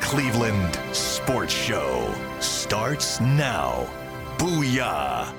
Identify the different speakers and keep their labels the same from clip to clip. Speaker 1: Cleveland sports show starts now. Booyah!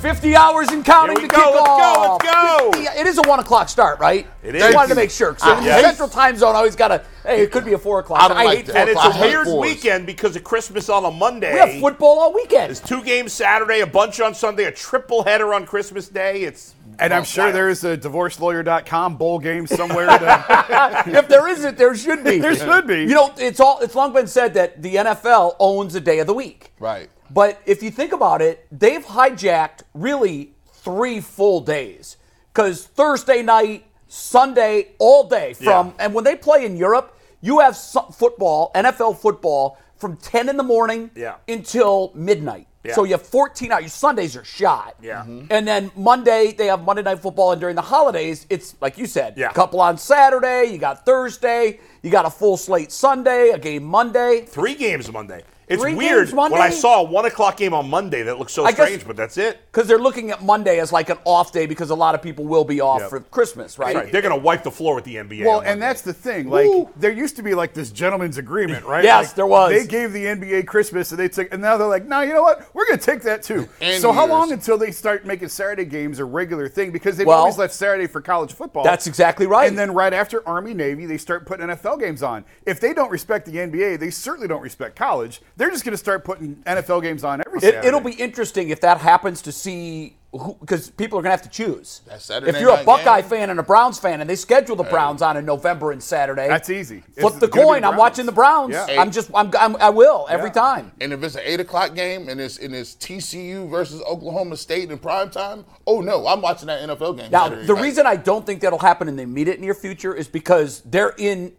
Speaker 2: 50 hours and counting
Speaker 3: Here we
Speaker 2: to
Speaker 3: go,
Speaker 2: kick
Speaker 3: let's go,
Speaker 2: off.
Speaker 3: let's go.
Speaker 2: 50 it is a 1 o'clock start, right? It
Speaker 3: is.
Speaker 2: I wanted to make sure. 'cause
Speaker 4: Ah,
Speaker 2: the
Speaker 4: yes.
Speaker 2: Central time zone always got to, hey, it could be a 4 o'clock.
Speaker 4: I don't like
Speaker 2: hate
Speaker 4: that.
Speaker 2: 4
Speaker 3: And it's
Speaker 2: o'clock.
Speaker 3: a
Speaker 4: I hate
Speaker 3: weird
Speaker 4: fours.
Speaker 3: weekend because of Christmas on a Monday.
Speaker 2: We have football all weekend.
Speaker 3: There's two games Saturday, a bunch on Sunday, a triple header on Christmas Day. It's
Speaker 5: And I'm sure there is a divorcelawyer.com bowl game somewhere. To,
Speaker 2: if there isn't, there should be.
Speaker 5: There should be.
Speaker 2: You know, it's all. It's long been said that the NFL owns a day of the week.
Speaker 4: Right.
Speaker 2: But if you think about it, they've hijacked really three full days because Thursday night, Sunday, all day from. And when they play in Europe, you have so- football, NFL football, from 10 in the morning
Speaker 3: Yeah.
Speaker 2: until midnight.
Speaker 3: Yeah.
Speaker 2: So you have 14 hours. Your Sundays are shot.
Speaker 3: Yeah. Mhm.
Speaker 2: And then Monday, they have Monday Night Football. And during the holidays, it's like you said,
Speaker 3: Yeah.
Speaker 2: a couple on Saturday, you got Thursday, you got a full slate Sunday, a game Monday.
Speaker 3: three games Monday. It's
Speaker 2: Three
Speaker 3: weird
Speaker 2: games Monday?
Speaker 3: when I saw a one o'clock game on Monday that looked so
Speaker 2: I guess-
Speaker 3: strange, but that's it.
Speaker 2: Because they're looking at Monday as like an off day because a lot of people will be off
Speaker 3: Yep.
Speaker 2: for Christmas, right?
Speaker 3: That's right. They're going to wipe the floor with the NBA.
Speaker 5: well,
Speaker 3: on
Speaker 5: and
Speaker 3: Monday.
Speaker 5: that's the thing. Like
Speaker 2: Woo.
Speaker 5: there used to be like this gentleman's agreement, right?
Speaker 2: Yes,
Speaker 5: Like,
Speaker 2: there was.
Speaker 5: They gave the NBA Christmas, and they took, and now they're like, no, you know what? We're going to take that too.
Speaker 4: And
Speaker 5: so how
Speaker 4: years.
Speaker 5: long until they start making Saturday games a regular thing? Because they've
Speaker 2: Well,
Speaker 5: always left Saturday for college football.
Speaker 2: That's exactly right.
Speaker 5: And then right after Army Navy, they start putting NFL games on. If they don't respect the NBA, they certainly don't respect college. They're just going to start putting NFL games on every.
Speaker 2: it,
Speaker 5: Saturday.
Speaker 2: it'll be interesting if that happens to see because people are going to have to choose.
Speaker 4: That Saturday
Speaker 2: if you're a
Speaker 4: night
Speaker 2: Buckeye
Speaker 4: game.
Speaker 2: fan and a Browns fan, and they schedule the Browns on in November and Saturday,
Speaker 5: That's easy.
Speaker 2: Flip
Speaker 5: It's
Speaker 2: the
Speaker 5: gonna be
Speaker 2: coin.
Speaker 5: the
Speaker 2: I'm watching the Browns.
Speaker 5: Yeah.
Speaker 2: I'm just I'm, I'm I will every
Speaker 5: Yeah.
Speaker 2: time.
Speaker 4: And if it's an eight o'clock game and it's and it's TCU versus Oklahoma State in prime time, oh no, I'm watching that NFL game.
Speaker 2: Now,
Speaker 4: Saturday
Speaker 2: the
Speaker 4: night.
Speaker 2: reason I don't think that'll happen in the immediate near future is because they're in,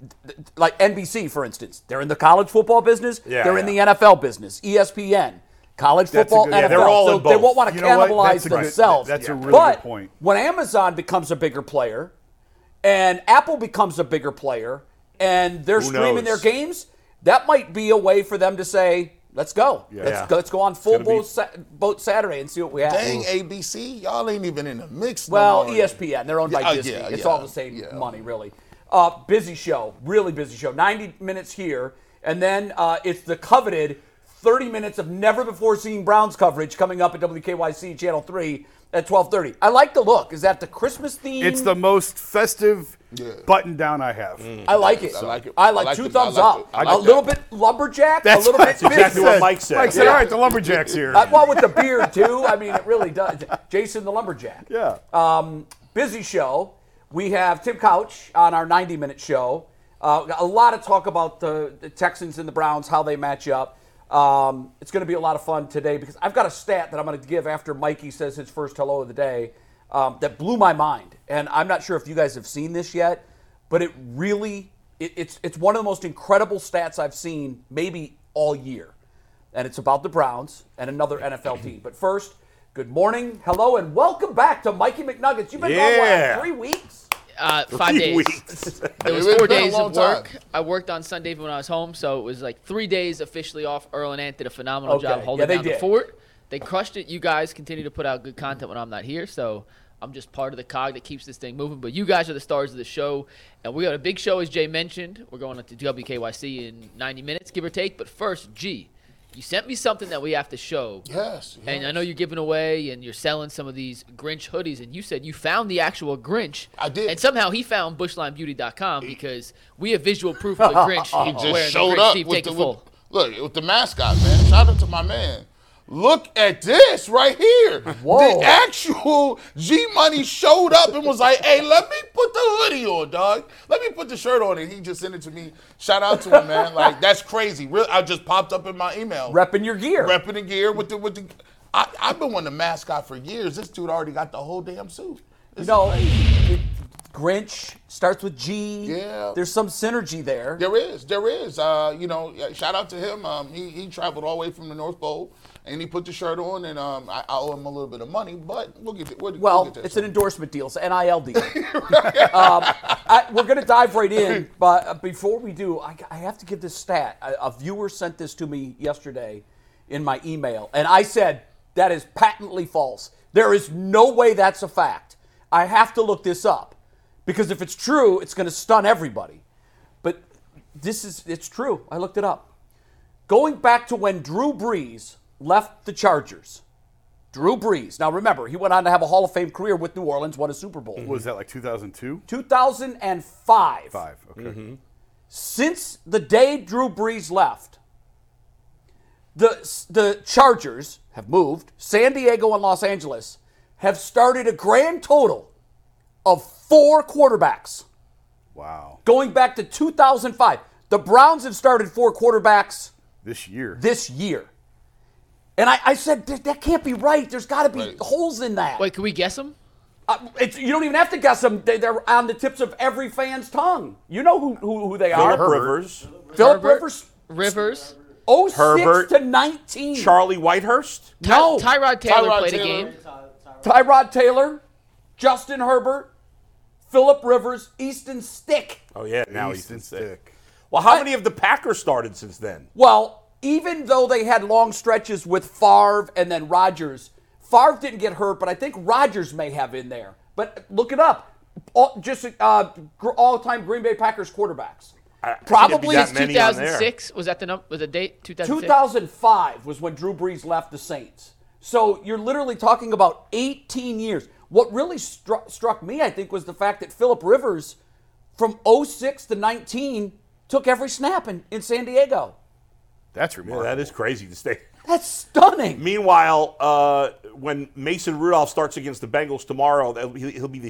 Speaker 2: like NBC, for instance, they're in the college football business,
Speaker 3: Yeah,
Speaker 2: they're in the
Speaker 3: yeah.
Speaker 2: NFL business, E ESPN, college
Speaker 5: That's a
Speaker 2: football,
Speaker 5: good-
Speaker 2: NFL.
Speaker 5: yeah, they're
Speaker 3: all
Speaker 2: so
Speaker 3: in
Speaker 2: They
Speaker 3: both.
Speaker 2: won't want to
Speaker 5: You know what?
Speaker 2: cannibalize
Speaker 5: That's a good-
Speaker 2: themselves.
Speaker 5: that's a really good
Speaker 2: but
Speaker 5: point.
Speaker 2: When Amazon becomes a bigger player, and Apple becomes a bigger player, and they're
Speaker 3: Who
Speaker 2: streaming
Speaker 3: knows?
Speaker 2: their games, that might be a way for them to say, "Let's go, let's,
Speaker 3: Yeah.
Speaker 2: go let's go on full
Speaker 3: gonna be-
Speaker 2: boat, sa- boat Saturday and see what we have."
Speaker 4: dang ABC, y'all ain't even in the mix. no
Speaker 2: Well, E
Speaker 4: more.
Speaker 2: ESPN, they're owned by
Speaker 4: Yeah, oh,
Speaker 2: Disney.
Speaker 4: yeah,
Speaker 2: it's
Speaker 4: yeah,
Speaker 2: all the same
Speaker 4: yeah.
Speaker 2: money, really. Uh, busy show, really busy show. 90 minutes here, and then uh, it's the coveted 30 minutes of never before seen Browns coverage coming up at WKYC Channel 3 at 12:30. I like the look. Is that the Christmas theme?
Speaker 5: It's the most festive
Speaker 4: Yeah.
Speaker 5: button down I have.
Speaker 2: I like it.
Speaker 4: I like it.
Speaker 2: I like,
Speaker 4: I like
Speaker 2: two
Speaker 4: it. I
Speaker 2: thumbs
Speaker 4: like
Speaker 2: up.
Speaker 4: it. I
Speaker 2: a
Speaker 4: like
Speaker 2: little
Speaker 4: that.
Speaker 2: bit lumberjack. a little bit.
Speaker 5: Mike
Speaker 3: exactly what
Speaker 2: Big.
Speaker 3: Mike said.
Speaker 5: Mike said,
Speaker 3: Yeah.
Speaker 5: all right, the lumberjack's here.
Speaker 2: Uh, well, with the beard too. I mean, it really does. Jason the lumberjack.
Speaker 5: yeah.
Speaker 2: busy show. We have Tim Couch on our 90 minute show. Uh, we got a lot of talk about the, the Texans and the Browns, how they match up. Um, it's going to be a lot of fun today because I've got a stat that I'm going to give after Mikey says his first hello of the day um, that blew my mind. And I'm not sure if you guys have seen this yet, but it really, it, it's, it's one of the most incredible stats I've seen maybe all year. And it's about the Browns and another NFL team. But first, good morning, hello, and welcome back to Mikey McNuggets. You've been gone
Speaker 3: Yeah.
Speaker 2: what, three weeks.
Speaker 6: Uh, five
Speaker 3: Three
Speaker 6: days.
Speaker 3: weeks.
Speaker 6: There was
Speaker 4: It's
Speaker 6: four
Speaker 4: been a
Speaker 6: days
Speaker 4: long
Speaker 6: of work.
Speaker 4: time.
Speaker 6: I worked on Sunday when I was home, so it was like three days officially off. Earl and Ant did a phenomenal
Speaker 2: Okay.
Speaker 6: job
Speaker 2: Yeah,
Speaker 6: holding
Speaker 2: they
Speaker 6: down
Speaker 2: did.
Speaker 6: the fort. They crushed it. You guys continue to put out good content when I'm not here, so I'm just part of the cog that keeps this thing moving. But you guys are the stars of the show, and we got a big show as Jay mentioned. We're going up to WKYC in 90 minutes, give or take. But first, G, you sent me something that we have to show.
Speaker 4: Yes,
Speaker 6: And I
Speaker 4: yes.
Speaker 6: know you're giving away and you're selling some of these Grinch hoodies, and you said you found the actual Grinch.
Speaker 4: I did.
Speaker 6: And somehow he found bushlinebeauty.com because we have visual proof of the Grinch.
Speaker 4: He
Speaker 6: wearing the
Speaker 4: just showed
Speaker 6: Grinch.
Speaker 4: up
Speaker 6: Steve,
Speaker 4: with
Speaker 6: take
Speaker 4: the
Speaker 6: it
Speaker 4: with,
Speaker 6: full.
Speaker 4: look with the mascot, man. Shout out to my man. Look at this right here.
Speaker 2: Whoa.
Speaker 4: The actual G Money showed up and was like, "Hey, let me put the hoodie on, dog. Let me put the shirt on." And he just sent it to me. Shout out to him, man. Like that's crazy. Real, I just popped up in my email.
Speaker 2: Repping your gear.
Speaker 4: repping the gear with the with the. I, I've been wanting a mascot for years. This dude already got the whole damn suit. This
Speaker 2: No,
Speaker 4: is crazy.
Speaker 2: it- Grinch starts with G.
Speaker 4: Yeah.
Speaker 2: There's some synergy there.
Speaker 4: There is, there is. Uh, you know, yeah, shout out to him. Um, he, he traveled all the way from the North Pole, and he put the shirt on, and um, I, I owe him a little bit of money, but we'll get it. We'll, we'll
Speaker 2: Well,
Speaker 4: get to
Speaker 2: it's
Speaker 4: that
Speaker 2: an endorsement deal, it's an NIL deal. um, I, we're going to dive right in, but uh, before we do, I, I have to give this stat. A, a viewer sent this to me yesterday in my email, and I said, that is patently false. There is no way that's a fact. I have to look this up because if it's true, it's going to stun everybody. But this is, it's true. I looked it up. Going back to when Drew Brees left the Chargers, Drew Brees. Now remember, he went on to have a Hall of Fame career with New Orleans, won a Super Bowl.
Speaker 5: What was that like 2002?
Speaker 2: 2005.
Speaker 5: Mm-hmm. Five. Okay.
Speaker 2: Since the day Drew Brees left, the the Chargers have moved. San Diego and Los Angeles have started a grand total of four quarterbacks.
Speaker 5: Wow.
Speaker 2: Going back to 2005, the Browns have started four quarterbacks
Speaker 5: This year.
Speaker 2: this year. And I, I said, that that can't be right. There's got to be holes in that.
Speaker 6: Wait, can we guess them?
Speaker 2: Uh, it's, you don't even have to guess them. They, they're on the tips of every fan's tongue. You know who who, who they
Speaker 3: Philip
Speaker 2: are.
Speaker 3: Rivers,
Speaker 2: Philip
Speaker 6: Herbert.
Speaker 2: Rivers,
Speaker 6: Rivers.
Speaker 2: 06
Speaker 3: Herbert.
Speaker 2: to 19.
Speaker 3: Charlie Whitehurst.
Speaker 2: no.
Speaker 6: Ty- Tyrod Taylor
Speaker 4: Oh, Tyrod
Speaker 6: played
Speaker 4: Taylor.
Speaker 6: a game.
Speaker 2: Tyrod Taylor, Justin Herbert, Philip Rivers, Easton Stick.
Speaker 3: Oh yeah, now he's
Speaker 5: Easton
Speaker 3: in sick.
Speaker 5: Stick.
Speaker 3: Well, how many of the Packers started since then?
Speaker 2: Well, even though they had long stretches with Favre and then Rodgers, Favre didn't get hurt, but I think Rodgers may have in there. But look it up. All, just uh, gr- all-time Green Bay Packers quarterbacks. Probably
Speaker 3: that
Speaker 2: his
Speaker 3: many on there.
Speaker 6: 2006 was that the num- was the date 2006.
Speaker 2: 2005 was when Drew Brees left the Saints. So you're literally talking about 18 years. What really struck struck me, I think, was the fact that Philip Rivers, from 06 to 19, took every snap in, in San Diego.
Speaker 5: That's
Speaker 3: Well,
Speaker 5: remarkable.
Speaker 3: that is crazy to stay.
Speaker 2: That's stunning.
Speaker 3: Meanwhile, uh, when Mason Rudolph starts against the Bengals tomorrow, that'll be- he'll be the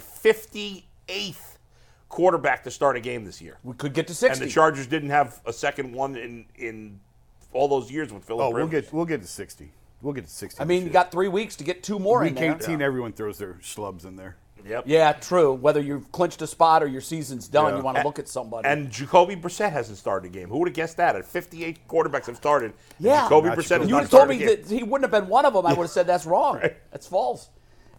Speaker 3: 58th quarterback to start a game this year.
Speaker 2: we could get to
Speaker 3: And
Speaker 2: 60.
Speaker 3: the Chargers didn't have a second one in in all those years with Philip
Speaker 5: oh, we'll
Speaker 3: Rivers.
Speaker 5: get we'll get to 60. We'll get to 60.
Speaker 2: I mean, you got three weeks to get two more in
Speaker 5: week
Speaker 2: there.
Speaker 5: 18. Everyone throws their schlubs in there.
Speaker 3: Yep.
Speaker 2: Yeah, true. Whether you've clinched a spot or your season's done,
Speaker 5: Yeah.
Speaker 2: you want to look at somebody.
Speaker 3: And Jacoby Brissett hasn't started a game. Who would have guessed that? At 58 quarterbacks have started. and
Speaker 2: Yeah.
Speaker 3: Jacoby
Speaker 5: Not
Speaker 3: Brissett
Speaker 5: Jacoby.
Speaker 3: has
Speaker 2: you would
Speaker 3: not
Speaker 2: have told
Speaker 3: started
Speaker 2: me
Speaker 3: a game.
Speaker 2: that he wouldn't have been one of them. I would have said that's wrong. That's false.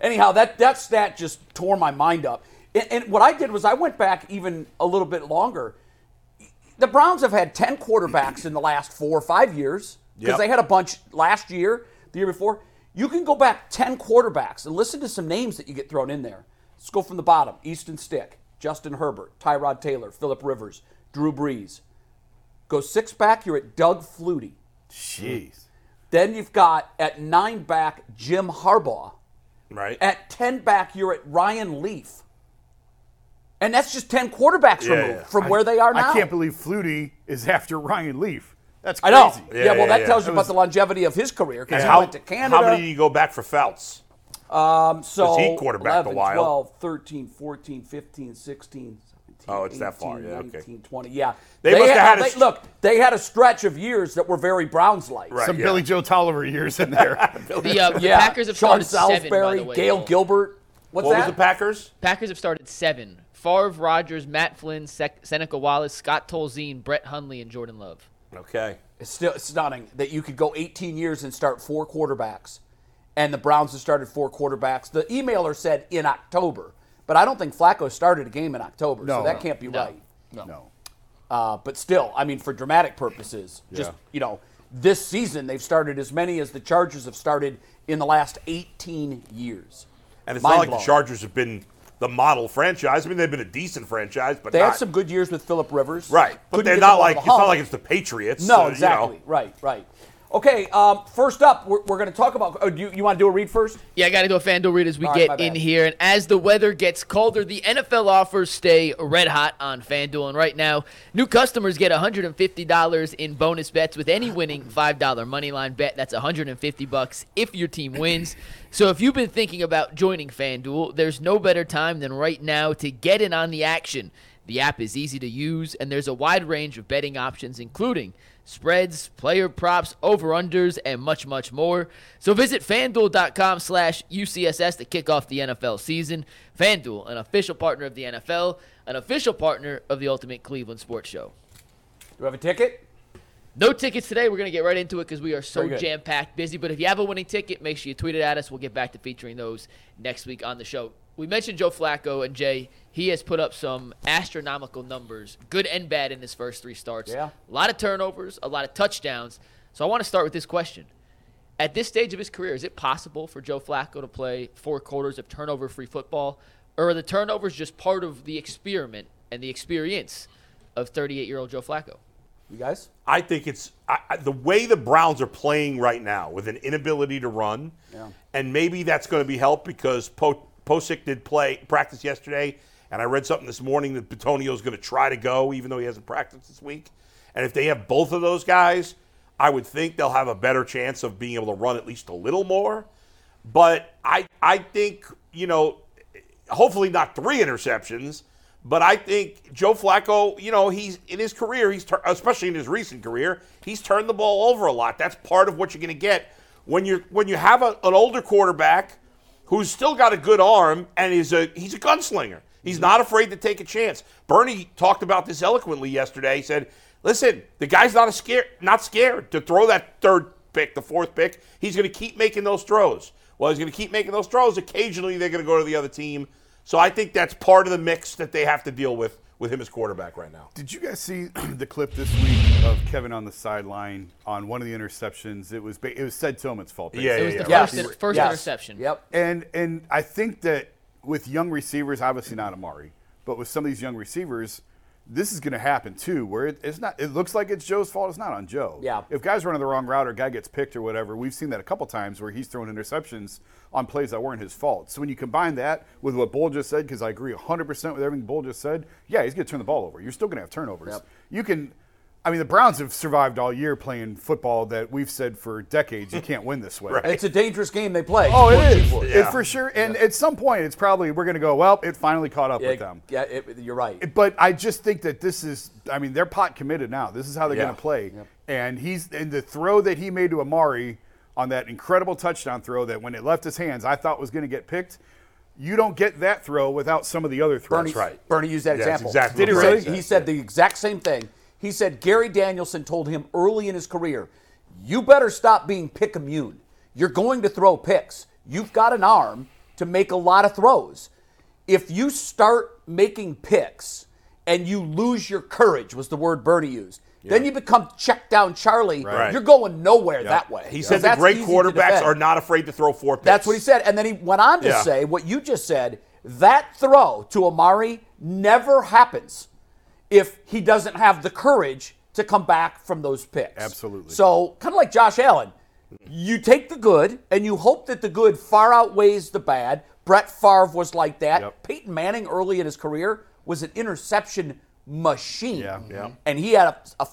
Speaker 2: Anyhow, that that stat just tore my mind up. And, and what I did was I went back even a little bit longer. The Browns have had ten quarterbacks in the last four or five years because
Speaker 3: Yep.
Speaker 2: they had a bunch last year, the year before. You can go back ten quarterbacks and listen to some names that you get thrown in there. Let's go from the bottom: Easton Stick, Justin Herbert, Tyrod Taylor, Philip Rivers, Drew Brees. Go six back, you're at Doug Flutie.
Speaker 5: Jeez.
Speaker 2: Then you've got at nine back Jim Harbaugh.
Speaker 3: right.
Speaker 2: At ten back, you're at Ryan Leaf. And that's just ten quarterbacks
Speaker 3: Yeah,
Speaker 2: removed
Speaker 3: yeah.
Speaker 2: from where they are now.
Speaker 5: I can't believe Flutie is after Ryan Leaf. That's
Speaker 2: I
Speaker 5: crazy.
Speaker 2: know. Yeah,
Speaker 3: Yeah,
Speaker 2: well,
Speaker 3: yeah,
Speaker 2: that
Speaker 3: yeah.
Speaker 2: tells you
Speaker 3: That
Speaker 2: about the longevity of his career because he
Speaker 3: how,
Speaker 2: went to Canada.
Speaker 3: how many do you go back for Fouts?
Speaker 2: so
Speaker 3: he quarterbacked a while?
Speaker 2: 12, 13, 14, 15, 16, 17,
Speaker 3: Oh, it's that far.
Speaker 2: 18,
Speaker 3: Yeah,
Speaker 2: 19,
Speaker 3: okay.
Speaker 2: 20. Yeah.
Speaker 3: They must
Speaker 2: had,
Speaker 3: have had a
Speaker 2: they-
Speaker 3: str-
Speaker 2: Look, they had a stretch of years that were very Browns-like.
Speaker 3: Right.
Speaker 5: Some
Speaker 3: yeah.
Speaker 5: Billy Joe Tolliver years in there.
Speaker 6: The, uh, the
Speaker 2: Yeah.
Speaker 6: Packers have
Speaker 2: Sean
Speaker 6: started seven. By
Speaker 2: Salisbury,
Speaker 6: the way,
Speaker 2: Gail
Speaker 6: Cole.
Speaker 2: Gilbert. What's
Speaker 3: What
Speaker 2: that?
Speaker 3: was the Packers?
Speaker 6: Packers have started seven. Favre, Rogers, Matt Flynn, Sec- Seneca Wallace, Scott Tolzien, Brett Hundley, and Jordan Love.
Speaker 3: Okay.
Speaker 2: It's still stunning that you could go 18 years and start four quarterbacks, and the Browns have started four quarterbacks. The emailer said in October, but I don't think Flacco started a game in October, so
Speaker 5: No.
Speaker 2: that can't be
Speaker 6: No.
Speaker 2: right.
Speaker 5: no.
Speaker 2: Uh, but still, I mean, for dramatic purposes, just
Speaker 5: Yeah.
Speaker 2: you know, this season they've started as many as the Chargers have started in the last 18 years.
Speaker 3: And it's not like
Speaker 2: Mind-blowing.
Speaker 3: the Chargers have been the model franchise. I mean, they've been a decent franchise, but
Speaker 2: They
Speaker 3: not,
Speaker 2: had some good years with Philip Rivers,
Speaker 3: right. But
Speaker 2: Couldn't
Speaker 3: they're
Speaker 2: get them
Speaker 3: not
Speaker 2: over
Speaker 3: like
Speaker 2: the
Speaker 3: it's not
Speaker 2: hump.
Speaker 3: like it's the Patriots.
Speaker 2: No,
Speaker 3: uh, you know.
Speaker 2: exactly. Right, right. Okay, um, first up, we're, we're going to talk about. Oh, do you, you want to do a read first?
Speaker 6: Yeah, I got to do a FanDuel read as we
Speaker 2: All right,
Speaker 6: get
Speaker 2: my bad.
Speaker 6: in here. And as the weather gets colder, the NFL offers stay red hot on FanDuel. And right now, new customers get $150 in bonus bets with any winning $5 money line bet. That's 150 bucks if your team wins. so if you've been thinking about joining FanDuel, there's no better time than right now to get in on the action. The app is easy to use, and there's a wide range of betting options, including spreads, player props, over-unders, and much, much more. So visit FanDuel.com slash UCSS to kick off the NFL season. FanDuel, an official partner of the NFL, an official partner of the Ultimate Cleveland Sports Show.
Speaker 2: Do we have a ticket?
Speaker 6: No tickets today. We're going to get right into it because we are so
Speaker 2: Very good.
Speaker 6: jam packed busy. But if you have a winning ticket, make sure you tweet it at us. We'll get back to featuring those next week on the show. We mentioned Joe Flacco and Jay. He has put up some astronomical numbers, good and bad, in his first three starts.
Speaker 2: Yeah.
Speaker 6: A lot of turnovers, a lot of touchdowns. So I want to start with this question. At this stage of his career, is it possible for Joe Flacco to play four quarters of turnover free football? Or are the turnovers just part of the experiment and the experience of 38 year old Joe Flacco?
Speaker 2: You guys?
Speaker 3: I think it's I, I, the way the Browns are playing right now with an inability to run, and maybe that's going to be helped because po- Posick did play practice yesterday, and I read something this morning that Petonio's going to try to go even though he hasn't practiced this week, and if they have both of those guys, I would think they'll have a better chance of being able to run at least a little more, but I I think you know hopefully not three interceptions. But I think Joe Flacco, you know, he's in his career, he's tur- especially in his recent career, he's turned the ball over a lot. That's part of what you're going to get when you're when you have a, an older quarterback who's still got a good arm and is a he's a gunslinger. He's not afraid to take a chance. Bernie talked about this eloquently yesterday. He said, "Listen, the guy's not a scared not scared to throw that third pick, the fourth pick. He's going to keep making those throws. Well, he's going to keep making those throws. Occasionally, they're going to go to the other team. So I think that's part of the mix that they have to deal with with him as quarterback right now.
Speaker 5: Did you guys see the clip this week of Kevin on the sideline on one of the interceptions? It was ba- it was said Tillman's fault.
Speaker 3: Yeah,
Speaker 6: It was
Speaker 3: yeah,
Speaker 6: the
Speaker 3: yeah.
Speaker 6: first,
Speaker 2: Yes.
Speaker 6: first
Speaker 2: Yes.
Speaker 6: interception.
Speaker 2: Yep.
Speaker 5: And and I think that with young receivers, obviously not Amari, but with some of these young receivers, this is going to happen too. Where it, it's not, it looks like it's Joe's fault. It's not on Joe.
Speaker 2: Yeah.
Speaker 5: If guys running the wrong route or guy gets picked or whatever, we've seen that a couple times where he's thrown interceptions on plays that weren't his fault. So when you combine that with what Bull just said, because I agree 100 percent with everything Bull just said, yeah, he's going to turn the ball over. You're still going to have turnovers.
Speaker 2: Yep.
Speaker 5: You can. I mean, the Browns have survived all year playing football that we've said for decades you can't win this way. right.
Speaker 2: It's a dangerous game they play.
Speaker 5: Oh, it
Speaker 2: Fourteen
Speaker 5: is.
Speaker 2: foot.
Speaker 5: It for sure. And at some point, it's probably we're going to go. Well, it finally caught up
Speaker 2: Yeah,
Speaker 5: with them.
Speaker 2: yeah it, you're right.
Speaker 5: But I just think that this is. I mean, they're pot committed now. This is how they're
Speaker 3: Yeah.
Speaker 5: going to play. And he's and the throw that he made to Amari on that incredible touchdown throw that when it left his hands, I thought was going to get picked. You don't get that throw without some of the other throws.
Speaker 2: Bernie, Bernie used that
Speaker 3: Yeah, that's
Speaker 2: example.
Speaker 3: exactly
Speaker 5: Did what he
Speaker 2: said-
Speaker 5: Bernie
Speaker 2: He
Speaker 5: said.
Speaker 2: said the exact same thing. He said Gary Danielson told him early in his career, "You better stop being pick immune. You're going to throw picks. You've got an arm to make a lot of throws. If you start making picks and you lose your courage," was the word Bernie used. Then you become check down Charlie.
Speaker 3: Right.
Speaker 2: You're going nowhere that way.
Speaker 3: He
Speaker 2: 'Cause
Speaker 3: said the
Speaker 2: that's
Speaker 3: great
Speaker 2: easy to
Speaker 3: quarterbacks
Speaker 2: defend.
Speaker 3: are not afraid to throw four picks.
Speaker 2: That's what he said. And then he went on to
Speaker 3: Yeah.
Speaker 2: say what you just said that throw to Amari never happens if he doesn't have the courage to come back from those picks.
Speaker 5: Absolutely.
Speaker 2: So, kind of like Josh Allen, you take the good and you hope that the good far outweighs the bad. Brett Favre was like that.
Speaker 5: Yep.
Speaker 2: Peyton Manning early in his career was an interception machine.
Speaker 5: Yeah, yeah.
Speaker 2: And he had a, a-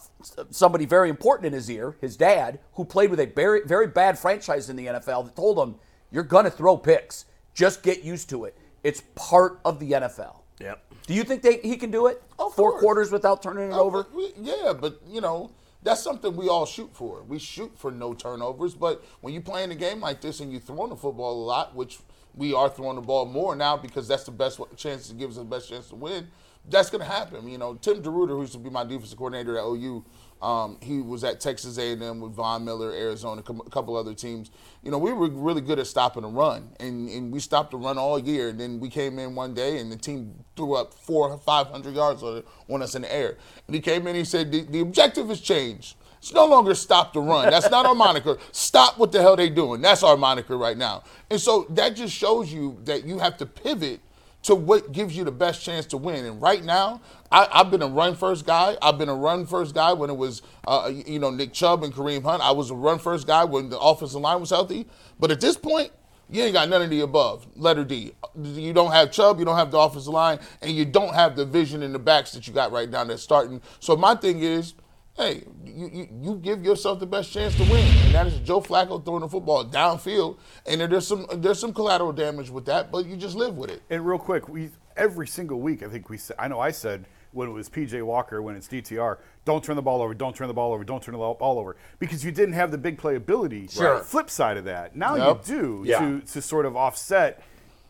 Speaker 2: somebody very important in his ear, his dad, who played with a very, very bad franchise in the NFL that told him, "You're going to throw picks. Just get used to it. It's part of the NFL."
Speaker 3: Yep.
Speaker 2: Do you think they, he can do it?
Speaker 4: Of
Speaker 2: Four
Speaker 4: course.
Speaker 2: quarters without turning it over.
Speaker 4: We- yeah, but you know that's something we all shoot for. We shoot for no turnovers, but when you play in a game like this and you're throwing the football a lot, which we are throwing the ball more now because that's the best wa- chance it gives us the best chance to win. That's going to happen. You know, Tim DeRuiter, who used to be my defensive coordinator at OU, um, he was at Texas A&M with Von Miller, Arizona, com- a couple other teams. You know, we were really good at stopping the run, and, and we stopped the run all year. And then we came in one day, and the team threw up four or five hundred yards on, on us in the air. And he came in, and he said, the, "The objective has changed. It's no longer stop the run. That's not our moniker. Stop what the hell they doing. That's our moniker right now." And so that just shows you that you have to pivot to what gives you the best chance to win. And right now, I, I've been a run first guy. I've been a run first guy when it was, uh, you know, Nick Chubb and Kareem Hunt. I was a run first guy when the offensive line was healthy. But at this point, you ain't got none of the above. Letter D. You don't have Chubb, you don't have the offensive line, and you don't have the vision in the backs that you got right now that's starting. So my thing is, hey, you, you, you give yourself the best chance to win, and that is Joe Flacco throwing the football downfield. And there- there's some there's some collateral damage with that, but you just live with it.
Speaker 5: And real quick, we every single week, I think we said, I know I said, when it was PJ Walker, when it's DTR. Don't turn the ball over. Don't turn the ball over. Don't turn the ball over because you didn't have the big play ability.
Speaker 2: Sure.
Speaker 5: Flip side of that, now
Speaker 4: Yep.
Speaker 5: you do
Speaker 3: Yeah.
Speaker 5: to to sort of offset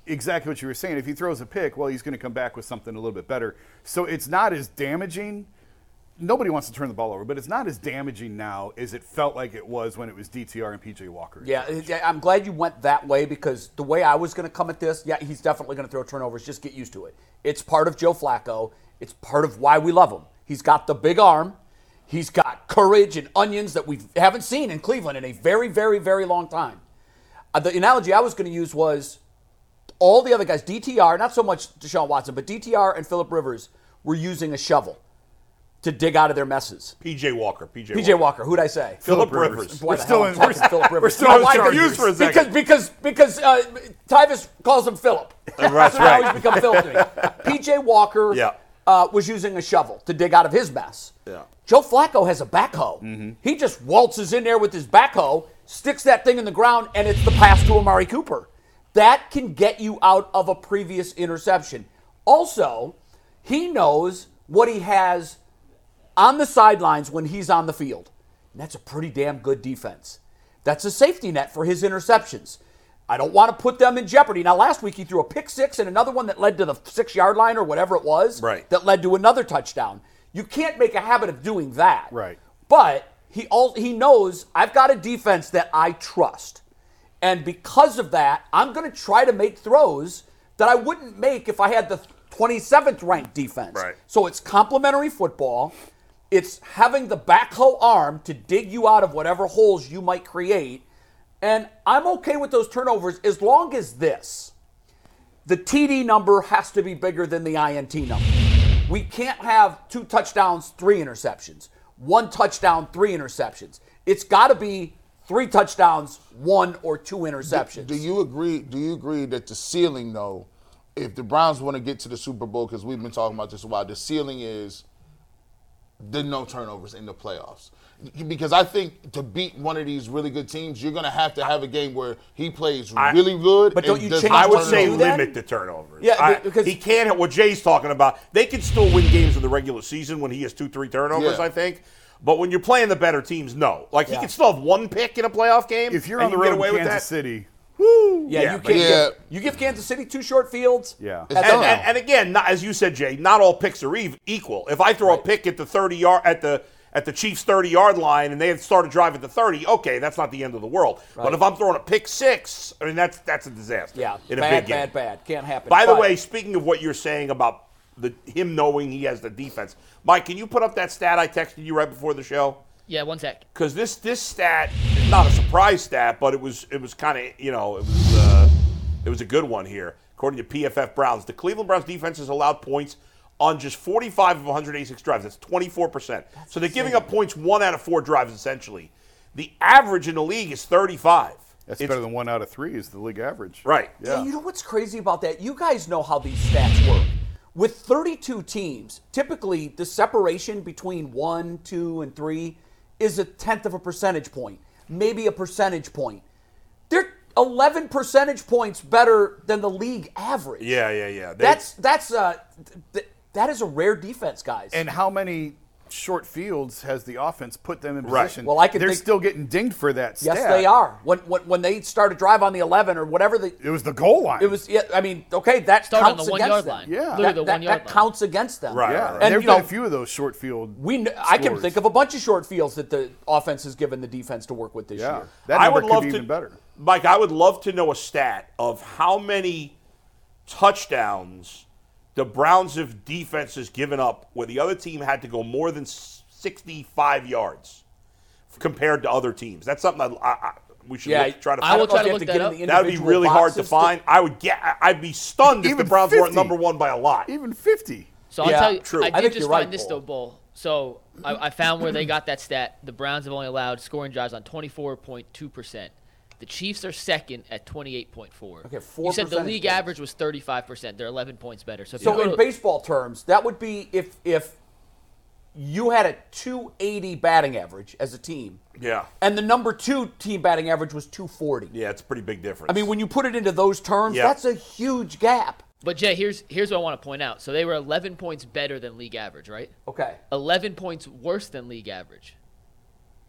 Speaker 5: exactly what you were saying. If he throws a pick, well, he's going to come back with something a little bit better. So it's not as damaging. Nobody wants to turn the ball over, but it's not as damaging now as it felt like it was when it was DTR and PJ Walker.
Speaker 2: Yeah, it- yeah, I'm glad you went that way because the way I was going to come at this, yeah, he's definitely going to throw turnovers. Just get used to it. It's part of Joe Flacco. It's part of why we love him. He's got the big arm. He's got courage and onions that we haven't seen in Cleveland in a very, very, very long time. Uh, the analogy I was going to use was all the other guys, DTR, not so much Deshaun Watson, but DTR and Philip Rivers were using a shovel to dig out of their messes.
Speaker 3: PJ Walker. PJ.
Speaker 2: PJ Walker, who'd I say?
Speaker 3: Philip Rivers.
Speaker 2: Why
Speaker 5: We're
Speaker 2: the
Speaker 5: still
Speaker 2: hell
Speaker 5: in-
Speaker 2: I'm talking
Speaker 5: we're-
Speaker 2: Philip Rivers.
Speaker 5: we're still on
Speaker 2: Why-
Speaker 5: Chargers.
Speaker 2: because-
Speaker 3: for a second.
Speaker 2: Because because because uh, Tyvus calls him Philip.
Speaker 3: That's
Speaker 2: Now he's
Speaker 3: right.
Speaker 2: become Philip to me. PJ Walker
Speaker 3: Yeah.
Speaker 2: uh, was using a shovel to dig out of his mess.
Speaker 3: Yeah.
Speaker 2: Joe Flacco has a backhoe. He just waltzes in there with his backhoe, sticks that thing in the ground, and it's the pass to Amari Cooper. That can get you out of a previous interception. Also, he knows what he has on the sidelines when he's on the field. And that's a pretty damn good defense. That's a safety net for his interceptions. I don't want to put them in jeopardy. Now, last week he threw a pick six and another one that led to the six yard line or whatever it was
Speaker 3: Right.
Speaker 2: that led to another touchdown. You can't make a habit of doing that.
Speaker 5: Right.
Speaker 2: But he all he knows I've got a defense that I trust. And because of that, I'm going to try to make throws that I wouldn't make if I had the 27th ranked defense.
Speaker 3: Right.
Speaker 2: So it's complementary football. It's having the backhoe arm to dig you out of whatever holes you might create. And I'm okay with those turnovers as long as this the TD number has to be bigger than the INT number. We can't have two touchdowns, three interceptions, one touchdown, three interceptions. It's got to be three touchdowns, one or two interceptions.
Speaker 4: Do you agree? Do you agree that the ceiling, though, if the Browns want to get to the Super Bowl, because we've been talking about this a while, the ceiling is the no turnovers in the playoffs. Because I think to beat one of these really good teams, you're going to have to have a game where he plays really good.
Speaker 2: But don't
Speaker 4: and
Speaker 2: you
Speaker 4: does
Speaker 2: change
Speaker 4: not
Speaker 3: I would
Speaker 4: turn it
Speaker 3: say
Speaker 4: over.
Speaker 2: do that?
Speaker 3: limit the turnovers.
Speaker 2: Yeah,
Speaker 3: I-
Speaker 2: because-
Speaker 3: he can't. What Jay's talking about, they can still win games in the regular season when he has two, three turnovers.
Speaker 4: Yeah.
Speaker 3: I think. But when you're playing the better teams, no. Like
Speaker 2: Yeah.
Speaker 3: he can still have one pick in a playoff game.
Speaker 5: If you're
Speaker 3: and
Speaker 5: on the
Speaker 3: you can
Speaker 5: road
Speaker 3: get away
Speaker 5: in
Speaker 3: with
Speaker 5: Kansas
Speaker 3: that.
Speaker 5: City,
Speaker 2: yeah, you
Speaker 3: but-
Speaker 2: can't.
Speaker 4: Yeah.
Speaker 2: Give, you give Kansas City two short fields.
Speaker 5: Yeah.
Speaker 4: It's
Speaker 3: And,
Speaker 4: done.
Speaker 3: and, and again, not, as you said, Jay, not all picks are ev- equal. If I throw a pick at the thirty yard at the at the Chiefs' thirty yard line and they have started drive at the thirty, okay, that's not the end of the world. But if I'm throwing a pick six, I mean that's that's a disaster.
Speaker 2: Yeah,
Speaker 3: in a
Speaker 2: bad,
Speaker 3: big game.
Speaker 2: bad, bad. Can't happen.
Speaker 3: By the
Speaker 2: But-
Speaker 3: way, speaking of what you're saying about the him knowing he has the defense, Mike, can you put up that stat I texted you right before the show?
Speaker 6: Yeah, one sec.
Speaker 3: Because this this stat, not a surprise stat, but it was it was kind of you know it was uh, it was a good one here. According to PFF Browns, the Cleveland Browns defense has allowed points on just 45 of 186 drives. That's 24 percent. So they're giving up points one out of four drives essentially. The average in the league is 35.
Speaker 5: that's
Speaker 3: It's-
Speaker 5: better than one out of three is the league average.
Speaker 3: right.
Speaker 2: Yeah, you know what's crazy about that? You guys know how these stats work. With 32 teams, typically the separation between one, two, and three is a tenth of a percentage point, maybe a percentage point. They're 11 percentage points better than the league average.
Speaker 3: Yeah, yeah, yeah. They-
Speaker 2: That's that's uh, th- th- that is a rare defense, guys.
Speaker 5: And how many short fields has the offense put them in
Speaker 3: Right.
Speaker 5: position?
Speaker 2: Well, I can
Speaker 5: They're
Speaker 2: think-
Speaker 5: still getting dinged for that.
Speaker 2: yes,
Speaker 5: stat.
Speaker 2: they are. When, when when they start a drive on the 11 or whatever the
Speaker 5: It was the goal line.
Speaker 2: It was, yeah, I mean, okay, that
Speaker 6: Start on
Speaker 2: counts
Speaker 6: the one
Speaker 2: against
Speaker 6: yard
Speaker 2: them.
Speaker 6: line.
Speaker 5: Yeah.
Speaker 6: Literally
Speaker 2: That,
Speaker 6: the
Speaker 2: that-
Speaker 6: one yard
Speaker 2: that
Speaker 6: line.
Speaker 2: counts against them.
Speaker 3: Right,
Speaker 5: Yeah,
Speaker 3: right, right.
Speaker 5: and
Speaker 2: And
Speaker 5: there've
Speaker 2: you
Speaker 5: been
Speaker 2: know,
Speaker 5: a few of those short field.
Speaker 2: we kn- I can
Speaker 5: scores.
Speaker 2: think of a bunch of short fields that the offense has given the defense to work with this
Speaker 5: Yeah,
Speaker 2: year.
Speaker 5: that
Speaker 3: I
Speaker 5: number
Speaker 3: would
Speaker 5: could
Speaker 3: love
Speaker 5: be
Speaker 3: to,
Speaker 5: even better.
Speaker 3: Mike, I would love to know a stat of how many touchdowns the Browns' of defense has given up where the other team had to go more than s- 65 yards compared to other teams. That's something I, I, I, we should
Speaker 2: Yeah,
Speaker 3: look- try to
Speaker 6: I will
Speaker 3: find.
Speaker 2: don't know
Speaker 6: try
Speaker 2: if
Speaker 6: to
Speaker 2: you have
Speaker 6: look
Speaker 2: to
Speaker 6: that
Speaker 2: get in
Speaker 6: up.
Speaker 2: the
Speaker 3: That would be
Speaker 2: individual
Speaker 3: really hard to
Speaker 2: boxes
Speaker 3: find. I would get. I- I'd be stunned if the
Speaker 5: Even
Speaker 3: Browns weren't
Speaker 5: 50.
Speaker 3: number one by a lot.
Speaker 5: Even 50.
Speaker 6: So
Speaker 2: Yeah,
Speaker 6: I'll tell you,
Speaker 3: true. I
Speaker 6: I did
Speaker 2: think
Speaker 6: just
Speaker 2: you're
Speaker 6: find
Speaker 2: right,
Speaker 6: this
Speaker 2: Bull.
Speaker 6: though, Bull. So I, I found where they got that stat. The Browns have only allowed scoring drives on 24.2 percent. The Chiefs are second at 28.4.
Speaker 2: Okay, four
Speaker 6: You said the
Speaker 2: percentage
Speaker 6: league
Speaker 2: points.
Speaker 6: average was 35 percent. They're 11 points better. So, if you
Speaker 2: So
Speaker 6: go
Speaker 2: in
Speaker 6: to-
Speaker 2: baseball terms, that would be if if you had a 280 batting average as a team,
Speaker 3: Yeah.
Speaker 2: and the number two team batting average was 240.
Speaker 3: Yeah, it's a pretty big difference.
Speaker 2: I mean, when you put it into those terms,
Speaker 3: Yeah.
Speaker 2: that's a huge gap.
Speaker 6: But Jay, here's here's what I want to point out. So they were 11 points better than league average, right?
Speaker 2: Okay.
Speaker 6: 11 points worse than league average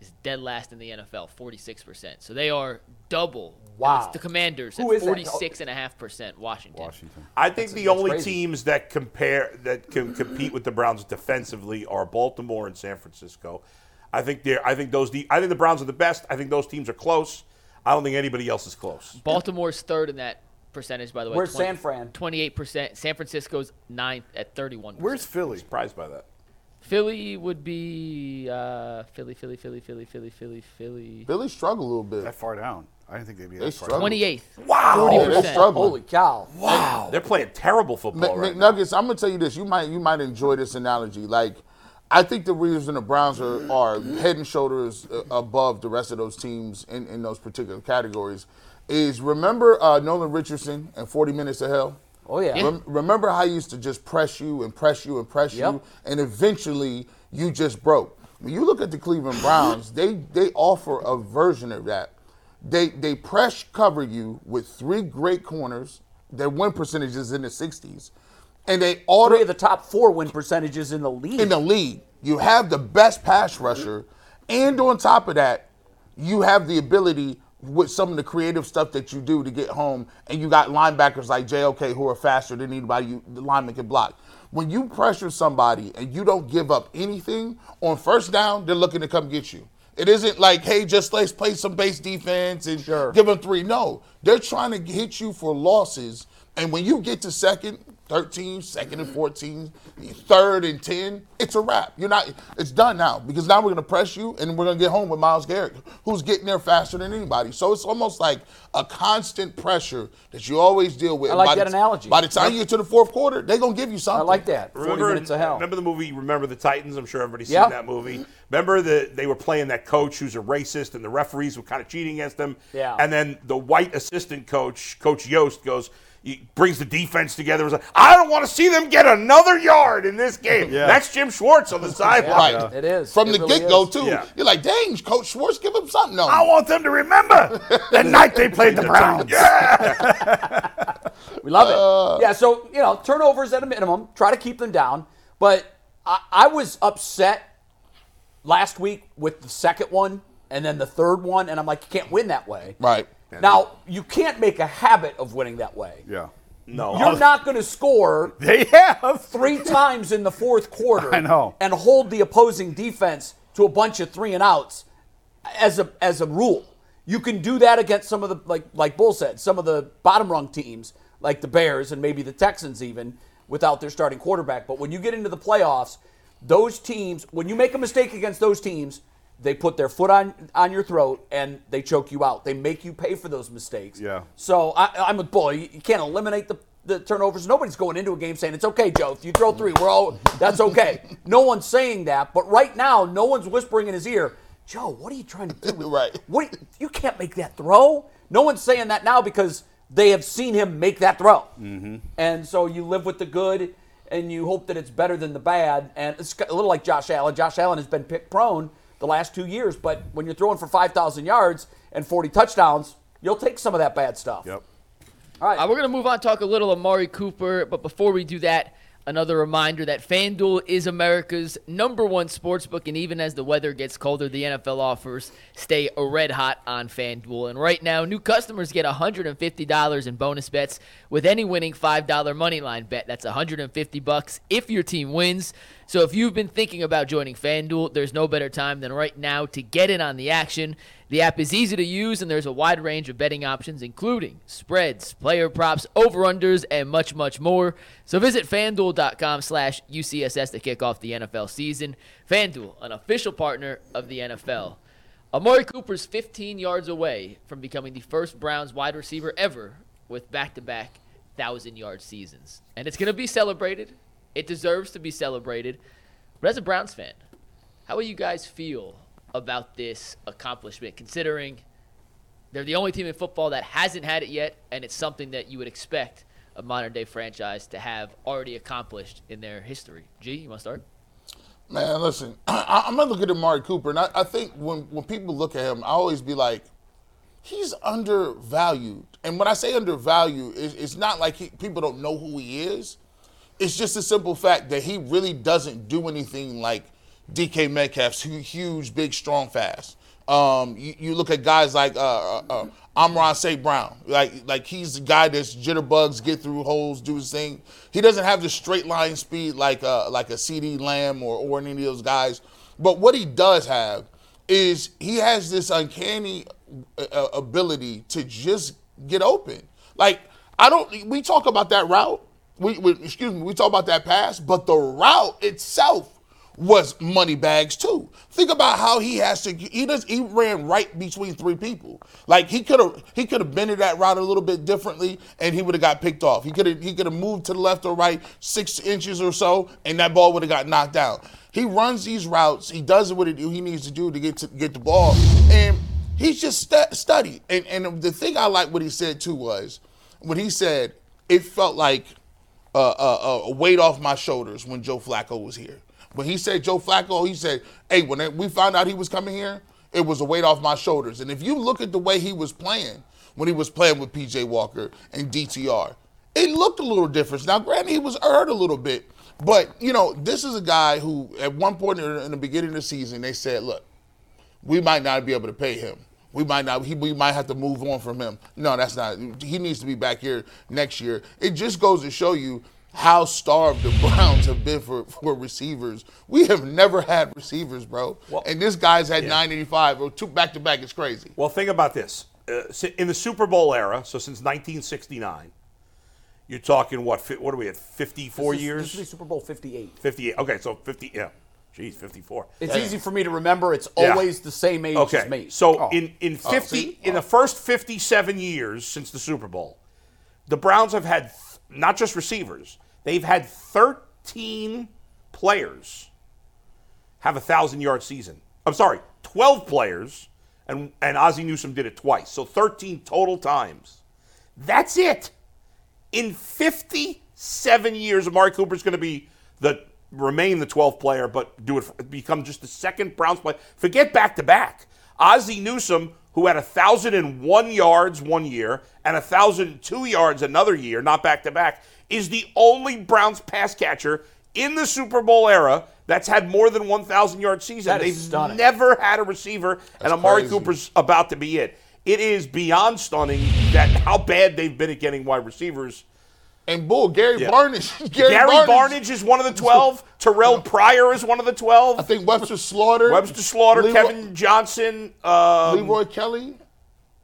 Speaker 6: is dead last in the NFL, 46%. So they are double.
Speaker 2: Wow.
Speaker 6: It's the Commanders
Speaker 2: Who
Speaker 6: at
Speaker 2: is that?
Speaker 6: 46.5%, Washington.
Speaker 5: Washington.
Speaker 3: I think the only
Speaker 2: crazy.
Speaker 3: teams that compare that can compete with the Browns defensively are Baltimore and San Francisco. I think they're. I think those. De- I think the Browns are the best. I think those teams are close. I don't think anybody else is close.
Speaker 6: Baltimore's third in that percentage, by the way.
Speaker 2: Where's San Fran?
Speaker 6: 28%. San Francisco's ninth at 31%.
Speaker 5: Where's Philly?
Speaker 3: Surprised by that.
Speaker 6: Philly would be uh, Philly, Philly, Philly, Philly, Philly, Philly, Philly.
Speaker 4: Billy struggled a little bit.
Speaker 5: That far down? I didn't think they'd be
Speaker 4: They
Speaker 5: that far.
Speaker 4: struggled.
Speaker 5: down.
Speaker 6: 28th.
Speaker 3: Wow.
Speaker 4: Yeah, they
Speaker 6: 40%.
Speaker 4: struggled.
Speaker 2: Holy cow.
Speaker 3: Wow. They're playing terrible
Speaker 4: Mc-
Speaker 3: football right now.
Speaker 4: McNuggets, I'm gonna tell you this. You might you might enjoy this analogy. Like, I think the reason the Browns are, are head and shoulders uh, above the rest of those teams in, in those particular categories is remember uh, Nolan Richardson and 40 Minutes of Hell.
Speaker 2: Oh, yeah.
Speaker 4: Rem- remember how he used to just press you and press you and press
Speaker 2: Yep.
Speaker 4: you, and eventually you just broke. When you look at the Cleveland Browns, they they offer a version of that. They they press cover you with three great corners. Their win percentage is in the 60s, and they
Speaker 2: Three
Speaker 4: auto
Speaker 2: of the top four win percentages in the league.
Speaker 4: in the league. You have the best pass rusher, and on top of that, you have the ability with some of the creative stuff that you do to get home, and you got linebackers like JOK who are faster than anybody you, the lineman can block. When you pressure somebody and you don't give up anything on first down, they're looking to come get you. It isn't like, hey, just let's play some base defense and give them three. No, they're trying to hit you for losses. And when you get to second, 13, second and 14, third and 10, it's a wrap. You're not, it's done now because now we're going to press you and we're going to get home with Miles Garrett, who's getting there faster than anybody. So it's almost like a constant pressure that you always deal with.
Speaker 2: I like
Speaker 4: By the
Speaker 2: that
Speaker 4: t-
Speaker 2: analogy.
Speaker 4: By the time you get to the fourth quarter, they're going to give you something.
Speaker 2: I like that. 40
Speaker 3: Remember,
Speaker 2: minutes of hell.
Speaker 3: remember the movie Remember the Titans? I'm sure everybody's
Speaker 2: Yeah.
Speaker 3: seen that movie. Remember the they were playing that coach who's a racist and the referees were kind of cheating against them.
Speaker 2: Yeah.
Speaker 3: And then the white assistant coach, Coach Yost, goes he brings the defense together and was like, I don't want to see them get another yard in this game.
Speaker 5: Yeah.
Speaker 3: That's Jim Schwartz on the sideline.
Speaker 4: Right.
Speaker 2: It is.
Speaker 4: From
Speaker 2: It
Speaker 4: the
Speaker 2: really
Speaker 4: get go,
Speaker 2: is.
Speaker 4: too.
Speaker 3: Yeah.
Speaker 4: You're like, dang, Coach Schwartz, give him something. No,
Speaker 3: I want them to remember the night they played the Browns. Yeah.
Speaker 2: We love it. Yeah, so, you know, turnovers at a minimum. Try to keep them down. But I, I was upset last week with the second one and then the third one. And I'm like, you can't win that way.
Speaker 4: Right.
Speaker 2: Now, you can't make a habit of winning that way.
Speaker 5: Yeah.
Speaker 3: No.
Speaker 2: You're not going to score
Speaker 5: They have.
Speaker 2: three times in the fourth quarter
Speaker 5: I know.
Speaker 2: and hold the opposing defense to a bunch of three and outs as a as a rule. You can do that against some of the like like Bull said, some of the bottom rung teams like the Bears and maybe the Texans even without their starting quarterback. But when you get into the playoffs, those teams when you make a mistake against those teams, they put their foot on on your throat and they choke you out. They make you pay for those mistakes.
Speaker 5: Yeah.
Speaker 2: So I, I'm with Bull. You, you can't eliminate the, the turnovers. Nobody's going into a game saying it's okay, Joe. If you throw three, we're all that's okay. no one's saying that. But right now, no one's whispering in his ear, Joe. What are you trying to do? with-
Speaker 4: Right.
Speaker 2: What you can't make that throw. No one's saying that now because they have seen him make that throw. Mm-hmm. And so you live with the good. And you hope that it's better than the bad. And it's a little like Josh Allen. Josh Allen has been pick prone the last two years, but when you're throwing for 5,000 yards and 40 touchdowns, you'll take some of that bad stuff.
Speaker 5: Yep.
Speaker 6: Uh, we're going to move on, talk a little Amari Cooper. But before we do that, another reminder that FanDuel is America's number one sports book. And even as the weather gets colder, the NFL offers stay red hot on FanDuel. And right now, new customers get $150 in bonus bets with any winning $5 money line bet. That's 150 bucks if your team wins. So if you've been thinking about joining FanDuel, there's no better time than right now to get in on the action. The app is easy to use, and there's a wide range of betting options, including spreads, player props, over-unders, and much, much more. So visit FanDuel.com slash UCSS to kick off the NFL season. FanDuel, an official partner of the NFL. Amari Cooper's 15 yards away from becoming the first Browns wide receiver ever with back-to-back 1,000-yard seasons. And it's going to be celebrated. It deserves to be celebrated. But as a Browns fan, how will you guys feel about this accomplishment, considering they're the only team in football that hasn't had it yet, and it's something that you would expect a modern day franchise to have already accomplished in their history? G, you want to start?
Speaker 4: Man, listen, I, I'm gonna look at Amari Cooper, and I, I think when when people look at him, I always be like, he's undervalued. And when I say undervalued, it- it's not like he, people don't know who he is. It's just a simple fact that he really doesn't do anything like DK Metcalf's hu- huge, big, strong, fast. Um, you, you look at guys like uh, uh, uh, Amron St. Brown, like like he's the guy that's jitterbugs, get through holes, do his thing. He doesn't have the straight line speed like uh, like a CD Lamb or or any of those guys. But what he does have is he has this uncanny uh, ability to just get open. Like I don't, we talk about that route. We, we excuse me, we talk about that pass, but the route itself was money bags too. Think about how he has to. He does. He ran right between three people. Like he could have. He could have bended that route a little bit differently, and he would have got picked off. He could have. He could have moved to the left or right six inches or so, and that ball would have got knocked out. He runs these routes. He does what it, he needs to do to get to get the ball, and he's just stu- studied. And and the thing I like what he said too was when he said it felt like a, a, a weight off my shoulders when Joe Flacco was here. When he said Joe Flacco, he said, "Hey, when they- we found out he was coming here, it was a weight off my shoulders." And if you look at the way he was playing when he was playing with PJ Walker and DTR, it looked a little different. Now, granted, he was hurt a little bit, but you know, this is a guy who, at one point in in the beginning of the season, they said, "Look, we might not be able to pay him. We might not. He, we might have to move on from him. No, that's not. He needs to be back here next year. It just goes to show you how starved the Browns have been for, for receivers. We have never had receivers, bro. and this guy's had 985 or two back to back. It's crazy.
Speaker 3: Well, think about this. Uh, si- in the Super Bowl era, so since 1969, you're talking what? fi- What are we at? 54
Speaker 2: This is-
Speaker 3: years?
Speaker 2: This will be Super Bowl 58.
Speaker 3: 58. Okay, so 50. Yeah. Jeez, 54.
Speaker 2: It's easy for me to remember. It's
Speaker 3: Yeah.
Speaker 2: always the same age
Speaker 3: Okay.
Speaker 2: as me. Oh,
Speaker 3: So in in 50
Speaker 4: see?
Speaker 3: in the first 57 years since the Super Bowl, the Browns have had th- not just receivers. They've had 13 players have a 1,000-yard season. I'm sorry, 12 players and and Ozzie Newsome did it twice. So 13 total times. That's it. In 57 years, Amari Cooper's going to be the remain the 12th player, but do it for, become just the second Browns player. Forget back to back. Ozzie Newsome, who had 1,001 yards one year and 1,002 yards another year, not back to back, is the only Browns pass catcher in the Super Bowl era that's had more than 1,000 yard season.
Speaker 2: That is
Speaker 3: They've
Speaker 2: stunning.
Speaker 3: never had a receiver, and Amari
Speaker 4: crazy.
Speaker 3: Cooper's is about to be it. It is beyond stunning that how bad they've been at getting wide receivers.
Speaker 4: And bull, Gary
Speaker 3: Yeah.
Speaker 4: Barnage. Gary,
Speaker 3: Gary
Speaker 4: Barnage.
Speaker 3: Barnage is one of the 12. Terrell Pryor is one of the
Speaker 4: I
Speaker 3: 12.
Speaker 4: think Webster Slaughter.
Speaker 3: Webster Slaughter,
Speaker 4: Leroy-
Speaker 3: Kevin Johnson. Um,
Speaker 4: Leroy Kelly.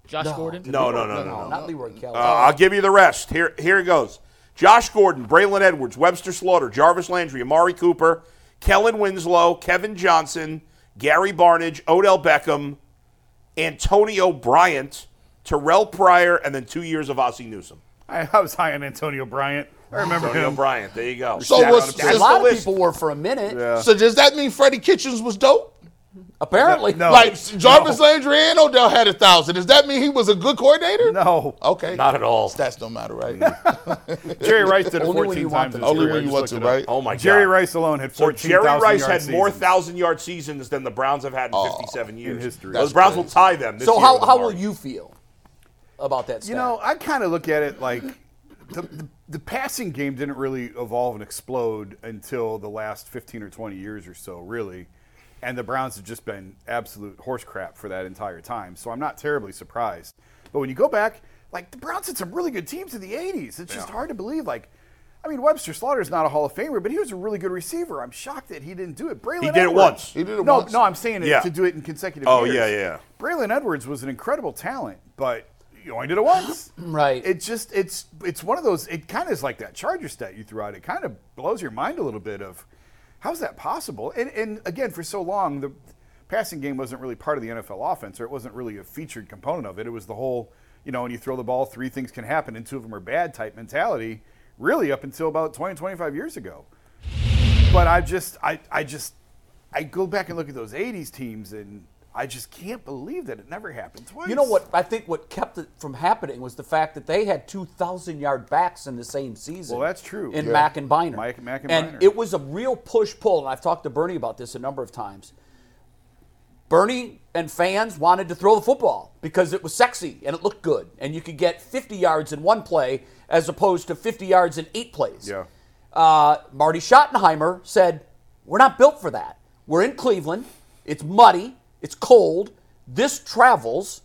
Speaker 6: Josh Gordon.
Speaker 3: no, no, no, no, no.
Speaker 2: Not Leroy Kelly.
Speaker 3: Uh, I'll give you the rest. Here, here it goes. Josh Gordon, Braylon Edwards, Webster Slaughter, Jarvis Landry, Amari Cooper, Kellen Winslow, Kevin Johnson, Gary Barnage, Odell Beckham, Antonio Bryant, Terrell Pryor, and then two years of Ozzie Newsome.
Speaker 5: I, I was high on Antonio Bryant. I remember
Speaker 3: Antonio
Speaker 5: him.
Speaker 3: Bryant. There you go.
Speaker 4: So
Speaker 5: Stack
Speaker 4: was-
Speaker 5: on a
Speaker 2: a
Speaker 5: pick.
Speaker 3: that's
Speaker 2: lot
Speaker 3: the
Speaker 2: of
Speaker 3: list.
Speaker 2: people were for a minute.
Speaker 4: So does that mean Freddie Kitchens was dope?
Speaker 2: Apparently.
Speaker 3: Oh,
Speaker 5: No.
Speaker 4: Like Jarvis Landry and Odell had a thousand. Does that mean he was a good coordinator?
Speaker 5: No,
Speaker 4: Okay.
Speaker 3: Not at all.
Speaker 4: Stats don't matter, right?
Speaker 5: Jerry Rice did it
Speaker 2: Only when
Speaker 5: 14
Speaker 2: you want
Speaker 5: times.
Speaker 2: them to.
Speaker 5: this
Speaker 4: Only
Speaker 5: year. I
Speaker 4: when you
Speaker 5: just
Speaker 4: want
Speaker 5: looked
Speaker 4: to,
Speaker 5: it up.
Speaker 4: right?
Speaker 3: Oh my
Speaker 5: Jerry
Speaker 3: God.
Speaker 5: Rice alone had
Speaker 3: So
Speaker 5: 14,000
Speaker 3: Jerry Rice
Speaker 5: yard
Speaker 3: had more
Speaker 5: seasons.
Speaker 3: thousand yard seasons than the Browns have had in 57 years.
Speaker 5: history.
Speaker 3: Those Browns will tie them. This
Speaker 2: So
Speaker 3: year
Speaker 2: how,
Speaker 3: with
Speaker 2: how
Speaker 3: Amari.
Speaker 2: will you feel about that? Stat?
Speaker 5: You know, I kind of look at it like the, the, the passing game didn't really evolve and explode until the last 15 or 20 years or so, really. And the Browns have just been absolute horse crap for that entire time. So I'm not terribly surprised. But when you go back, like the Browns had some really good teams in the 80s. It's just hard to believe. Like, I mean, Webster Slaughter's not a Hall of Famer, but he was a really good receiver. I'm shocked that he didn't do it. Braylon
Speaker 3: He did it
Speaker 5: Edwards-
Speaker 3: once.
Speaker 4: He did it
Speaker 5: no,
Speaker 4: once.
Speaker 5: No, I'm saying it
Speaker 3: Yeah.
Speaker 5: to do it in consecutive
Speaker 3: Oh,
Speaker 5: years.
Speaker 3: yeah, yeah.
Speaker 5: Braylon Edwards was an incredible talent, but you only did it once.
Speaker 2: Right.
Speaker 5: It just it's it's one of those. It kind of is like that Charger stat you threw out. It kind of blows your mind a little bit of how's that possible? And and again, for so long the passing game wasn't really part of the NFL offense, or it wasn't really a featured component of it. It was the whole you know when you throw the ball, three things can happen, and two of them are bad type mentality. Really, up until about 20, 25 years ago but I just, I, I just, I go back and look at those '80s teams, and I just can't believe that it never happened twice.
Speaker 2: You know what? I think what kept it from happening was the fact that they had 2,000 yard backs in the same season.
Speaker 5: Well, that's true.
Speaker 2: In
Speaker 5: Yeah.
Speaker 2: Mack and Biner.
Speaker 5: Mike- Mack and
Speaker 2: and
Speaker 5: Biner.
Speaker 2: it was a real push pull, and I've talked to Bernie about this a number of times. Bernie and fans wanted to throw the football because it was sexy and it looked good, and you could get 50 yards in one play as opposed to 50 yards in eight plays.
Speaker 5: Yeah.
Speaker 2: Uh, Marty Schottenheimer said, "We're not built for that. We're in Cleveland. It's muddy. It's cold. This travels.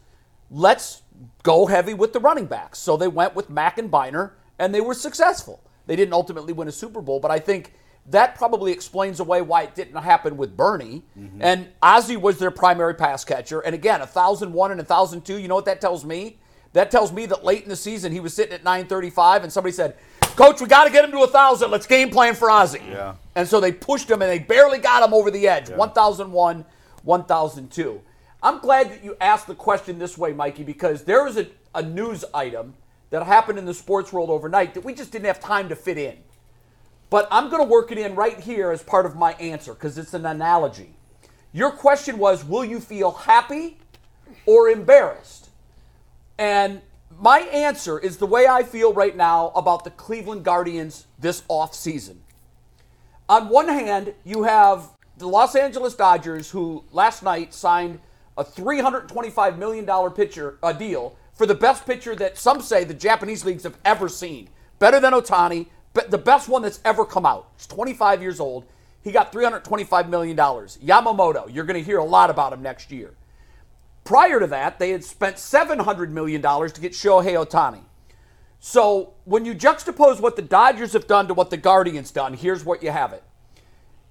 Speaker 2: Let's go heavy with the running backs." So they went with Mack and Biner, and they were successful. They didn't ultimately win a Super Bowl, but I think that probably explains away why it didn't happen with Bernie. And Ozzie was their primary pass catcher. And again, 1,001 and 1,002, you know what that tells me? That tells me that late in the season he was sitting at 935 and somebody said, Coach, we got to get him to 1,000. Let's game plan for Ozzie.
Speaker 5: Yeah.
Speaker 2: And so they pushed him and they barely got him over the edge 1,001, 1,002. I'm glad that you asked the question this way, Mikey, because there was a, a news item that happened in the sports world overnight that we just didn't have time to fit in. But I'm going to work it in right here as part of my answer because it's an analogy. Your question was Will you feel happy or embarrassed? And my answer is the way I feel right now about the Cleveland Guardians this offseason. On one hand, you have the Los Angeles Dodgers, who last night signed a $325 million pitcher uh, deal for the best pitcher that some say the Japanese leagues have ever seen. Better than Otani, but the best one that's ever come out. He's 25 years old. He got $325 million. Yamamoto, you're going to hear a lot about him next year. Prior to that, they had spent $700 million to get Shohei Otani. So when you juxtapose what the Dodgers have done to what the Guardians done, here's what you have it.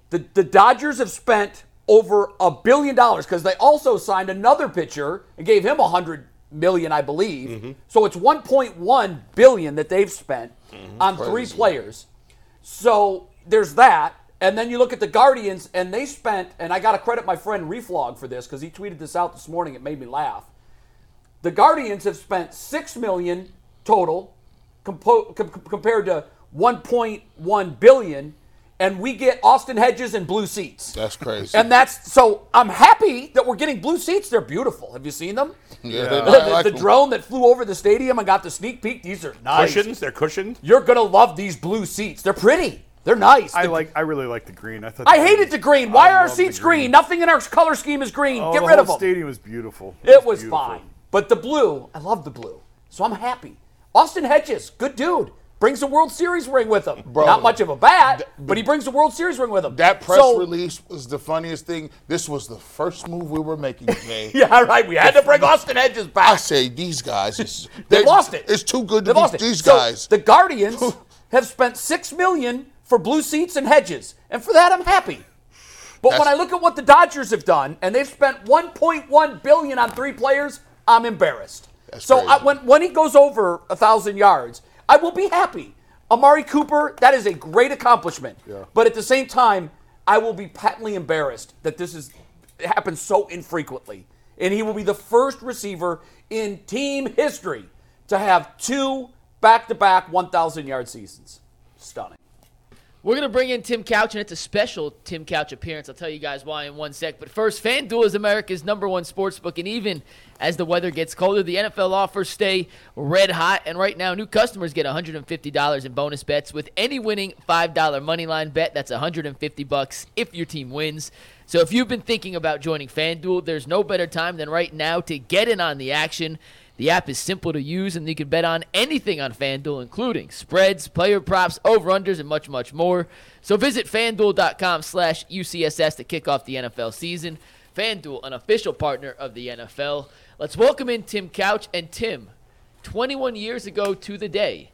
Speaker 2: The, the Dodgers have spent over a billion dollars because they also signed another pitcher and gave him a hundred million, I believe. So it's 1.1 billion that they've spent on three players. So there's that. And then you look at the Guardians, and they spent, and I got to credit my friend Reflog for this because he tweeted this out this morning. It made me laugh. The Guardians have spent six million total, compo- com- com- compared to 1.1 billion, and we get Austin Hedges and blue seats.
Speaker 4: That's crazy.
Speaker 2: and that's so. I'm happy that we're getting blue seats. They're beautiful. Have you seen them?
Speaker 4: yeah,
Speaker 2: The,
Speaker 4: I like
Speaker 2: the
Speaker 4: them.
Speaker 2: drone that flew over the stadium and got the sneak peek. These are nice.
Speaker 3: Cushions? They're cushioned?
Speaker 2: You're gonna love these blue seats. They're pretty. They're nice.
Speaker 5: I
Speaker 2: The-
Speaker 5: like. I really like the green. I thought.
Speaker 2: I hated the green. Why
Speaker 5: I
Speaker 2: are our
Speaker 5: love the
Speaker 2: seats green.
Speaker 5: green.
Speaker 2: Nothing in our color scheme is green.
Speaker 5: Oh,
Speaker 2: Get
Speaker 5: the
Speaker 2: rid
Speaker 5: whole
Speaker 2: of them.
Speaker 5: Stadium was beautiful.
Speaker 2: It was
Speaker 5: beautiful.
Speaker 2: fine. But the blue, I love the blue. So I'm happy. Austin Hedges, good dude. Brings a World Series ring with him.
Speaker 4: Bro.
Speaker 2: Not much of a bat, but he brings a World Series ring with him.
Speaker 4: That press
Speaker 2: So-
Speaker 4: release was the funniest thing. This was the first move we were making today.
Speaker 2: Yeah, right. We had to bring Austin Hedges
Speaker 4: I
Speaker 2: back.
Speaker 4: say these guys, it's,
Speaker 2: They lost it.
Speaker 4: It's too good
Speaker 2: They
Speaker 4: to
Speaker 2: lost
Speaker 4: be
Speaker 2: it.
Speaker 4: these
Speaker 2: So
Speaker 4: guys.
Speaker 2: the Guardians have spent six million for blue seats and hedges, and for that I'm happy. But when I
Speaker 4: That's-
Speaker 2: look at what the Dodgers have done, and they've spent 1.1 billion on three players, I'm embarrassed.
Speaker 4: That's
Speaker 2: so I,
Speaker 4: crazy.
Speaker 2: when when he goes over a thousand yards, I will be happy. Amari Cooper, that is a great accomplishment. But at the same time, I will be patently embarrassed that this is it happens so infrequently, and he will be the first receiver in team history to have two back-to-back 1,000 yard seasons. Stunning.
Speaker 6: We're going to bring in Tim Couch, and it's a special Tim Couch appearance. I'll tell you guys why in one sec. But first, FanDuel is America's number one sports book, and even as the weather gets colder, the NFL offers stay red hot. And right now, new customers get $150 in bonus bets with any winning $5 moneyline bet. That's $150 bucks if your team wins. So if you've been thinking about joining FanDuel, there's no better time than right now to get in on the action. The app is simple to use, and you can bet on anything on FanDuel, including spreads, player props, over-unders, and much, much more. So visit FanDuel.com slash UCSS to kick off the NFL season. FanDuel, an official partner of the NFL. Let's welcome in Tim Couch. And Tim, 21 years ago to the day,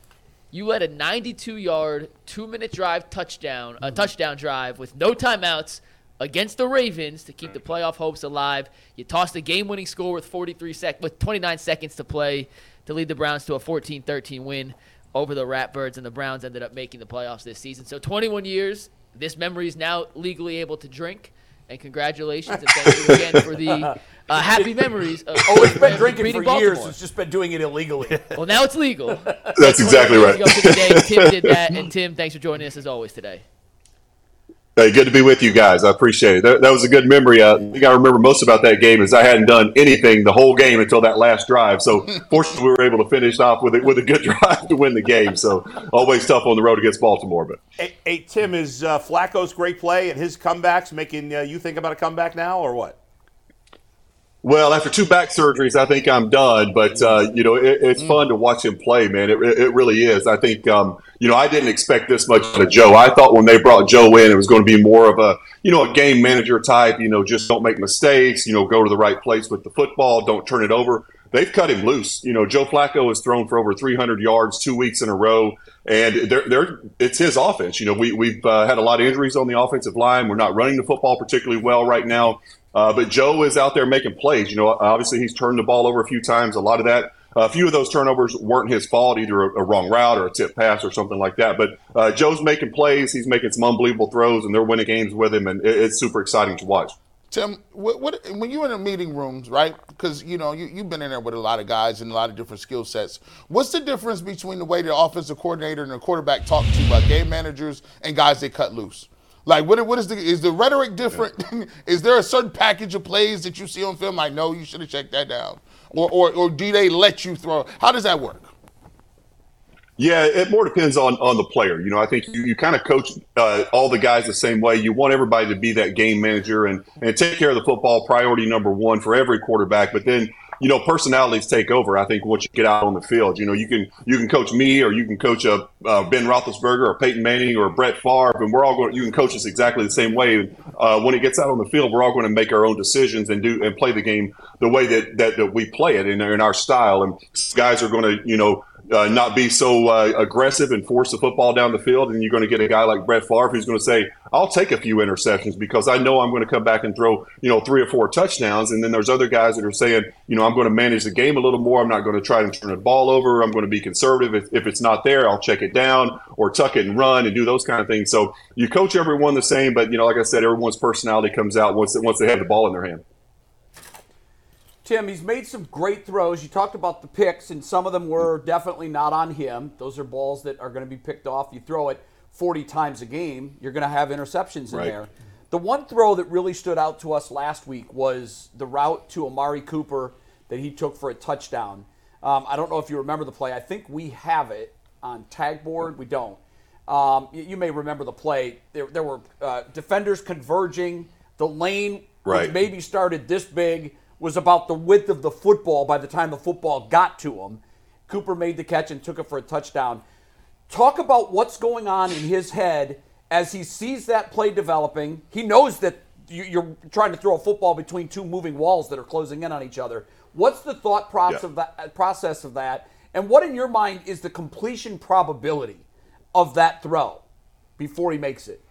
Speaker 6: you led a 92-yard, two-minute drive touchdown,
Speaker 2: Mm-hmm.
Speaker 6: a touchdown drive with no timeouts against the Ravens to keep the playoff hopes alive. You tossed a game-winning score with 43 sec- with 29 seconds to play to lead the Browns to a 14-13 win over the Ratbirds, and the Browns ended up making the playoffs this season. So 21 years, this memory is now legally able to drink. And congratulations, and thank you again for the uh, happy memories of
Speaker 2: Oh, it's been drinking
Speaker 6: beating
Speaker 2: for
Speaker 6: Baltimore.
Speaker 2: years. It's just been doing it illegally.
Speaker 6: Well, now it's legal.
Speaker 7: That's exactly
Speaker 6: Years
Speaker 7: right.
Speaker 6: ago to today, Tim did that, and Tim, thanks for joining us as always today.
Speaker 7: Hey, good to be with you guys. I appreciate it. That, that was a good memory. Uh, the thing I remember most about that game is I hadn't done anything the whole game until that last drive. So fortunately, we were able to finish off with a, with a good drive to win the game. So always tough on the road against Baltimore, but
Speaker 3: Hey, hey, Tim, is uh, Flacco's great play and his comebacks making uh, you think about a comeback now or what?
Speaker 7: Well, after two back surgeries, I think I'm done. But uh, you know, it, it's fun to watch him play, man. It, it it really is. I think um, you know I didn't expect this much out of Joe. I thought when they brought Joe in, it was going to be more of a you know a game manager type. You know, just don't make mistakes. You know, go to the right place with the football. Don't turn it over. They've cut him loose. You know, Joe Flacco has thrown for over 300 yards two weeks in a row, and they're, they're, it's his offense. You know, we, we've uh, had a lot of injuries on the offensive line. We're not running the football particularly well right now. Uh, but Joe is out there making plays. You know, obviously he's turned the ball over a few times. A lot of that, a few of those turnovers weren't his fault, either a, a wrong route or a tip pass or something like that. But uh, Joe's making plays. He's making some unbelievable throws, and they're winning games with him, and it, it's super exciting to watch.
Speaker 4: Tim, what, what, when you're in the meeting rooms, right? Because you know you, you've been in there with a lot of guys and a lot of different skill sets. What's the difference between the way the offensive coordinator and the quarterback talk to about game managers and guys they cut loose? Like, what, what is the is the rhetoric different? is there a certain package of plays that you see on film? Like, no, you should have checked that down, or, or or do they let you throw? How does that work?
Speaker 7: Yeah, it more depends on on the player. You know, I think you, you kind of coach uh, all the guys the same way. You want everybody to be that game manager and and take care of the football, priority number one for every quarterback. But then you know personalities take over. I think once you get out on the field, you know you can you can coach me or you can coach a uh, Ben Roethlisberger or Peyton Manning or Brett Favre, and we're all going. You can coach us exactly the same way. Uh, when it gets out on the field, we're all going to make our own decisions and do and play the game the way that that, that we play it in, in our style. And guys are going to you know. Uh, not be so uh, aggressive and force the football down the field, and you're going to get a guy like Brett Favre who's going to say, "I'll take a few interceptions because I know I'm going to come back and throw, you know, three or four touchdowns." And then there's other guys that are saying, "You know, I'm going to manage the game a little more. I'm not going to try and turn the ball over. I'm going to be conservative. If, if it's not there, I'll check it down or tuck it and run and do those kind of things." So you coach everyone the same, but you know, like I said, everyone's personality comes out once once they have the ball in their hand.
Speaker 2: Tim, he's made some great throws. You talked about the picks, and some of them were definitely not on him. Those are balls that are going to be picked off. You throw it 40 times a game, you're going to have interceptions in
Speaker 7: Right.
Speaker 2: there. The one throw that really stood out to us last week was the route to Amari Cooper that he took for a touchdown. Um, I don't know if you remember the play. I think we have it on tag board. We don't. Um, you, you may remember the play. There, there were uh, defenders converging. The lane was
Speaker 7: Right.
Speaker 2: made maybe started this big was about the width of the football by the time the football got to him. Cooper made the catch and took it for a touchdown. Talk about what's going on in his head as he sees that play developing. He knows that you- you're trying to throw a football between two moving walls that are closing in on each other. What's the thought process
Speaker 7: Yeah.
Speaker 2: of that uh, process of that? And what in your mind is the completion probability of that throw before he makes it?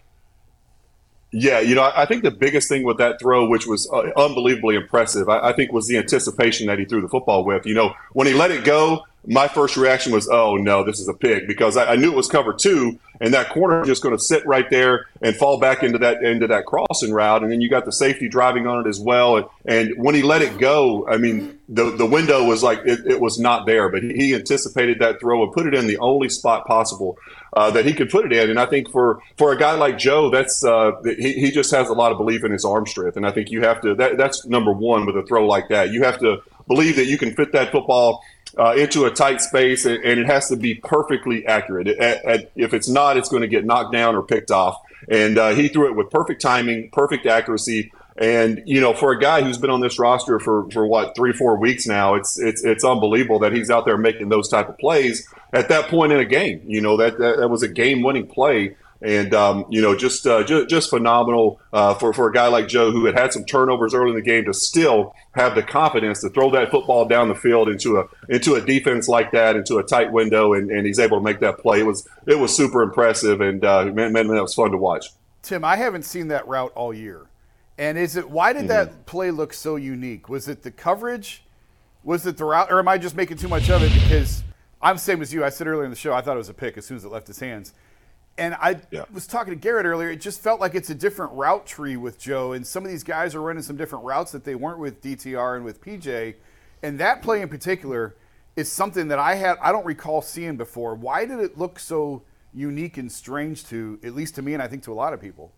Speaker 7: Yeah, you know, I I think the biggest thing with that throw, which was uh, unbelievably impressive, I, I think was the anticipation that he threw the football with. You know, when he let it go, my first reaction was, oh no, this is a pick because I, I knew it was cover two and that corner just going to sit right there and fall back into that into that crossing route. And then you got the safety driving on it as well. And, and when he let it go, I mean, the, the window was like, it, it was not there, but he, he anticipated that throw and put it in the only spot possible uh, that he could put it in. And I think for for a guy like Joe, that's uh, he, he just has a lot of belief in his arm strength. And I think you have to that, that's number one with a throw like that. You have to believe that you can fit that football uh, into a tight space, and, and it has to be perfectly accurate. At- at- if it's not, it's going to get knocked down or picked off. And uh, he threw it with perfect timing, perfect accuracy. And you know, for a guy who's been on this roster for for what three, four weeks now, it's it's it's unbelievable that he's out there making those type of plays at that point in a game. You know, that that, that was a game-winning play, and um, you know, just uh, just, just phenomenal uh, for for a guy like Joe who had had some turnovers early in the game to still have the confidence to throw that football down the field into a into a defense like that, into a tight window, and, and he's able to make that play. It was it was super impressive, and uh, man, man, man, that was fun to watch.
Speaker 5: Tim, I haven't seen that route all year. And is it why did that play look so unique? Was it the coverage? Was it the route? Or am I just making too much of it? Because I'm the same as you. I said earlier in the show, I thought it was a pick as soon as it left his hands. And I
Speaker 7: Yeah.
Speaker 5: was talking to Garrett earlier. It just felt like it's a different route tree with Joe. And some of these guys are running some different routes that they weren't with DTR and with PJ. And that play in particular is something that I had I don't recall seeing before. Why did it look so unique and strange to at least to me and I think to a lot of people?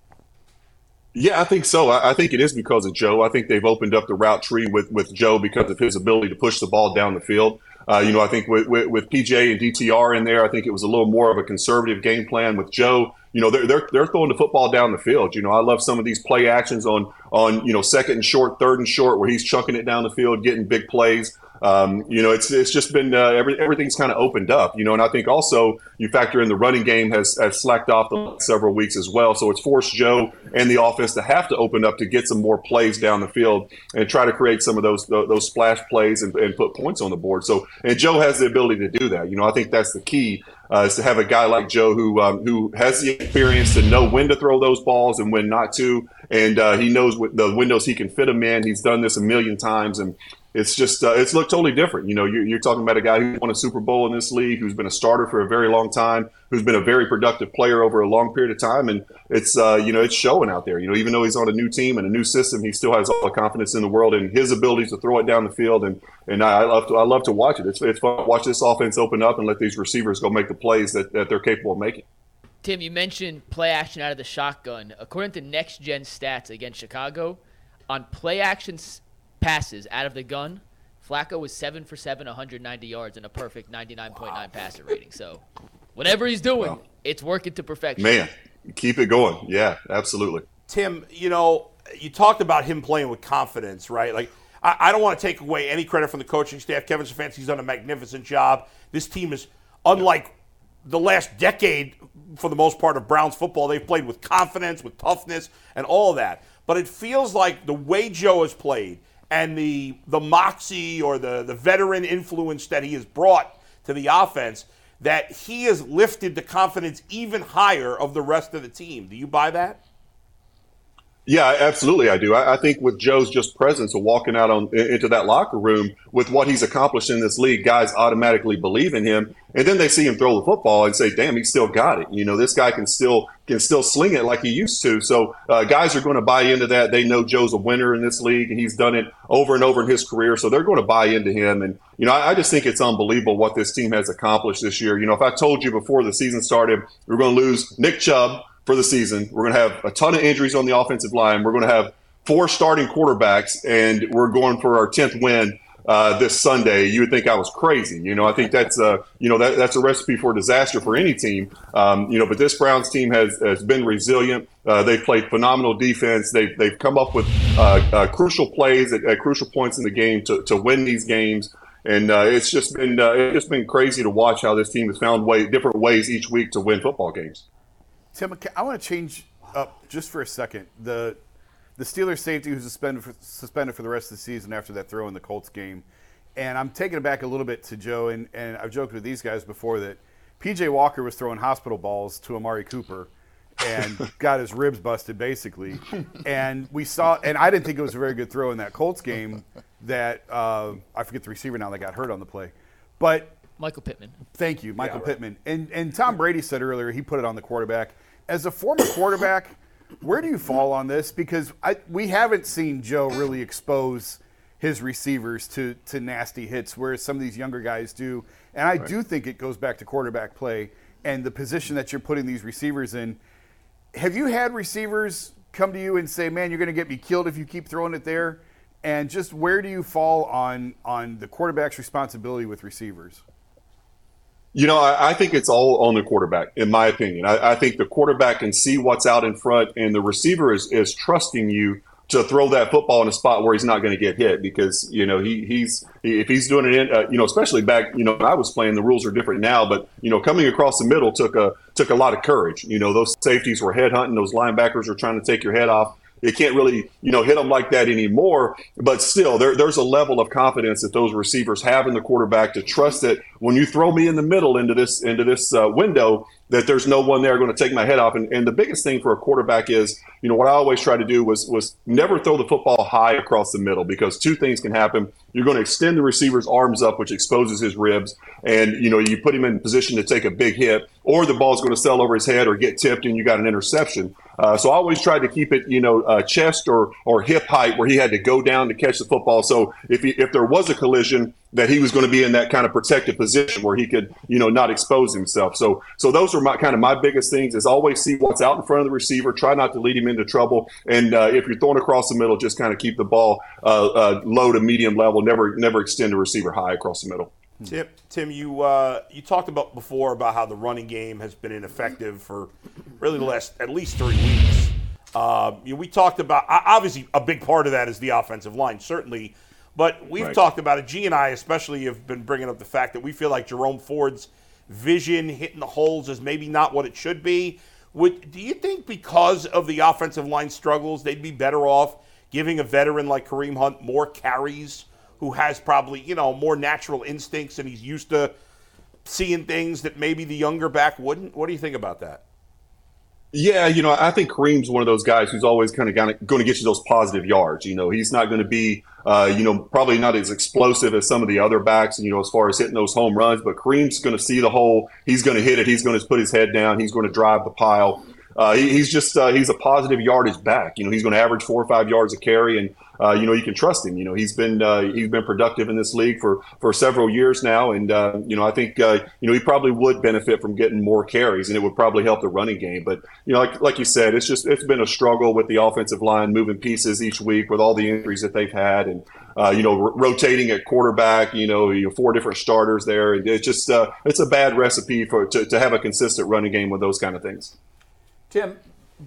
Speaker 7: Yeah, I think so. I, I think it is because of Joe. I think they've opened up the route tree with, with Joe because of his ability to push the ball down the field. Uh, you know, I think with, with, with PJ and DTR in there, I think it was a little more of a conservative game plan with Joe. You know, they're, they're they're throwing the football down the field. You know, I love some of these play actions on on you know second and short, third and short, where he's chucking it down the field, getting big plays. Um, you know, it's it's just been uh, every, everything's kind of opened up, you know, and I think also you factor in the running game has, has slacked off the last several weeks as well, so it's forced Joe and the offense to have to open up to get some more plays down the field and try to create some of those those, those splash plays and, and put points on the board. So and Joe has the ability to do that, you know, I think that's the key uh, is to have a guy like Joe who um, who has the experience to know when to throw those balls and when not to, and uh, he knows what the windows he can fit them in. He's done this a million times, and it's just uh, it's looked totally different. You know, you're, you're talking about a guy who won a Super Bowl in this league, who's been a starter for a very long time, who's been a very productive player over a long period of time, and it's uh, you know it's showing out there. You know, even though he's on a new team and a new system, he still has all the confidence in the world and his abilities to throw it down the field. And and I, I love to I love to watch it. It's it's fun to watch this offense open up and let these receivers go make the plays that, that they're capable of making.
Speaker 6: Tim, you mentioned play action out of the shotgun. According to Next Gen Stats against Chicago, on play action s- passes out of the gun, Flacco was seven for seven, 190 yards, and a perfect 99.9 passer rating. So, whatever he's doing, it's working to perfection.
Speaker 7: Man, keep it going. Yeah, absolutely.
Speaker 3: Tim, you know, you talked about him playing with confidence, right? Like, I, I don't want to take away any credit from the coaching staff. Kevin Stefanski's done a magnificent job. This team is unlike the last decade, for the most part, of Browns football. They've played with confidence, with toughness, and all of that. But it feels like the way Joe has played and the the moxie or the, the veteran influence that he has brought to the offense that he has lifted the confidence even higher of the rest of the team. Do you buy that?
Speaker 7: Yeah, absolutely, I do. I, I think with Joe's just presence of walking out on i- into that locker room with what he's accomplished in this league, guys automatically believe in him, and then they see him throw the football and say, "Damn, he's still got it." You know, this guy can still can still sling it like he used to. So uh, guys are going to buy into that. They know Joe's a winner in this league, and he's done it over and over in his career, so they're going to buy into him. And you know, I, I just think it's unbelievable what this team has accomplished this year. You know, if I told you before the season started, we we're going to lose Nick Chubb for the season. We're going to have a ton of injuries on the offensive line. We're going to have four starting quarterbacks, and we're going for our tenth win uh, this Sunday. You would think I was crazy. You know, I think that's a you know that, that's a recipe for disaster for any team. Um, you know, but this Browns team has has been resilient. Uh, they've played phenomenal defense. They've they've come up with uh, uh, crucial plays at, at crucial points in the game to to win these games and uh, it's just been uh, it's just been crazy to watch how this team has found way different ways each week to win football games.
Speaker 5: Tim, I ca- I want to change up just for a second. The the Steelers safety who's suspended for, suspended for the rest of the season after that throw in the Colts game, and I'm taking it back a little bit to Joe and and I've joked with these guys before that P.J. Walker was throwing hospital balls to Amari Cooper. and got his ribs busted basically, and we saw. And I didn't think it was a very good throw in that Colts game. That uh, I forget the receiver now that got hurt on the play, but
Speaker 6: Michael Pittman.
Speaker 5: Thank you, Michael Pittman. And and Tom Brady said earlier he put it on the quarterback. As a former quarterback, where do you fall on this? Because I, we haven't seen Joe really expose his receivers to to nasty hits, whereas some of these younger guys do. And I do think it goes back to quarterback play and the position that you're putting these receivers in. Have you had receivers come to you and say, "Man, you're going to get me killed if you keep throwing it there"? And just where do you fall on on the quarterback's responsibility with receivers?
Speaker 7: You know, I, I think it's all on the quarterback, in my opinion. I, I think the quarterback can see what's out in front, and the receiver is, is trusting you to throw that football in a spot where he's not going to get hit because you know he he's he, if he's doing it in uh, you know especially back you know when I was playing the rules are different now but you know coming across the middle took a took a lot of courage you know those safeties were headhunting those linebackers were trying to take your head off it can't really you know hit them like that anymore. But still, there, there's a level of confidence that those receivers have in the quarterback to trust that when you throw me in the middle into this into this uh, window, that there's no one there going to take my head off. And, and the biggest thing for a quarterback is, you know, what I always try to do was was never throw the football high across the middle because two things can happen. You're going to extend the receiver's arms up, which exposes his ribs, and you know you put him in position to take a big hit, or the ball's going to sail over his head or get tipped, and you got an interception. Uh, so I always tried to keep it, you know, uh, chest or or hip height where he had to go down to catch the football. So if he, if there was a collision, that he was going to be in that kind of protected position where he could, you know, not expose himself. So so those are my kind of my biggest things is always see what's out in front of the receiver, try not to lead him into trouble, and uh, if you're throwing across the middle, just kind of keep the ball uh, uh, low to medium level, never never extend the receiver high across the middle.
Speaker 3: Tim, Tim, you uh, you talked about before about how the running game has been ineffective for really the last at least three weeks. Um, you know, we talked about o- obviously a big part of that is the offensive line, certainly, but we've
Speaker 7: Right.
Speaker 3: talked about it. G and I especially have been bringing up the fact that we feel like Jerome Ford's vision hitting the holes is maybe not what it should be. Would do you think because of the offensive line struggles, they'd be better off giving a veteran like Kareem Hunt more carries, who has probably you know more natural instincts and he's used to seeing things that maybe the younger back wouldn't? What do you think about that?
Speaker 7: Yeah, you know, I think Kareem's one of those guys who's always kind of going to get you those positive yards. You know, he's not going to be, uh, you know, probably not as explosive as some of the other backs. You know, as far as hitting those home runs, but Kareem's going to see the hole. He's going to hit it. He's going to put his head down. He's going to drive the pile. Uh, he, he's just uh, he's a positive yardage back. You know, he's going to average four or five yards a carry, and uh, you know you can trust him. You know, he's been uh, he's been productive in this league for for several years now, and uh, you know I think uh, you know he probably would benefit from getting more carries, and it would probably help the running game. But you know, like like you said, it's just it's been a struggle with the offensive line moving pieces each week with all the injuries that they've had, and uh, you know, r- rotating at quarterback, you know, you know, four different starters there, and it's just uh, it's a bad recipe for to, to have a consistent running game with those kind of things.
Speaker 2: Tim,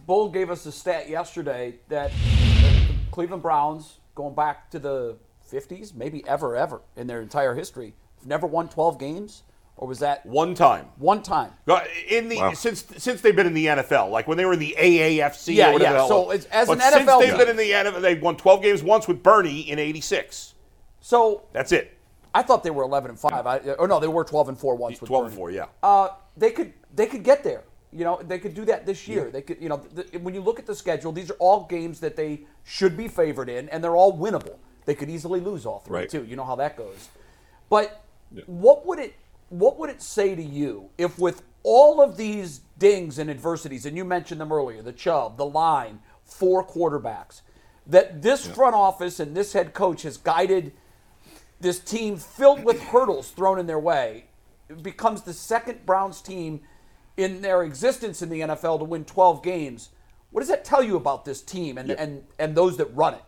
Speaker 2: Bull gave us a stat yesterday that the Cleveland Browns, going back to the 50s, maybe ever, ever in their entire history, have never won 12 games, or was that
Speaker 3: One time.
Speaker 2: one time?
Speaker 3: Go- In the since since they've been in the NFL, like when they were in the AAFC,
Speaker 2: Yeah,
Speaker 3: or whatever
Speaker 2: yeah.
Speaker 3: the hell it
Speaker 2: So
Speaker 3: was.
Speaker 2: it's- as
Speaker 3: But
Speaker 2: an
Speaker 3: since
Speaker 2: NFL
Speaker 3: they've
Speaker 2: team-
Speaker 3: been in the NFL, they've won 12 games once with Bernie in '86.
Speaker 2: So
Speaker 3: That's it.
Speaker 2: I thought they were 11 and 5. I, or no, they were 12 and 4 once. With
Speaker 3: 12 and
Speaker 2: Bernie.
Speaker 3: four, yeah.
Speaker 2: Uh, they could they could get there. You know, they could do that this year. They could, you know, th- th- when you look at the schedule, these are all games that they should be favored in, and they're all winnable. They could easily lose all three
Speaker 7: Right.
Speaker 2: too. You know how that goes. But what would it what would it say to you if with all of these dings and adversities, and you mentioned them earlier, the Chubb, the line, four quarterbacks, that this front office and this head coach has guided this team filled with hurdles thrown in their way becomes the second Browns team in their existence in the NFL to win 12 games. What does that tell you about this team and and, and those that run it?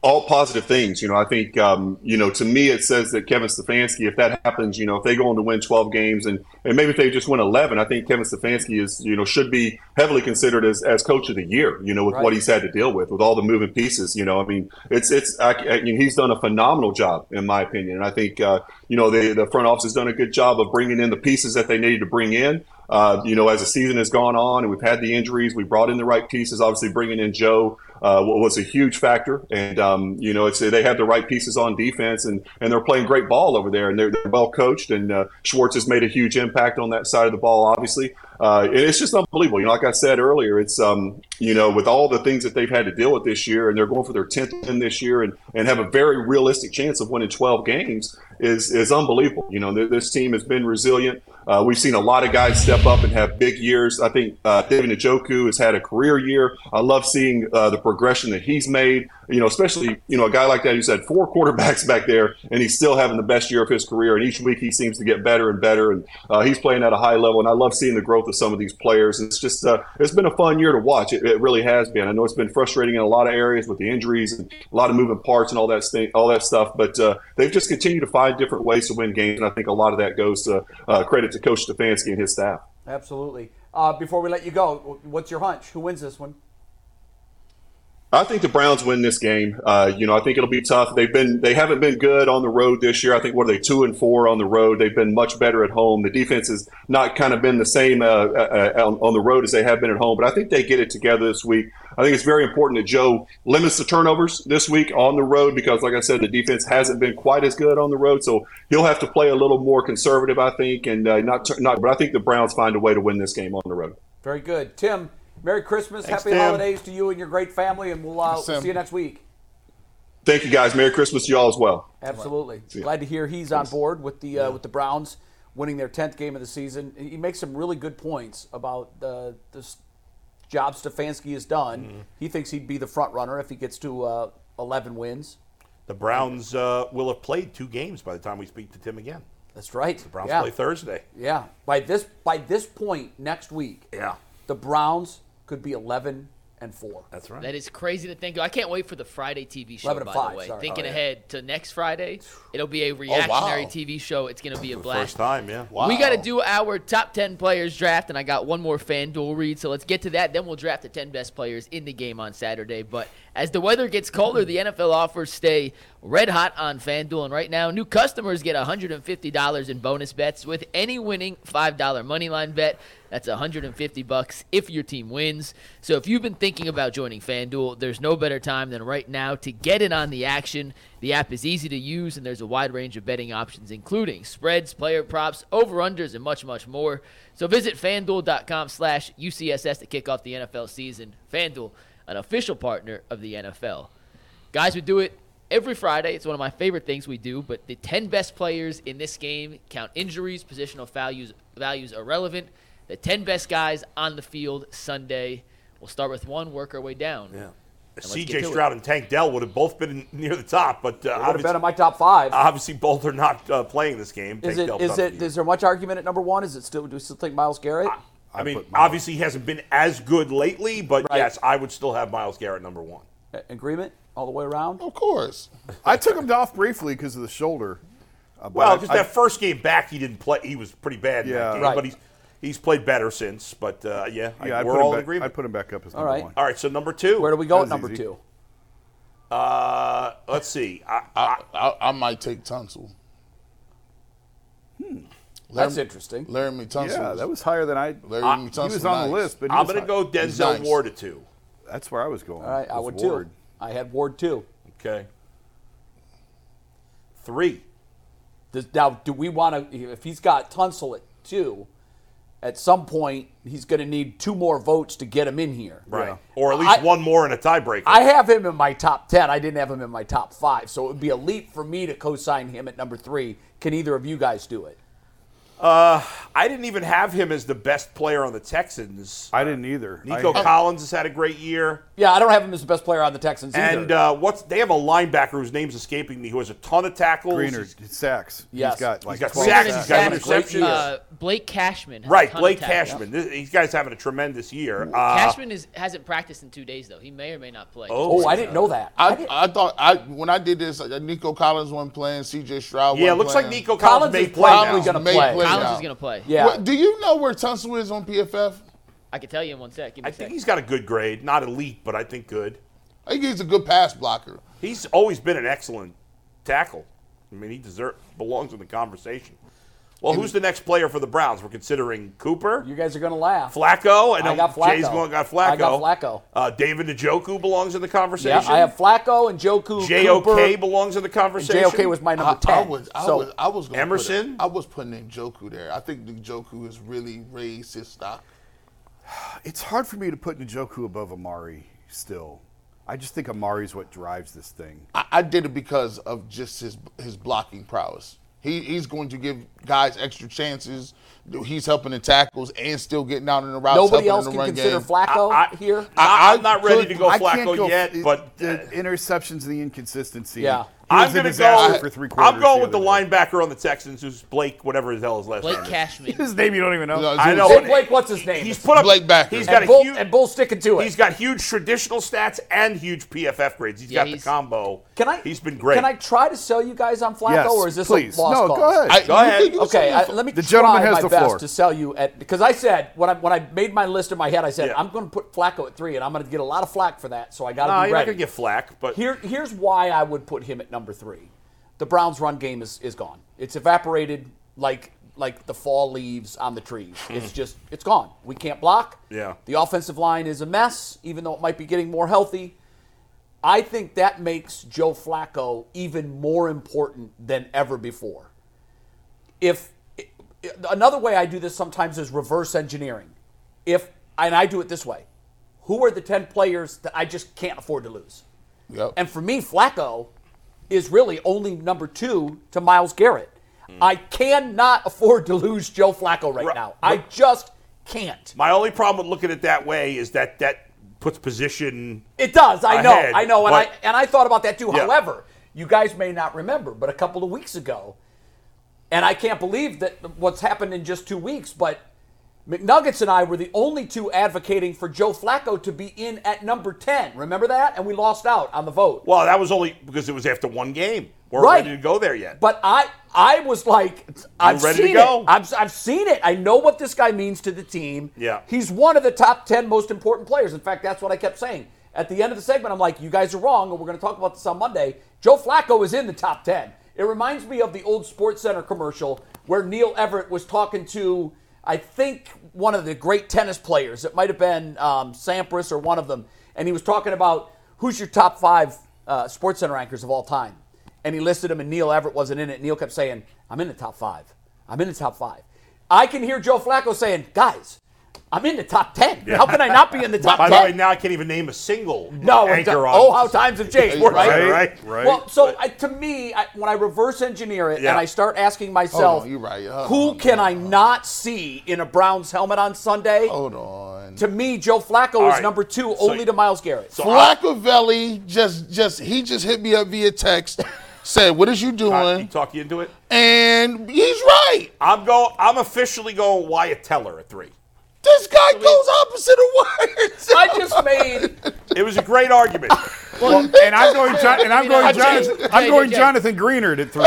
Speaker 7: all positive things. You know, I think, um, you know, to me, it says that Kevin Stefanski, if that happens, you know, if they go on to win 12 games and, and maybe if they just win 11, I think Kevin Stefanski is, you know, should be heavily considered as, as coach of the year, you know, with what he's had to deal with, with all the moving pieces. You know, I mean, it's, it's, I, I mean, he's done a phenomenal job, in my opinion. And I think, uh, you know, the, the front office has done a good job of bringing in the pieces that they needed to bring in. Uh, you know, as the season has gone on and we've had the injuries, we brought in the right pieces. Obviously, bringing in Joe uh, wa- was a huge factor, and um, you know, it's they have the right pieces on defense, and and they're playing great ball over there, and they're, they're well coached, and uh, Schwartz has made a huge impact on that side of the ball, obviously. Uh, and it's just unbelievable. You know, like I said earlier, it's um, you know, with all the things that they've had to deal with this year, and they're going for their tenth win this year, and and have a very realistic chance of winning twelve games is is unbelievable. You know, th- this team has been resilient. Uh, we've seen a lot of guys step up and have big years. I think uh, David Njoku has had a career year. I love seeing uh, the progression that he's made. You know, especially you know a guy like that who's had four quarterbacks back there, and he's still having the best year of his career. And each week he seems to get better and better, and uh, he's playing at a high level. And I love seeing the growth of some of these players. And it's just uh, it's been a fun year to watch. It, it really has been. I know it's been frustrating in a lot of areas with the injuries and a lot of moving parts and all that st- all that stuff. But uh, they've just continued to find different ways to win games, and I think a lot of that goes to uh, credit to Coach Stefanski and his staff.
Speaker 2: Absolutely. Uh, before we let you go, wh- what's your hunch? Who wins this one?
Speaker 7: I think the Browns win this game. Uh, you know, I think it'll be tough. They've been they haven't been good on the road this year. I think what are they two and four on the road? They've been much better at home. The defense has not kind of been the same uh, uh, uh, on, on the road as they have been at home. But I think they get it together this week. I think it's very important that Joe limits the turnovers this week on the road because, like I said, the defense hasn't been quite as good on the road. So he'll have to play a little more conservative, I think, and uh, not tur- not. But I think the Browns find a way to win this game on the road.
Speaker 2: Very good, Tim. Merry Christmas, Happy
Speaker 3: Tim.
Speaker 2: Holidays to you and your great family, and we'll uh,
Speaker 4: Thanks, Tim.
Speaker 2: see you next week.
Speaker 7: Thank you guys. Merry Christmas to y'all as well.
Speaker 2: Absolutely. Glad to hear he's on board with the uh, with the Browns winning their tenth game of the season. He makes some really good points about uh, this job Stefanski has done. He thinks he'd be the front runner if he gets to uh, eleven wins.
Speaker 3: The Browns uh, will have played two games by the time we speak to Tim again.
Speaker 2: That's right. The
Speaker 3: Browns
Speaker 2: yeah.
Speaker 3: play Thursday.
Speaker 2: Yeah. By this by this point next week,
Speaker 3: Yeah.
Speaker 2: the Browns could be eleven and four.
Speaker 3: That's right.
Speaker 6: That is crazy to think. of. I can't wait for the Friday TV show.
Speaker 2: 11 to
Speaker 6: By
Speaker 2: 5,
Speaker 6: the way,
Speaker 2: sorry.
Speaker 6: thinking
Speaker 2: Oh, yeah. Oh,
Speaker 6: ahead to next Friday, it'll be a reactionary TV show. It's going to be a blast.
Speaker 3: First time, yeah.
Speaker 4: Wow.
Speaker 6: We got to do our top 10 players draft, and I got one more FanDuel read, so let's get to that. Then we'll draft the 10 best players in the game on Saturday. But as the weather gets colder, the NFL offers stay red hot on FanDuel. And right now, new customers get $150 in bonus bets with any winning $5 moneyline bet. That's 150 bucks if your team wins. So if you've been thinking about joining FanDuel, there's no better time than right now to get in on the action. The app is easy to use and there's a wide range of betting options including spreads, player props, over/unders and much much more. So visit fanduel.com/ucss to kick off the NFL season. FanDuel, an official partner of the NFL. Guys, we do it every Friday. It's one of my favorite things we do. But the 10 best players in this game count injuries, positional values, values are relevant. The 10 best guys on the field Sunday. We'll start with one, work our way down.
Speaker 3: Yeah.
Speaker 6: let's get
Speaker 3: CJ
Speaker 6: to it.
Speaker 3: Stroud and Tank Dell would have both been near the top, but
Speaker 2: Would
Speaker 3: uh,
Speaker 2: have been
Speaker 3: obviously,
Speaker 2: in my top five.
Speaker 3: obviously both are not uh, playing this game.
Speaker 2: is
Speaker 3: Tank
Speaker 2: it
Speaker 3: Dell's
Speaker 2: is
Speaker 3: not
Speaker 2: it
Speaker 3: the-
Speaker 2: is there much argument at number one? Is it still do we still think Miles Garrett?
Speaker 3: I mean,
Speaker 5: put Miles-
Speaker 3: obviously he hasn't been as good lately, but
Speaker 2: Right.
Speaker 3: yes, I would still have Miles Garrett number one.
Speaker 2: A- Agreement all the way around.
Speaker 4: Of course.
Speaker 5: I took him off briefly because of the shoulder. Uh, but
Speaker 3: Well,
Speaker 5: I-
Speaker 3: because
Speaker 5: I-
Speaker 3: that first game back, he didn't play. He was pretty bad in that
Speaker 5: Yeah.
Speaker 3: game,
Speaker 2: Right.
Speaker 3: but he's he's played better since. But uh, yeah, I-
Speaker 5: yeah, I
Speaker 3: we're
Speaker 5: put
Speaker 3: all
Speaker 5: him
Speaker 3: in
Speaker 5: back,
Speaker 3: agreement.
Speaker 5: I put him back up as
Speaker 2: All
Speaker 5: number
Speaker 2: right.
Speaker 5: one.
Speaker 3: all right, so number two.
Speaker 2: Where do we go at
Speaker 5: That was
Speaker 2: number
Speaker 5: easy.
Speaker 2: two?
Speaker 3: Uh, let's see. I, I,
Speaker 4: I, I might take Tunsil. Hmm.
Speaker 2: That's interesting.
Speaker 4: Laramie Tunsil.
Speaker 5: Yeah, that was higher than I.
Speaker 4: Larry
Speaker 5: I- he
Speaker 4: Tunsil
Speaker 5: was on the
Speaker 4: nice.
Speaker 5: list, but he
Speaker 3: I'm
Speaker 5: was
Speaker 3: going to
Speaker 5: high-
Speaker 3: go
Speaker 4: He's
Speaker 3: Denzel
Speaker 4: nice.
Speaker 3: Ward at two.
Speaker 5: That's where I was going.
Speaker 2: All right, I
Speaker 5: was
Speaker 2: would
Speaker 5: Ward.
Speaker 2: too. I had Ward too.
Speaker 3: Okay. Three.
Speaker 2: Does, now, do we want to? If he's got Tunsil at two, at some point he's going to need two more votes to get him in here.
Speaker 3: Right. Or at least
Speaker 2: I-
Speaker 3: one more in a tiebreaker.
Speaker 2: I have him in my top ten. I didn't have him in my top five, so it would be a leap for me to co-sign him at number three. Can either of you guys do it?
Speaker 3: I didn't even have him as the best player on the Texans.
Speaker 5: I didn't either.
Speaker 3: Nico
Speaker 5: I,
Speaker 3: Collins has had a great year.
Speaker 2: Yeah, I don't have him as the best player on the Texans either.
Speaker 3: And uh, what's they have a linebacker whose name's escaping me who has a ton of tackles.
Speaker 5: Greener
Speaker 3: He's-
Speaker 5: sacks.
Speaker 2: Yes.
Speaker 5: He's got like
Speaker 3: he's got
Speaker 5: 12
Speaker 3: sacks.
Speaker 6: Shannon
Speaker 3: He's got
Speaker 6: Sachs,
Speaker 3: interceptions.
Speaker 6: Uh, Blake Cashman. has a
Speaker 3: right,
Speaker 6: ton of
Speaker 3: Blake
Speaker 6: tackles.
Speaker 3: Cashman. This, these guys having a tremendous
Speaker 2: Mm,
Speaker 3: year. Uh,
Speaker 6: Cashman is, hasn't practiced in two days though. He may or may not play.
Speaker 2: oh, I didn't know that. I
Speaker 4: I,
Speaker 2: didn't-
Speaker 4: I thought I when I did this, uh, Nico Collins wasn't playing, CJ Stroud.
Speaker 3: yeah,
Speaker 4: wasn't
Speaker 3: looks like
Speaker 4: playing.
Speaker 3: Nico
Speaker 2: Collins
Speaker 3: Collins, may
Speaker 2: is
Speaker 3: play
Speaker 2: probably
Speaker 3: now.
Speaker 2: gonna
Speaker 4: May
Speaker 2: play.
Speaker 4: play
Speaker 6: Collins
Speaker 4: now.
Speaker 6: is going to play.
Speaker 2: yeah,
Speaker 4: What- do you know where Tunsil is on PFF?
Speaker 6: I can tell you in one sec. Give me
Speaker 3: I
Speaker 6: a sec.
Speaker 3: think he's got a good grade, not elite, but I think good.
Speaker 4: I think he's a good pass blocker.
Speaker 3: He's always been an excellent tackle. I mean, he deserves belongs in the conversation. Well, who's the next player for the Browns? We're considering Cooper.
Speaker 2: you guys are going to laugh.
Speaker 3: Flacco, and
Speaker 2: I got Flacco.
Speaker 3: Jay's going got Flacco.
Speaker 2: I got Flacco.
Speaker 3: Uh, David Njoku belongs in the
Speaker 2: yeah,
Speaker 3: conversation.
Speaker 2: I have Flacco and Joku.
Speaker 3: JOK
Speaker 2: Cooper,
Speaker 3: belongs in the
Speaker 2: and
Speaker 3: conversation.
Speaker 2: JOK was my
Speaker 4: I,
Speaker 2: number
Speaker 4: I
Speaker 2: ten.
Speaker 4: was, I
Speaker 2: so
Speaker 4: was, I was gonna
Speaker 3: Emerson?
Speaker 4: Put, I was putting in Joku there. I think Joku has really raised his stock.
Speaker 5: It's hard for me to put Njoku above Amari still. I just think Amari's what drives this thing.
Speaker 4: I, I did it because of just his his blocking prowess. He, he's going to give guys extra chances. He's helping in tackles and still getting out in the routes.
Speaker 2: nobody
Speaker 4: helping
Speaker 2: else
Speaker 4: in the
Speaker 2: can
Speaker 4: run
Speaker 2: consider
Speaker 4: game.
Speaker 2: Flacco
Speaker 3: I-
Speaker 2: here.
Speaker 3: I, am
Speaker 4: I
Speaker 3: not ready to go
Speaker 5: I
Speaker 3: Flacco
Speaker 5: can't go-
Speaker 3: yet,
Speaker 5: it-
Speaker 3: but
Speaker 5: the interceptions and the inconsistency.
Speaker 2: Yeah.
Speaker 5: He
Speaker 3: I'm
Speaker 5: was a
Speaker 3: going to
Speaker 5: disaster
Speaker 3: go.
Speaker 5: for three quarters.
Speaker 3: I'm going
Speaker 5: the
Speaker 3: with the
Speaker 5: other day.
Speaker 3: linebacker on the Texans, who's Blake, whatever his hell his last
Speaker 6: Blake
Speaker 3: name is.
Speaker 6: Cashman.
Speaker 5: His name you don't even know.
Speaker 4: No,
Speaker 3: I know.
Speaker 2: Blake,
Speaker 3: and-
Speaker 2: Blake, what's his name?
Speaker 3: He's put up.
Speaker 4: Blake Backer.
Speaker 3: He's got
Speaker 2: and,
Speaker 3: a
Speaker 2: Bull,
Speaker 3: huge.
Speaker 2: and Bull sticking to it.
Speaker 3: He's got huge traditional stats and huge PFF grades. He's
Speaker 6: Yeah,
Speaker 3: got the
Speaker 6: he's-
Speaker 3: combo.
Speaker 2: Can I?
Speaker 3: He's been great.
Speaker 2: Can I try to sell you guys on Flacco,
Speaker 5: Yes,
Speaker 2: or is this
Speaker 5: please.
Speaker 2: a lost
Speaker 5: no,
Speaker 2: cause?
Speaker 5: go ahead.
Speaker 3: Go
Speaker 4: I- you
Speaker 3: ahead.
Speaker 4: think it was
Speaker 2: Okay, I,
Speaker 4: something-
Speaker 2: let me
Speaker 5: The gentleman
Speaker 2: try
Speaker 5: has
Speaker 2: my
Speaker 5: the
Speaker 2: best
Speaker 5: floor.
Speaker 2: to sell you at because I said when I when I made my list in my head, I said
Speaker 3: Yeah.
Speaker 2: I'm going to put Flacco at three, and I'm going to get a lot of flack for that. So I got to
Speaker 3: No,
Speaker 2: be
Speaker 3: you're not
Speaker 2: ready.
Speaker 3: going to get flack, but
Speaker 2: Here, here's why I would put him at number three. The Browns' run game is, is gone. It's evaporated like like the fall leaves on the trees. It's just it's gone. We can't block.
Speaker 3: Yeah.
Speaker 2: The offensive line is a mess, even though it might be getting more healthy. I think that makes Joe Flacco even more important than ever before. If another way I do this sometimes is reverse engineering. If and I do it this way, who are the ten players that I just can't afford to lose?
Speaker 4: Yep.
Speaker 2: Oh. And for me, Flacco is really only number two to Miles Garrett. I cannot afford to lose Joe Flacco right,
Speaker 3: Hmm. Right.
Speaker 2: now. I just can't.
Speaker 3: my only problem with looking at it that way is that that puts position.
Speaker 2: It does. I know.
Speaker 3: Ahead,
Speaker 2: I know. And I
Speaker 3: but-
Speaker 2: and I thought about that too.
Speaker 3: Yeah.
Speaker 2: However, you guys may not remember, but a couple of weeks ago, and I can't believe that what's happened in just two weeks, but McNuggets and I were the only two advocating for Joe Flacco to be in at number 10. Remember that? And we lost out on the vote.
Speaker 3: Well, that was only because it was after one game. We're
Speaker 2: Right.
Speaker 3: ready to go there yet.
Speaker 2: But I I was like, I've
Speaker 3: ready to
Speaker 2: seen
Speaker 3: go?
Speaker 2: it. I've, I've seen it. I know what this guy means to the team.
Speaker 3: Yeah.
Speaker 2: He's one of the top 10 most important players. In fact, that's what I kept saying. At the end of the segment, I'm like, you guys are wrong, and we're going to talk about this on Monday. Joe Flacco is in the top 10. It reminds me of the old Sports Center commercial where Neil Everett was talking to, I think, one of the great tennis players. It might have been um, Sampras or one of them. And he was talking about who's your top five uh, Sports Center anchors of all time and he listed them, and Neil Everett wasn't in it. Neil kept saying, "I'm in the top five. I'm in the top five. I can hear Joe Flacco saying, "Guys, I'm in the top ten. How can I not be in the top
Speaker 3: By the
Speaker 2: ten?
Speaker 3: way, now I can't even name a single
Speaker 2: no, it
Speaker 3: anchor
Speaker 2: do-
Speaker 3: on.
Speaker 2: oh, how times have changed, right?
Speaker 3: Sports Center, right?
Speaker 5: Right.
Speaker 2: Well, so I, to me, I, when I reverse engineer it
Speaker 3: Yeah.
Speaker 2: and I start asking myself,
Speaker 4: Oh, you're right. oh, Hold
Speaker 2: who
Speaker 4: on,
Speaker 2: can I not see in a Browns helmet on Sunday?
Speaker 4: Hold on.
Speaker 2: To me, Joe Flacco is
Speaker 3: right.
Speaker 2: number two,
Speaker 3: So-
Speaker 2: only to Miles Garrett.
Speaker 3: So I-
Speaker 4: Blackavelli just just he just hit me up via text, said, "What is you
Speaker 3: I, you
Speaker 4: doing?"
Speaker 3: talk you into it.
Speaker 4: And he's right.
Speaker 3: I'm go. I'm officially going Wyatt Teller at three.
Speaker 4: This guy goes opposite of words.
Speaker 2: I just made
Speaker 3: It was a great argument.
Speaker 5: And I'm going, John, and I'm going, Jonathan, I'm going Jonathan Greenard at three.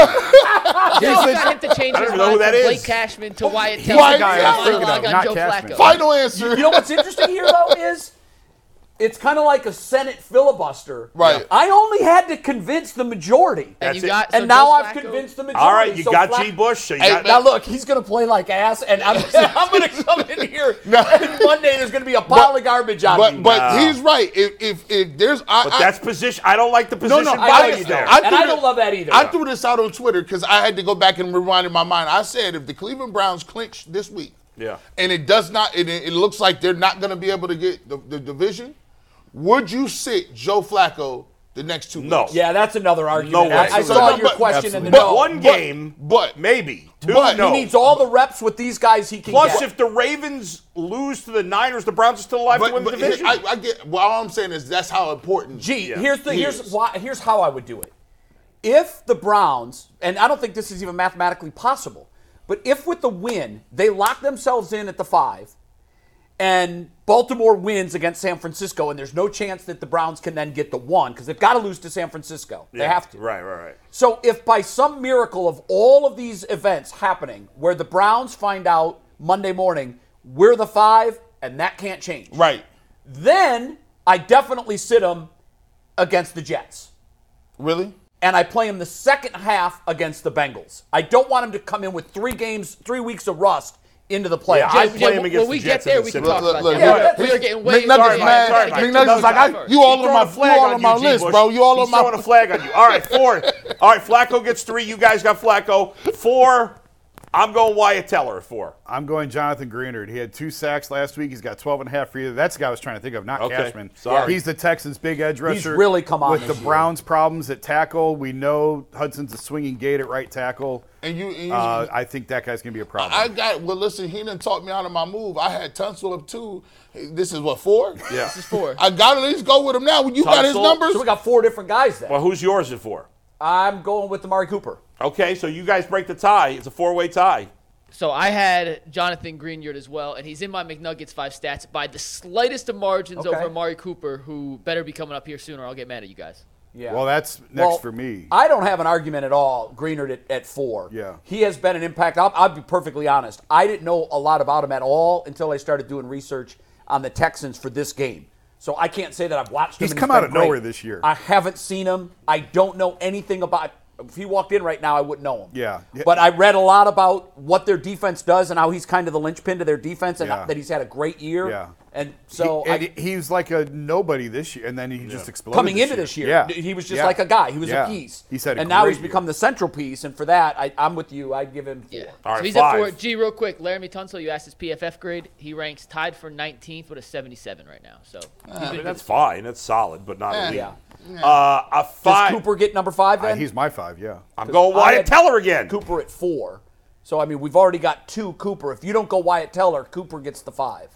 Speaker 6: He said to change
Speaker 3: I don't
Speaker 6: his
Speaker 3: even know who
Speaker 6: mind
Speaker 3: that
Speaker 6: from Blake
Speaker 3: is.
Speaker 6: Cashman to Wyatt
Speaker 4: the
Speaker 6: Teller.
Speaker 4: guy I was
Speaker 5: thinking of, not
Speaker 6: Joe
Speaker 5: Cashman.
Speaker 6: Flacco.
Speaker 4: Final answer.
Speaker 2: You know what's interesting here though is it's kind of like a Senate filibuster.
Speaker 4: Right.
Speaker 2: I only had to convince the majority,
Speaker 6: And
Speaker 3: That's
Speaker 6: you
Speaker 3: it.
Speaker 6: got,
Speaker 2: and
Speaker 6: so
Speaker 2: now
Speaker 6: Joe
Speaker 2: I've
Speaker 6: Flacco-
Speaker 2: convinced the majority.
Speaker 3: All right, you
Speaker 2: so
Speaker 3: got
Speaker 2: Flack-
Speaker 3: G. Bush. So you
Speaker 4: Hey,
Speaker 3: got,
Speaker 2: Now look, he's going to play like ass, and I'm, I'm going to come in here, and Monday there's going to be a pile of garbage on me.
Speaker 4: But but he's right. If if if there's I,
Speaker 3: but
Speaker 4: I-
Speaker 3: that's position. I don't like the position
Speaker 4: no,
Speaker 2: I know
Speaker 3: bias
Speaker 2: you
Speaker 3: there.
Speaker 2: don't,
Speaker 4: I
Speaker 2: and
Speaker 4: threw
Speaker 2: I
Speaker 4: the-
Speaker 2: don't love that either.
Speaker 4: I threw this out on Twitter because I had to go back and rewind in my mind. I said if the Cleveland Browns clinch this week,
Speaker 3: Yeah.
Speaker 4: and it does not, and it, it looks like they're not going to be able to get the, the division. Would you sit Joe Flacco the next two?
Speaker 3: No.
Speaker 4: weeks?
Speaker 2: yeah, that's another argument.
Speaker 3: way.
Speaker 2: I, I
Speaker 3: So
Speaker 2: saw
Speaker 4: no,
Speaker 2: your
Speaker 4: but-
Speaker 2: question in the
Speaker 5: absolutely.
Speaker 3: but
Speaker 2: no.
Speaker 3: one
Speaker 4: but-
Speaker 3: game,
Speaker 4: but-
Speaker 3: maybe two.
Speaker 4: but-
Speaker 3: no.
Speaker 2: he needs all the reps with these guys he can
Speaker 3: Plus,
Speaker 2: get.
Speaker 3: if the Ravens lose to the Niners, the Browns are still alive to
Speaker 4: But,
Speaker 3: win
Speaker 4: but
Speaker 3: the division.
Speaker 4: I, I get. Well, all I'm saying is that's how important.
Speaker 2: Gee,
Speaker 3: Yeah.
Speaker 2: here's the here's
Speaker 4: Years.
Speaker 2: why here's how I would do it. If the Browns, and I don't think this is even mathematically possible, but if with the win they lock themselves in at the five, and Baltimore wins against San Francisco, and there's no chance that the Browns can then get the one because they've got to lose to San Francisco. They have to.
Speaker 3: Right, right, right.
Speaker 2: So if by some miracle of all of these events happening, where the Browns find out Monday morning we're the five, and that can't change
Speaker 4: Right.
Speaker 2: then I definitely sit him against the Jets.
Speaker 4: Really?
Speaker 2: And I play him the second half against the Bengals. I don't want him to come in with three games, three weeks of rust into the playoffs.
Speaker 3: Yeah, I
Speaker 6: Jim,
Speaker 3: play him
Speaker 6: when-
Speaker 3: against
Speaker 6: when we
Speaker 3: the
Speaker 6: get
Speaker 3: Jets in
Speaker 6: there,
Speaker 3: the
Speaker 6: we can
Speaker 3: Super
Speaker 6: talk
Speaker 4: Look,
Speaker 3: Bowl.
Speaker 6: about
Speaker 4: look, look.
Speaker 6: that.
Speaker 2: Yeah,
Speaker 6: we are getting way
Speaker 4: McNuggets mad.
Speaker 3: sorry, Mike. Sorry, Mike.
Speaker 4: McNuggets was like, I, you all
Speaker 3: He
Speaker 4: on my,
Speaker 3: throwing a
Speaker 4: you all on
Speaker 3: you,
Speaker 4: my
Speaker 3: G.
Speaker 4: list,
Speaker 3: Bush.
Speaker 4: bro. You all
Speaker 3: He's
Speaker 4: on my.
Speaker 3: throwing a flag on you. All right, four. All right, Flacco gets three. You guys got Flacco. Four. I'm going Wyatt Teller at four.
Speaker 5: I'm going Jonathan Greenard. He had two sacks last week. He's got 12 and a half for either. That's the guy I was trying to think of, not
Speaker 3: Okay,
Speaker 5: Cashman.
Speaker 3: sorry.
Speaker 5: He's the Texans' big edge rusher.
Speaker 2: really come on
Speaker 5: With
Speaker 2: this
Speaker 5: the
Speaker 2: year.
Speaker 5: Browns' problems at tackle, we know Hudson's a swinging gate at right tackle.
Speaker 4: And you, and you
Speaker 5: Uh, I think that guy's going to be a problem.
Speaker 4: I got well. Listen, he didn't talk me out of my move. I had Tunsil up two. This is what four?
Speaker 3: Yeah.
Speaker 6: This is four.
Speaker 4: I got to at least go with him now. When you got his
Speaker 3: Tunsil.
Speaker 4: numbers,
Speaker 2: So we got four different guys then.
Speaker 3: Well, who's yours at four?
Speaker 2: I'm going with Amari Cooper.
Speaker 3: Okay, so you guys break the tie. It's a four-way tie.
Speaker 6: So I had Jonathan Greenyard as well, and he's in my McNuggets five stats by the slightest of margins
Speaker 2: Okay.
Speaker 6: over Amari Cooper, who better be coming up here soon, or I'll get mad at you guys.
Speaker 2: Yeah.
Speaker 5: well, that's next
Speaker 2: Well,
Speaker 5: for me.
Speaker 2: I don't have an argument at all. Greenard at, at four.
Speaker 5: Yeah.
Speaker 2: He has been an impact. I'll, I'll be perfectly honest. I didn't know a lot about him at all until I started doing research on the Texans for this game. So I can't say that I've watched him.
Speaker 5: He's
Speaker 2: and
Speaker 5: come
Speaker 2: been
Speaker 5: out of
Speaker 2: great.
Speaker 5: nowhere this year.
Speaker 2: I haven't seen him. I don't know anything about. If he walked in right now, I wouldn't know him.
Speaker 5: Yeah. Yeah.
Speaker 2: But I read a lot about what their defense does and how he's kind of the linchpin to their defense and
Speaker 5: Yeah.
Speaker 2: that he's had a great year.
Speaker 5: Yeah.
Speaker 2: And so
Speaker 5: he,
Speaker 2: I,
Speaker 5: and he was like a nobody this year, and then he just exploded.
Speaker 2: coming
Speaker 5: this
Speaker 2: into
Speaker 5: year.
Speaker 2: this year.
Speaker 5: yeah.
Speaker 2: He was just
Speaker 5: Yeah.
Speaker 2: like a guy. He was
Speaker 5: Yeah.
Speaker 2: a piece.
Speaker 5: He's had a
Speaker 2: and now
Speaker 5: great
Speaker 2: he's become the
Speaker 5: year.
Speaker 2: central piece. And for that, I, I'm with you. I'd give him four.
Speaker 6: Yeah.
Speaker 3: All right,
Speaker 6: so he's
Speaker 3: five.
Speaker 6: at four. G, real quick, Laramie Tunsil, you asked his PFF grade. He ranks tied for 19th with a 77 right now. So he's
Speaker 3: I
Speaker 6: been
Speaker 3: mean,
Speaker 6: good.
Speaker 3: that's fine. That's solid, but not elite.
Speaker 2: Yeah.
Speaker 3: Uh, a
Speaker 2: Does
Speaker 3: five.
Speaker 2: Cooper get number five
Speaker 5: Uh,
Speaker 2: then?
Speaker 5: he's my five, yeah.
Speaker 3: I'm going
Speaker 2: I
Speaker 3: Wyatt
Speaker 2: had
Speaker 3: Teller again.
Speaker 2: Cooper at four. So I mean, we've already got two Cooper. If you don't go Wyatt Teller, Cooper gets the five.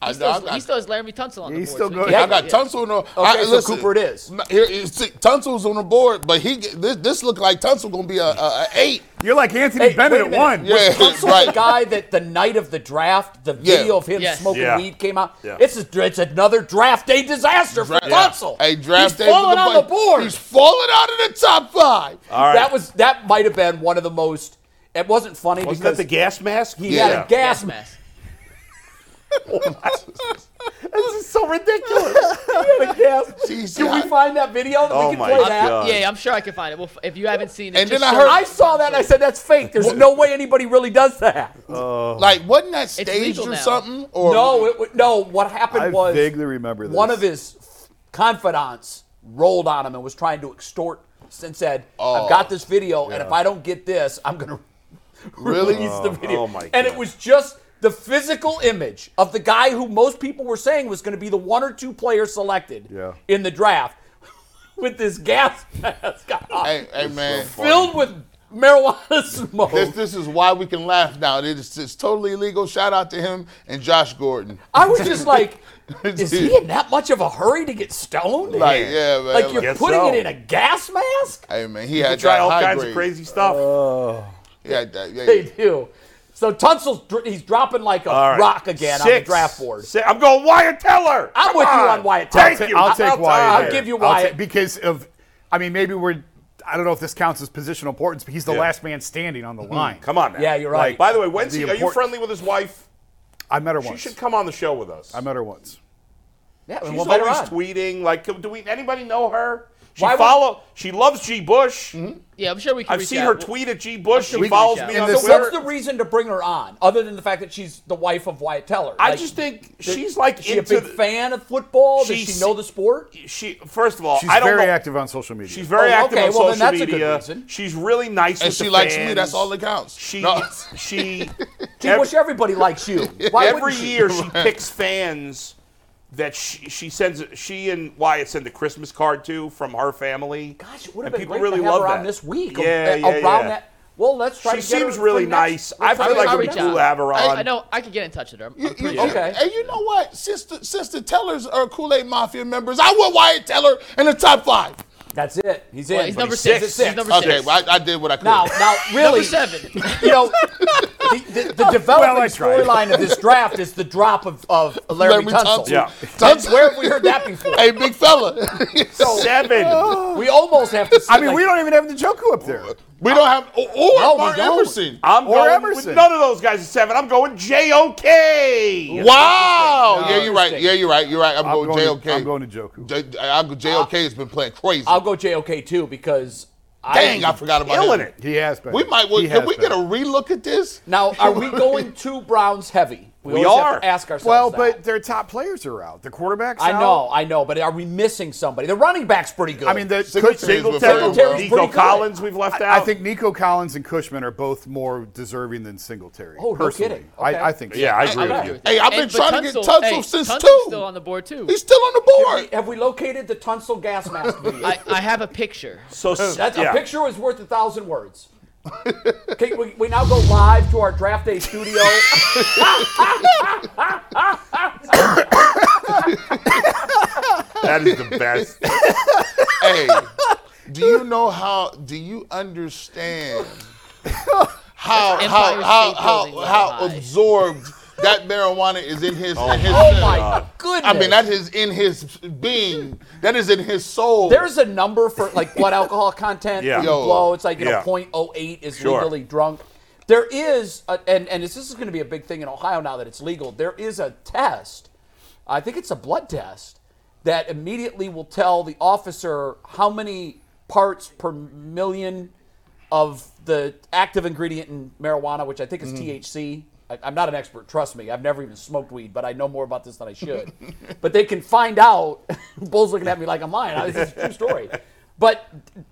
Speaker 4: I-
Speaker 6: He still, has,
Speaker 4: I- I-
Speaker 6: he still has Laramie Tunsil on the board.
Speaker 5: He's still
Speaker 6: so he
Speaker 5: good.
Speaker 6: can't-
Speaker 4: I got Tunsil on the. I,
Speaker 2: Okay, so Cooper it is.
Speaker 4: n- Here, is- see, Tunsil's on the board, but he get- this, this look like Tunsil gonna be a, a, a eight.
Speaker 5: You're like Anthony
Speaker 2: Hey,
Speaker 5: Bennett
Speaker 2: wait a
Speaker 5: at
Speaker 2: minute.
Speaker 5: one.
Speaker 4: Yeah,
Speaker 2: Tunsil's the
Speaker 4: right.
Speaker 2: guy that the night of the draft, the
Speaker 4: Yeah.
Speaker 2: video of him
Speaker 6: Yes.
Speaker 2: smoking
Speaker 3: Yeah.
Speaker 2: weed came out.
Speaker 3: Yeah.
Speaker 2: It's a, it's another draft day disaster for
Speaker 4: Dra- yeah.
Speaker 2: Tunsil.
Speaker 4: Hey, draft
Speaker 2: He's
Speaker 4: day for
Speaker 2: falling on
Speaker 4: bu-
Speaker 2: the board.
Speaker 4: He's falling out of the top five.
Speaker 3: All right.
Speaker 2: That was that might have been one of the most. It wasn't funny
Speaker 3: Wasn't that
Speaker 2: because
Speaker 3: the gas mask?
Speaker 2: he
Speaker 4: Yeah.
Speaker 2: had a gas
Speaker 6: Gas
Speaker 2: mask.
Speaker 6: mask.
Speaker 2: This is so ridiculous. he had a gas.
Speaker 4: Jeez,
Speaker 2: Can
Speaker 4: I-
Speaker 2: we find that video that
Speaker 3: Oh
Speaker 2: we can
Speaker 3: my
Speaker 2: play that?
Speaker 3: God.
Speaker 6: Yeah, I'm sure I can find it. Well, f- if you haven't seen it,
Speaker 4: And
Speaker 6: just
Speaker 4: then I
Speaker 6: search-
Speaker 4: heard-
Speaker 2: I saw that and I said that's fake. There's no way anybody really does that.
Speaker 4: Like, wasn't that staged
Speaker 6: legal
Speaker 4: or
Speaker 6: now.
Speaker 4: something? Or
Speaker 2: No, it, wa- no. What happened
Speaker 5: I
Speaker 2: was
Speaker 5: vaguely remember this.
Speaker 2: one of his confidants rolled on him and was trying to extort and said, "I've got this video, and if I don't get this, I'm gonna
Speaker 4: Really?
Speaker 2: release the video."
Speaker 3: oh my
Speaker 2: and it
Speaker 3: God.
Speaker 2: was just the physical image of the guy who most people were saying was going to be the one or two players selected
Speaker 5: Yeah.
Speaker 2: in the draft with this gas mask on,
Speaker 4: hey, hey man,
Speaker 2: filled with marijuana smoke.
Speaker 4: this this is why we can laugh now. It is it's totally illegal. Shout out to him and Josh Gordon.
Speaker 2: I was just like, is he
Speaker 4: Dude.
Speaker 2: in that much of a hurry to get stoned?
Speaker 4: Like, yeah, man.
Speaker 2: Like you're
Speaker 3: Guess
Speaker 2: putting
Speaker 3: so.
Speaker 2: it in a gas mask?
Speaker 4: Hey man, he had
Speaker 3: Try
Speaker 4: that
Speaker 3: all
Speaker 4: high
Speaker 3: kinds
Speaker 4: grade.
Speaker 3: of crazy stuff.
Speaker 2: Uh,
Speaker 4: He had that. Yeah,
Speaker 2: They
Speaker 4: yeah.
Speaker 2: do. So Tunsil's dr- he's dropping like a
Speaker 3: All right.
Speaker 2: rock again on the
Speaker 3: Six.
Speaker 2: draft board.
Speaker 3: Si- I'm going Wyatt Teller.
Speaker 2: I'm
Speaker 3: Come
Speaker 2: with you on Wyatt Teller.
Speaker 3: Thank
Speaker 5: I'll, ta-
Speaker 3: you.
Speaker 5: I'll take
Speaker 2: I'll-
Speaker 5: Wyatt.
Speaker 2: I'll
Speaker 5: there.
Speaker 2: give you
Speaker 5: I'll ta-
Speaker 2: Wyatt.
Speaker 5: because of, I mean, maybe we're, I don't know if this counts as positional importance, but he's the
Speaker 3: Yeah.
Speaker 5: last man standing on the line.
Speaker 3: Come on now.
Speaker 2: Yeah, you're right.
Speaker 3: By the way, Wency,
Speaker 5: The
Speaker 3: are you
Speaker 5: import-
Speaker 3: friendly with his wife?
Speaker 5: I met her
Speaker 3: She
Speaker 5: once.
Speaker 3: should come on the show with us.
Speaker 5: I met her once.
Speaker 2: yeah,
Speaker 3: She's
Speaker 2: and we'll bet her
Speaker 3: always
Speaker 2: on.
Speaker 3: tweeting. Like, do we? Anybody know her? She
Speaker 2: Why would-
Speaker 3: follow. she loves G. Bush.
Speaker 6: Yeah, I'm sure we can.
Speaker 3: I've
Speaker 6: reach
Speaker 3: seen
Speaker 6: out.
Speaker 3: her
Speaker 6: We'll-
Speaker 3: tweet at G. Bush.
Speaker 6: sure
Speaker 3: She
Speaker 6: we can
Speaker 3: follows
Speaker 6: reach
Speaker 3: me
Speaker 6: out.
Speaker 3: on
Speaker 2: So
Speaker 3: Twitter.
Speaker 2: what's the reason to bring her on, other than the fact that she's the wife of Wyatt Teller?
Speaker 3: I
Speaker 2: Like,
Speaker 3: just think she's like
Speaker 2: is she a
Speaker 3: into
Speaker 2: big
Speaker 3: the-
Speaker 2: fan of football? Does
Speaker 3: She's-
Speaker 2: she know the sport?
Speaker 3: She first of all,
Speaker 5: She's
Speaker 3: I don't
Speaker 5: very
Speaker 3: know.
Speaker 5: active on social media.
Speaker 3: She's very
Speaker 2: Oh,
Speaker 3: active
Speaker 2: okay,
Speaker 3: on
Speaker 2: well, then
Speaker 3: social
Speaker 2: that's a good
Speaker 3: media.
Speaker 2: reason.
Speaker 3: She's really nice
Speaker 4: And
Speaker 3: with
Speaker 4: she
Speaker 3: the
Speaker 4: likes me.
Speaker 3: fans.
Speaker 4: That's all that counts.
Speaker 3: She
Speaker 4: No.
Speaker 3: she
Speaker 2: Gee, wish everybody likes you. Why wouldn't
Speaker 3: every
Speaker 2: she?
Speaker 3: year she picks fans that she, she sends she and Wyatt send a Christmas card to from her family.
Speaker 2: Gosh, it would have been
Speaker 3: And people
Speaker 2: great
Speaker 3: really
Speaker 2: to have
Speaker 3: love
Speaker 2: her on
Speaker 3: that.
Speaker 2: this week. or-
Speaker 3: Yeah,
Speaker 2: uh,
Speaker 3: yeah,
Speaker 2: around
Speaker 3: yeah.
Speaker 2: that. Well, let's try
Speaker 3: She
Speaker 2: to get her
Speaker 3: seems really
Speaker 2: for next-
Speaker 3: nice. I
Speaker 2: let's
Speaker 3: feel
Speaker 2: try
Speaker 3: like
Speaker 2: to
Speaker 6: I'll
Speaker 3: it'd
Speaker 2: get
Speaker 3: be
Speaker 6: reach
Speaker 2: her
Speaker 3: cool
Speaker 6: out.
Speaker 3: to have her on.
Speaker 6: I know I could get in touch with her. I'm, I'm
Speaker 4: You- you-
Speaker 6: pretty
Speaker 4: you-
Speaker 6: sure.
Speaker 2: Okay.
Speaker 4: And you know what? Since the, since the Tellers are Kool Aid Mafia members, I want Wyatt Teller in the top five.
Speaker 2: That's it. He's in.
Speaker 6: Well, he's
Speaker 2: but
Speaker 6: number six.
Speaker 2: He's
Speaker 6: He's
Speaker 2: six.
Speaker 6: number
Speaker 4: Okay,
Speaker 6: six.
Speaker 4: well, I, I did what I could.
Speaker 2: Now, now, really,
Speaker 6: Number seven.
Speaker 2: you know, the, the, the developing
Speaker 5: Well, I tried.
Speaker 2: storyline of this draft is the drop of, of Laramie
Speaker 4: Laramie
Speaker 2: Tunsil.
Speaker 4: Tunsil.
Speaker 3: Yeah.
Speaker 2: And Where have we heard that before?
Speaker 4: hey, big fella.
Speaker 3: Seven.
Speaker 2: We almost have to. Say,
Speaker 5: I mean,
Speaker 2: like,
Speaker 5: we don't even have Njoku up there.
Speaker 4: we don't have or, or
Speaker 2: No, we
Speaker 4: Mark
Speaker 2: don't.
Speaker 4: Emerson.
Speaker 3: I'm
Speaker 5: Or
Speaker 3: going
Speaker 5: Emerson.
Speaker 3: with none of those guys at seven. I'm going J.O.K.
Speaker 4: wow. yeah, you're right.
Speaker 2: interesting.
Speaker 4: Yeah, you're right. You're right. I'm,
Speaker 5: I'm
Speaker 4: going,
Speaker 5: going,
Speaker 4: JOK.
Speaker 5: to, I'm going to Njoku.
Speaker 4: J- I'll go- JOK has been playing crazy.
Speaker 2: I'll go JOK too because
Speaker 4: Dang,
Speaker 2: I,
Speaker 4: I forgot about
Speaker 3: Killing
Speaker 4: him.
Speaker 3: it.
Speaker 5: He has been.
Speaker 4: We might.
Speaker 5: He
Speaker 4: Can
Speaker 5: has
Speaker 4: we
Speaker 5: been.
Speaker 4: get a relook at this?
Speaker 2: now are we going two Browns heavy?
Speaker 3: We
Speaker 2: always
Speaker 3: are.
Speaker 2: Have to ask ourselves.
Speaker 5: Well,
Speaker 2: that.
Speaker 5: but their top players are out. The quarterbacks.
Speaker 2: I
Speaker 5: out.
Speaker 2: know, I know, but are we missing somebody? The running back's pretty good.
Speaker 5: I mean, the
Speaker 4: Singletary
Speaker 5: Cush-
Speaker 4: is
Speaker 3: Singletary,
Speaker 4: with Farrell.
Speaker 2: Singletary's
Speaker 3: Nico
Speaker 2: pretty good.
Speaker 3: Collins, we've left
Speaker 5: I
Speaker 3: out.
Speaker 5: think Nico Collins and Cushman are both more deserving than Singletary.
Speaker 2: Oh, no
Speaker 5: personally.
Speaker 2: kidding. Okay.
Speaker 5: I, I think. So.
Speaker 3: Yeah, I agree
Speaker 6: I would
Speaker 3: with
Speaker 6: agree
Speaker 3: you.
Speaker 6: with
Speaker 4: Hey,
Speaker 6: that.
Speaker 4: I've been
Speaker 6: And- but
Speaker 4: trying to get Tunsil
Speaker 6: hey,
Speaker 4: since
Speaker 6: Tunsil's
Speaker 4: two.
Speaker 6: still on the board too.
Speaker 4: He's still on the
Speaker 2: have
Speaker 4: board.
Speaker 2: we, have we located the Tunsil gas mask? video?
Speaker 6: I, I have a picture.
Speaker 3: So s-
Speaker 2: That's a
Speaker 3: yeah.
Speaker 2: picture is worth a thousand words. okay, we, we now go live to our draft day studio.
Speaker 3: That is the best.
Speaker 4: hey, do you know how? Do you understand how
Speaker 6: Empire
Speaker 4: how
Speaker 6: State
Speaker 4: how
Speaker 6: Building
Speaker 4: how,
Speaker 6: was
Speaker 4: how
Speaker 6: high.
Speaker 4: absorbed that marijuana is in his? in his
Speaker 2: oh
Speaker 4: cell?
Speaker 2: my goodness!
Speaker 4: I mean, that is in his being. That is in his soul.
Speaker 2: There's a number for like blood alcohol content.
Speaker 3: Yeah.
Speaker 2: Yeah.
Speaker 4: Yo.
Speaker 2: blow. It's like you
Speaker 3: Yeah.
Speaker 2: know, 0.08 is
Speaker 3: Sure.
Speaker 2: legally drunk. There is, a, and and this is going to be a big thing in Ohio now that it's legal. There is a test. I think it's a blood test that immediately will tell the officer how many parts per million of the active ingredient in marijuana, which I think is THC. I, I'm not an expert, trust me. I've never even smoked weed, but I know more about this than I should. but they can find out. Bull's looking at me like I'm lying. This is a true story. But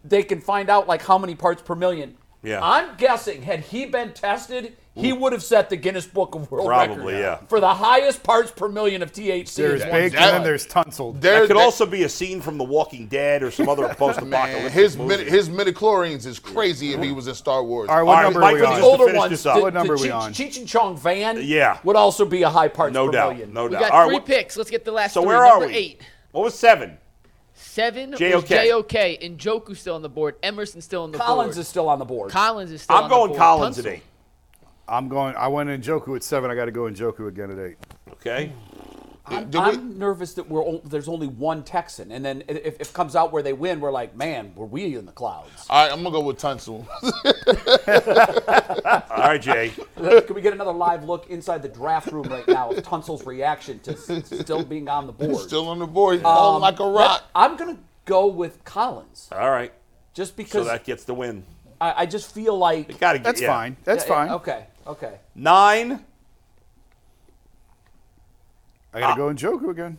Speaker 2: they can find out like how many parts per million.
Speaker 3: Yeah.
Speaker 2: I'm guessing had he been tested, he would have set the Guinness Book of World
Speaker 3: Probably,
Speaker 2: Record
Speaker 3: yeah.
Speaker 2: for the highest parts per million of THC.
Speaker 5: There's
Speaker 2: in one
Speaker 5: baked
Speaker 2: shot.
Speaker 5: and then there's tonsiled.
Speaker 4: There-
Speaker 3: It could
Speaker 4: that-
Speaker 3: also be a scene from The Walking Dead or some other
Speaker 4: Man,
Speaker 3: post-apocalyptic
Speaker 4: his
Speaker 3: movie.
Speaker 4: mid, his midichlorians is crazy if he was in Star Wars.
Speaker 5: All right, what
Speaker 3: All right,
Speaker 5: number
Speaker 3: Mike,
Speaker 5: are we
Speaker 3: we
Speaker 5: on?
Speaker 3: just-
Speaker 2: older
Speaker 3: finish
Speaker 2: ones.
Speaker 3: this up.
Speaker 2: the-
Speaker 5: What number
Speaker 2: the
Speaker 5: we
Speaker 2: Cheech,
Speaker 5: on?
Speaker 2: Cheech and Chong Van
Speaker 3: Yeah.
Speaker 2: would also be a high parts
Speaker 3: no
Speaker 2: per
Speaker 3: doubt,
Speaker 2: million.
Speaker 3: no
Speaker 6: We
Speaker 3: doubt.
Speaker 6: got
Speaker 3: All right,
Speaker 6: three
Speaker 3: what-
Speaker 6: picks. Let's get the last
Speaker 3: so
Speaker 6: three.
Speaker 3: where are
Speaker 6: Number
Speaker 3: we?
Speaker 6: Eight.
Speaker 3: What was seven?
Speaker 6: Seven was
Speaker 3: JOK.
Speaker 6: JOK. And Joku still on the board. Emerson still on the board.
Speaker 2: Collins is still on the board.
Speaker 6: Collins is still
Speaker 3: I'm
Speaker 6: on the
Speaker 3: going
Speaker 6: board.
Speaker 3: Collins
Speaker 6: Tunsil.
Speaker 3: at eight.
Speaker 5: I'm going. I went in Joku at seven. I got to go in Joku again at eight.
Speaker 3: Okay.
Speaker 4: Did we-
Speaker 2: I'm nervous that we're o- there's only one Texan, and then if, if it comes out where they win, we're like, man, were we in the clouds?
Speaker 4: all right, I'm gonna go with Tunsil.
Speaker 3: All right, Jay.
Speaker 2: Can we get another live look inside the draft room right now of Tunsil's reaction to s- still being on the board?
Speaker 4: Still on the board, he's falling like a rock.
Speaker 2: I'm gonna go with Collins
Speaker 3: All right.
Speaker 2: just
Speaker 3: So
Speaker 2: because
Speaker 3: that gets the win.
Speaker 2: I, I just feel like
Speaker 3: Got to get.
Speaker 5: That's
Speaker 3: yeah.
Speaker 5: fine. That's
Speaker 2: Yeah, yeah,
Speaker 5: fine.
Speaker 2: Okay, okay.
Speaker 3: Nine.
Speaker 5: I got to go in Joku again.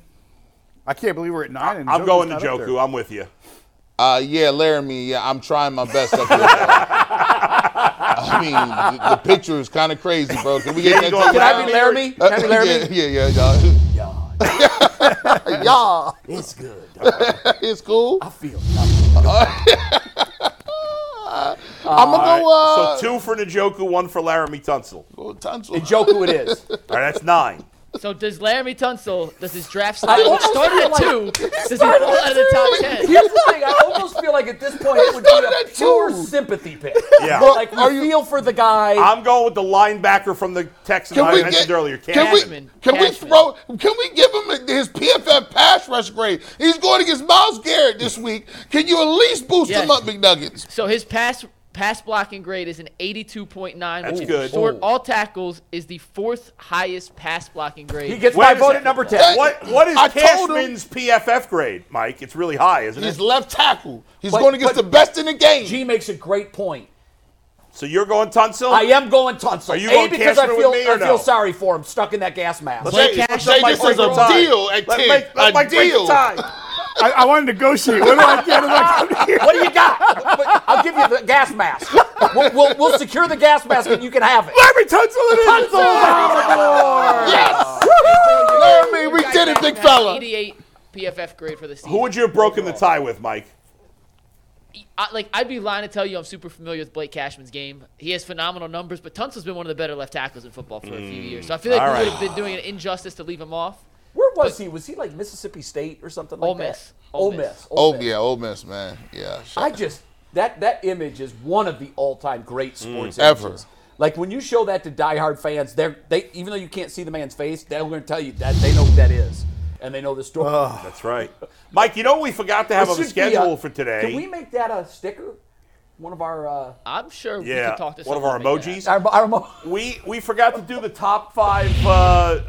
Speaker 5: I can't believe we're at nine. And
Speaker 3: I'm
Speaker 5: Joku's
Speaker 3: going to
Speaker 5: not up there.
Speaker 3: Joku. I'm with you.
Speaker 4: Uh, yeah, Laramie. Yeah, I'm trying my best up here. bro. I mean, the, the picture is kind of crazy, bro. Can we get
Speaker 3: you
Speaker 4: that?
Speaker 3: going
Speaker 4: taken
Speaker 2: Can I
Speaker 4: out?
Speaker 2: be Laramie? Can I be Laramie?
Speaker 4: Yeah, yeah, yeah, yeah. Yeah,
Speaker 2: It's good.
Speaker 4: it's cool.
Speaker 2: I feel nothing.
Speaker 4: I'm gonna go. Uh,
Speaker 3: so two for Njoku, one for Laramie Tunsil. All
Speaker 4: go Tunsil.
Speaker 2: And Joku it is.
Speaker 3: right, that's nine.
Speaker 6: So does Laramie Tunsil, does his draft slide?
Speaker 2: almost
Speaker 6: Which started at
Speaker 2: feel
Speaker 6: two. Does he fall out of the top
Speaker 2: Here's
Speaker 6: ten?
Speaker 2: the thing. I almost feel like at this point it would be
Speaker 4: started
Speaker 2: a
Speaker 4: at
Speaker 2: pure
Speaker 4: two.
Speaker 2: sympathy pick.
Speaker 3: Yeah.
Speaker 2: Like we
Speaker 4: Are you-
Speaker 2: feel for the guy.
Speaker 3: I'm going with the linebacker from the Texans
Speaker 4: Can
Speaker 3: I
Speaker 4: we
Speaker 3: mentioned
Speaker 4: get-
Speaker 3: earlier.
Speaker 4: Can we,
Speaker 6: Cashman.
Speaker 4: can we
Speaker 6: Cashman.
Speaker 4: throw? Can we give him his PFF pass rush grade? He's going against Miles Garrett this week. Can you at least boost
Speaker 6: Yes.
Speaker 4: him up, McNuggets?
Speaker 6: So his pass pass blocking grade is an 82.9.
Speaker 3: That's
Speaker 6: which
Speaker 3: good.
Speaker 6: is Short
Speaker 3: Ooh.
Speaker 6: all tackles is the fourth highest pass blocking grade.
Speaker 2: he gets
Speaker 3: Wait
Speaker 2: my
Speaker 3: a
Speaker 2: vote at
Speaker 3: second.
Speaker 2: number ten.
Speaker 4: That-
Speaker 3: What what is
Speaker 4: I told him-
Speaker 3: Cashman's PFF grade, Mike? It's really high, isn't
Speaker 4: He's
Speaker 3: it?
Speaker 4: left tackle. He's
Speaker 2: But-
Speaker 4: going against
Speaker 2: but-
Speaker 4: the best in the game.
Speaker 2: G makes a great point.
Speaker 3: So you're going Tunsil?
Speaker 2: I am going Tunsil.
Speaker 3: Are you
Speaker 2: a,
Speaker 3: going
Speaker 2: because I
Speaker 3: Cashman
Speaker 2: feel,
Speaker 3: with me or
Speaker 2: I
Speaker 3: no?
Speaker 2: feel sorry for him, stuck in that gas mask.
Speaker 3: Let's
Speaker 6: Blake
Speaker 3: make- let's
Speaker 6: Cashman.
Speaker 3: let Mike
Speaker 4: This is
Speaker 3: break
Speaker 4: a
Speaker 3: the tie.
Speaker 4: deal at
Speaker 3: Let
Speaker 4: 10.
Speaker 3: Mike- Let
Speaker 4: A
Speaker 3: Mike break the
Speaker 4: deal.
Speaker 3: tie.
Speaker 5: I, I wanted to negotiate. What do I get? What do I get?
Speaker 2: what do you got? But I'll give you the gas mask. We'll, we'll, we'll secure the gas mask and you can have it.
Speaker 5: Larry Tunsil. It is.
Speaker 4: Yes! Laramie, we
Speaker 6: Guy
Speaker 4: did it,
Speaker 6: back
Speaker 4: big
Speaker 6: now,
Speaker 4: fella.
Speaker 6: 88 PFF grade for the season.
Speaker 3: Who would you have broken the tie with, Mike?
Speaker 6: I, like I'd be lying to tell you I'm super familiar with Blake Cashman's game. He has phenomenal numbers, but Tunsil's been one of the better left tackles in football for a few years. So I feel like we
Speaker 3: Mm. all
Speaker 6: would have been doing an injustice to leave him off.
Speaker 2: Where was he? Was he like Mississippi State or something like
Speaker 6: Ole
Speaker 2: that?
Speaker 6: Miss.
Speaker 2: Ole
Speaker 6: Ole
Speaker 2: Miss.
Speaker 6: Miss.
Speaker 2: Ole
Speaker 4: Oh
Speaker 2: Miss.
Speaker 4: yeah, Ole Miss, man. Yeah. shut
Speaker 2: I
Speaker 4: up.
Speaker 2: just that that image is one of the all-time great sports
Speaker 4: Ever.
Speaker 2: images. Like when you show that to diehard fans, they're they even though you can't see the man's face, they're going to tell you that they know who that is, and they know the story.
Speaker 3: That's right. Mike, you know what we forgot to have
Speaker 2: It
Speaker 3: on the
Speaker 2: should be a-
Speaker 6: uh,
Speaker 3: schedule for today.
Speaker 2: Can we make that a sticker? One of our uh,
Speaker 6: I'm sure we
Speaker 3: yeah,
Speaker 6: could talk to
Speaker 3: one of our
Speaker 6: someone like that.
Speaker 3: emojis.
Speaker 2: our, our mo-
Speaker 3: We we forgot to do the top five uh,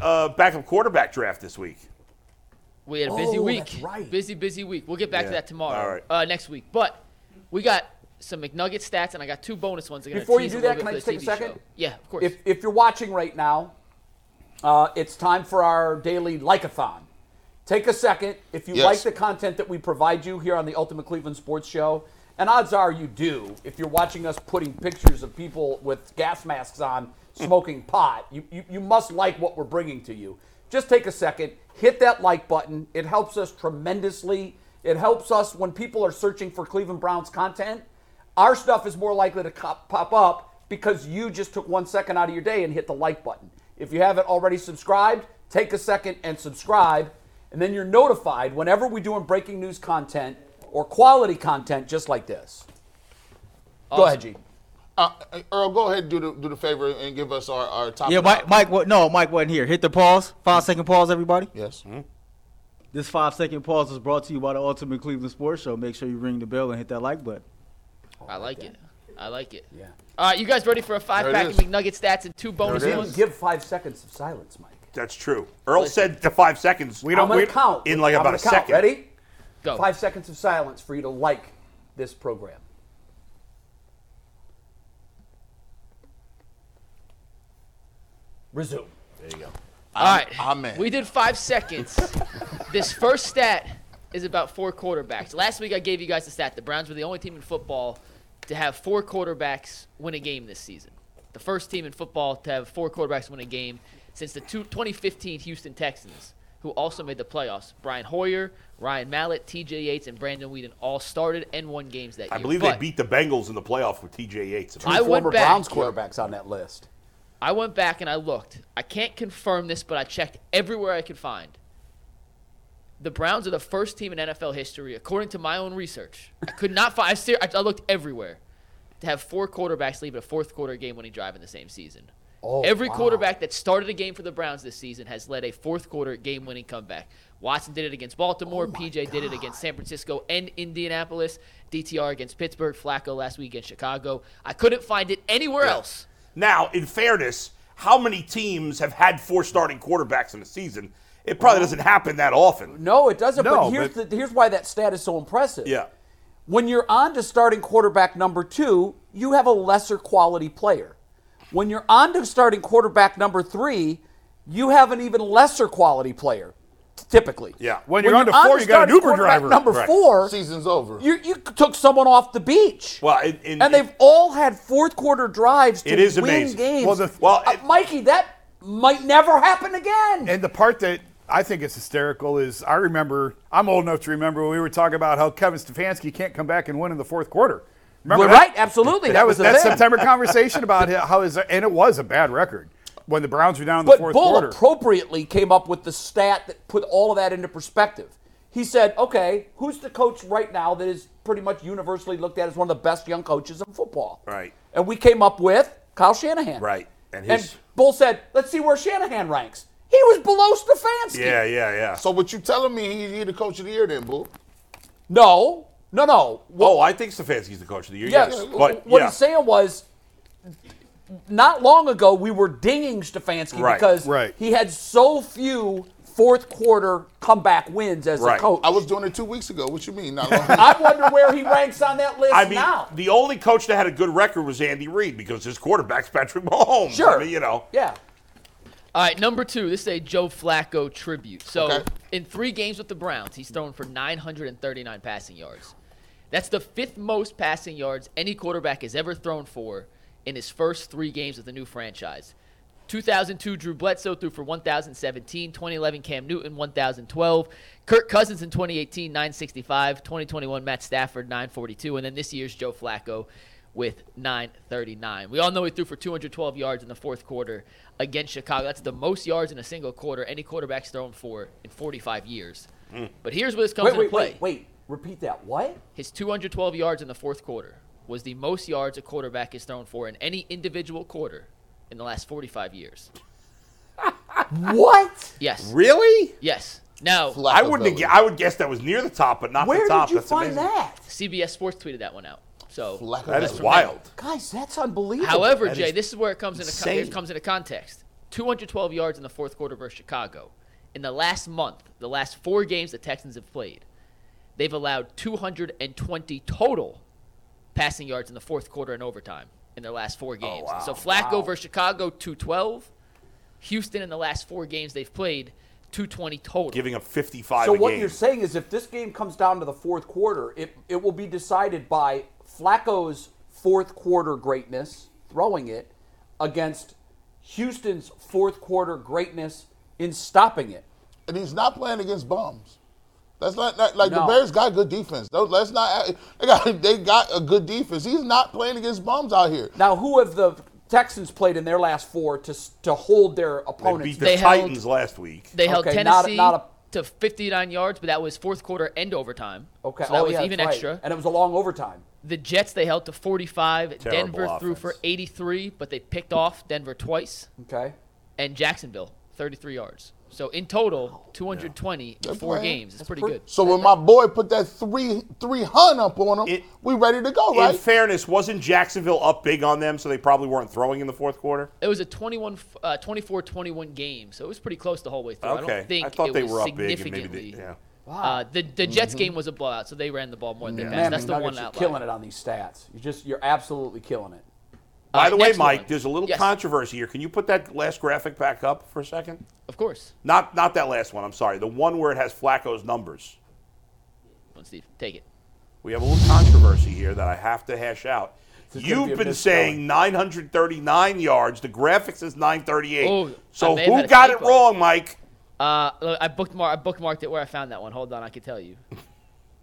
Speaker 3: uh, backup quarterback draft this week.
Speaker 6: We had a busy
Speaker 2: Oh,
Speaker 6: week.
Speaker 2: that's right.
Speaker 6: Busy, busy week. We'll get back
Speaker 3: Yeah.
Speaker 6: to that tomorrow.
Speaker 3: All right.
Speaker 6: Uh, next week. But we got some McNugget stats, and I got two bonus ones. I'm gonna
Speaker 2: Before you
Speaker 6: tease
Speaker 2: do
Speaker 6: a little
Speaker 2: that,
Speaker 6: bit
Speaker 2: can I
Speaker 6: for
Speaker 2: just
Speaker 6: the
Speaker 2: take a
Speaker 6: TV
Speaker 2: second?
Speaker 6: show. Yeah, of course.
Speaker 2: if if you're watching right now, uh, it's time for our daily likeathon. Take a second if you
Speaker 4: Yes.
Speaker 2: like the content that we provide you here on the Ultimate Cleveland Sports Show, and odds are you do. If you're watching us putting pictures of people with gas masks on smoking pot, you, you you must like what we're bringing to you. Just take a second, hit that like button. It helps us tremendously. It helps us when people are searching for Cleveland Browns content our stuff is more likely to co- pop up because you just took one second out of your day and hit the like button. If you haven't already subscribed, take a second and subscribe, and then you're notified whenever we do breaking news content or quality content just like this. Go ahead, G.
Speaker 4: Uh, Earl, go ahead and do the, do the favor and give us our, our top.
Speaker 8: Yeah,
Speaker 4: five.
Speaker 8: Mike. Mike, wa- no, Mike wasn't here. Hit the pause. Five second pause, everybody.
Speaker 4: Yes.
Speaker 3: Hmm?
Speaker 8: This five second pause is brought to you by the Ultimate Cleveland Sports Show. Make sure you ring the bell and hit that like button.
Speaker 6: I like it. I like it.
Speaker 2: Oh, Yeah.
Speaker 6: All right, you guys ready for a five pack
Speaker 4: is.
Speaker 6: of McNugget stats and two bonus
Speaker 4: it is.
Speaker 2: You
Speaker 6: ones?
Speaker 2: give five seconds of silence, Mike.
Speaker 3: That's true. Earl said the five seconds. We
Speaker 2: I'm going to count.
Speaker 3: in like
Speaker 2: I'm
Speaker 3: about
Speaker 2: gonna
Speaker 3: a
Speaker 2: count.
Speaker 3: second.
Speaker 2: Ready?
Speaker 6: Go.
Speaker 2: Five seconds of silence for you to like this program. Resume.
Speaker 6: All right.
Speaker 4: I'm in.
Speaker 6: We did five seconds. this first stat is about four quarterbacks. Last week I gave you guys the stat. The Browns were the only team in football to have four quarterbacks win a game this season. The first team in football to have four quarterbacks win a game since the two, 2015 Houston Texans, who also made the playoffs. Brian Hoyer, Ryan Mallett, T.J. Yates, and Brandon Whedon all started and won games that
Speaker 3: I
Speaker 6: year.
Speaker 3: believe
Speaker 6: But
Speaker 3: they beat the Bengals in the playoff with TJ Yates.
Speaker 6: I
Speaker 2: Former
Speaker 6: went back.
Speaker 2: Browns quarterbacks on that list.
Speaker 6: I went back and I looked. I can't confirm this, but I checked everywhere I could find. The Browns are the first team in NFL history, according to my own research. I could not find. I, ser- I I looked everywhere to have four quarterbacks leave a fourth quarter game-winning drive in the same season. Every quarterback that started a game for the Browns this season has led a fourth quarter game winning comeback. Watson did it against Baltimore. PJ did it against San Francisco and Indianapolis. DTR against Pittsburgh. Flacco last week against Chicago. I couldn't find it anywhere else.
Speaker 3: Now, in fairness, how many teams have had four starting quarterbacks in a season? It probably doesn't happen that often.
Speaker 2: No, it doesn't.
Speaker 5: No,
Speaker 2: but here's
Speaker 5: but-
Speaker 2: the, here's why that stat is so impressive.
Speaker 3: Yeah.
Speaker 2: When you're on to starting quarterback number two, you have a lesser quality player. When you're on to starting quarterback number three, you have an even lesser quality player, typically.
Speaker 3: Yeah.
Speaker 5: When you're on to four, you got
Speaker 2: starting
Speaker 5: an Uber
Speaker 2: quarterback
Speaker 5: driver.
Speaker 2: Number
Speaker 3: Right.
Speaker 2: four,
Speaker 4: Season's over.
Speaker 2: you, you took someone off the beach.
Speaker 3: Well, in- in-
Speaker 2: and they've all had fourth quarter drives to
Speaker 3: It is
Speaker 2: win
Speaker 3: amazing.
Speaker 2: games.
Speaker 5: Well, the-
Speaker 3: well,
Speaker 2: Uh,
Speaker 3: it-
Speaker 2: Mikey, that might never happen again.
Speaker 5: And the part that I think is hysterical is I remember I'm old enough to remember when we were talking about how Kevin Stefanski can't come back and win in the fourth quarter. Remember
Speaker 2: We're
Speaker 5: that?
Speaker 2: right, absolutely.
Speaker 5: That was
Speaker 2: the
Speaker 5: that
Speaker 2: thing.
Speaker 5: September conversation about how his and it was a bad record when the Browns were down in the
Speaker 2: But
Speaker 5: fourth
Speaker 2: Bull
Speaker 5: quarter.
Speaker 2: appropriately came up with the stat that put all of that into perspective. He said, okay, who's the coach right now that is pretty much universally looked at as one of the best young coaches in football?
Speaker 3: Right.
Speaker 2: And we came up with Kyle Shanahan.
Speaker 3: Right. And his-
Speaker 2: Bull said, let's see where Shanahan ranks. He was below Stefanski.
Speaker 3: Yeah, yeah, yeah.
Speaker 4: So what you telling me he, he the coach of the year then, boo?
Speaker 2: No, no, no.
Speaker 3: oh, I think Stefanski's the coach of the year.
Speaker 2: Yes.
Speaker 3: Yes. But,
Speaker 2: what
Speaker 3: yeah.
Speaker 2: he's saying was, not long ago we were dinging Stefanski
Speaker 3: Right,
Speaker 2: because
Speaker 5: right.
Speaker 2: he had so few fourth quarter comeback wins as
Speaker 3: Right.
Speaker 2: a coach.
Speaker 4: I was doing it two weeks ago. What you mean? Not long
Speaker 2: I wonder where he ranks on that list
Speaker 3: I mean,
Speaker 2: now.
Speaker 3: the only coach that had a good record was Andy Reid because his quarterback's Patrick Mahomes. I
Speaker 2: sure.
Speaker 3: mean, you know.
Speaker 2: Yeah.
Speaker 6: All right, number two. This is a Joe Flacco tribute. So
Speaker 4: Okay.
Speaker 6: in three games with the Browns, he's thrown for 939 passing yards. That's the fifth most passing yards any quarterback has ever thrown for in his first three games with the new franchise. 2002 Drew Bledsoe threw for 1,017. 2011 Cam Newton 1,012. Kirk Cousins in 2018 965. 2021 Matt Stafford 942. And then this year's Joe Flacco with 939. We all know he threw for 212 yards in the fourth quarter against Chicago. That's the most yards in a single quarter any quarterback's thrown for in 45 years. But here's where this comes
Speaker 2: Hmm. Wait,
Speaker 6: into
Speaker 2: wait,
Speaker 6: play.
Speaker 2: wait, wait. Repeat that. What?
Speaker 6: His 212 yards in the fourth quarter was the most yards a quarterback has thrown for in any individual quarter in the last 45 years.
Speaker 2: What?
Speaker 6: Yes.
Speaker 3: Really?
Speaker 6: Yes. Now,
Speaker 3: I wouldn't. have gu- I would guess that was near the top, but not
Speaker 2: Where
Speaker 3: the top.
Speaker 2: did you
Speaker 3: That's
Speaker 2: find
Speaker 3: amazing.
Speaker 2: that?
Speaker 6: CBS Sports tweeted that one out. So,
Speaker 4: Lack of
Speaker 3: That is
Speaker 4: effort.
Speaker 3: wild.
Speaker 2: Guys, that's unbelievable.
Speaker 6: however,
Speaker 3: That
Speaker 6: Jay,
Speaker 3: is
Speaker 6: this is where it comes into con-
Speaker 3: insane.
Speaker 6: it comes into context. 212 yards in the fourth quarter versus Chicago. In the last month, the last four games the Texans have played, they've allowed 220 total passing yards in the fourth quarter and overtime in their last
Speaker 2: Oh,
Speaker 6: four games. So Flacco versus Chicago, 212. Houston in the last four games they've played, 220 total.
Speaker 3: Giving up 55
Speaker 2: so
Speaker 3: a
Speaker 2: what
Speaker 3: game.
Speaker 2: you're saying is if this game comes down to the fourth quarter, it, it will be decided by Flacco's fourth quarter greatness, throwing it, against Houston's fourth quarter greatness in stopping it.
Speaker 4: and he's not playing against bums. That's not, not- like
Speaker 2: No.
Speaker 4: the Bears got good defense. Those- Let's not. uh, They got, they got a good defense. He's not playing against bums out here.
Speaker 2: Now, who have the Texans played in their last four to s- to hold their
Speaker 3: they
Speaker 2: opponents?
Speaker 3: beat the
Speaker 6: They held-
Speaker 3: Titans last week.
Speaker 6: They held
Speaker 2: Okay, not a-
Speaker 6: Tennessee
Speaker 2: not
Speaker 6: to 59 yards, but that was fourth quarter and overtime.
Speaker 2: okay,
Speaker 6: so that
Speaker 2: oh,
Speaker 6: was
Speaker 2: yeah,
Speaker 6: even
Speaker 2: that's right.
Speaker 6: extra.
Speaker 2: and it was a long overtime.
Speaker 6: The Jets they held to 45.
Speaker 3: Terrible
Speaker 6: Denver threw for
Speaker 3: offense.
Speaker 6: 83, but they picked off Denver twice,
Speaker 2: Okay,
Speaker 6: and Jacksonville 33 yards. So in total, 220 in four
Speaker 4: playing.
Speaker 6: games. It's pretty,
Speaker 2: pretty-
Speaker 6: good.
Speaker 4: So when my boy put that three three hun up on him,
Speaker 3: It-
Speaker 4: we ready to go,
Speaker 3: In
Speaker 4: right?
Speaker 3: fairness, wasn't Jacksonville up big on them, so they probably weren't throwing in the fourth quarter?
Speaker 6: It was a 21, f- uh, 24-21 game, so it was pretty close the whole way through. I
Speaker 3: Okay.
Speaker 6: don't think
Speaker 3: thought
Speaker 6: it
Speaker 3: they
Speaker 6: was
Speaker 3: were up big. And
Speaker 6: significantly.
Speaker 3: maybe they, yeah.
Speaker 6: uh, the the Jets game was a blowout, so they ran the ball more than they
Speaker 2: Mm-hmm. man,
Speaker 6: passed. That's the
Speaker 2: McNuggets,
Speaker 6: one
Speaker 2: you're
Speaker 6: outlier.
Speaker 2: killing it on these stats. You just you're absolutely killing it.
Speaker 3: By the way,
Speaker 6: Uh, next
Speaker 3: Mike,
Speaker 6: one.
Speaker 3: there's a little
Speaker 6: Yes.
Speaker 3: controversy here. Can you put that last graphic back up for a second?
Speaker 6: Of course.
Speaker 3: Not not that last one. I'm sorry. The one where it has Flacco's numbers.
Speaker 6: Come on, Steve, take it.
Speaker 3: we have a little controversy here that I have to hash out.
Speaker 2: is gonna be
Speaker 3: You've
Speaker 2: a
Speaker 3: been
Speaker 2: missed
Speaker 3: saying 939 yards. The graphic says 938.
Speaker 6: Oh, I
Speaker 3: so
Speaker 6: may have had
Speaker 3: who
Speaker 6: a
Speaker 3: got it
Speaker 6: typo.
Speaker 3: wrong, Mike?
Speaker 6: Uh, look, I bookmarked, I bookmarked it where I found that one. Hold on, I could tell you.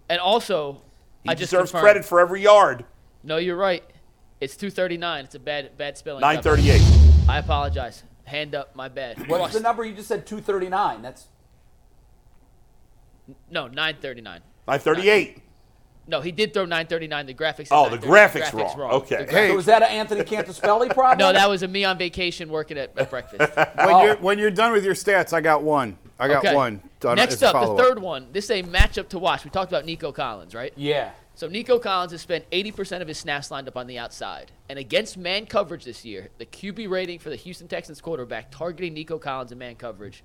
Speaker 6: And also,
Speaker 3: He
Speaker 6: I just
Speaker 3: deserves
Speaker 6: confirmed- Oh,
Speaker 3: credit for every yard.
Speaker 6: No, you're right. It's 239. It's a bad bad spelling.
Speaker 3: 938.
Speaker 6: I apologize. Hand up, my bad.
Speaker 2: What's
Speaker 6: Ross-
Speaker 2: the number you just said? 239. That's
Speaker 6: No, 939.
Speaker 3: 938.
Speaker 6: No, he did throw 939. The graphics. said
Speaker 3: Oh, the
Speaker 6: 939.
Speaker 3: graphics wrong. Okay.
Speaker 6: The gra-
Speaker 5: Hey,
Speaker 2: so is that an Anthony Cantaspelli problem?
Speaker 6: No, that was a me on vacation working at, at breakfast.
Speaker 5: when,
Speaker 2: Oh.
Speaker 5: you're, when you're done with your stats, I got one. I got
Speaker 6: Okay.
Speaker 5: one. done
Speaker 6: Next
Speaker 5: as a
Speaker 6: up, the
Speaker 5: follow-up.
Speaker 6: third one. This is a matchup to watch. We talked about Nico Collins, right?
Speaker 2: Yeah.
Speaker 6: So Nico Collins has spent 80% of his snaps lined up on the outside. And against man coverage this year, the QB rating for the Houston Texans quarterback targeting Nico Collins in man coverage,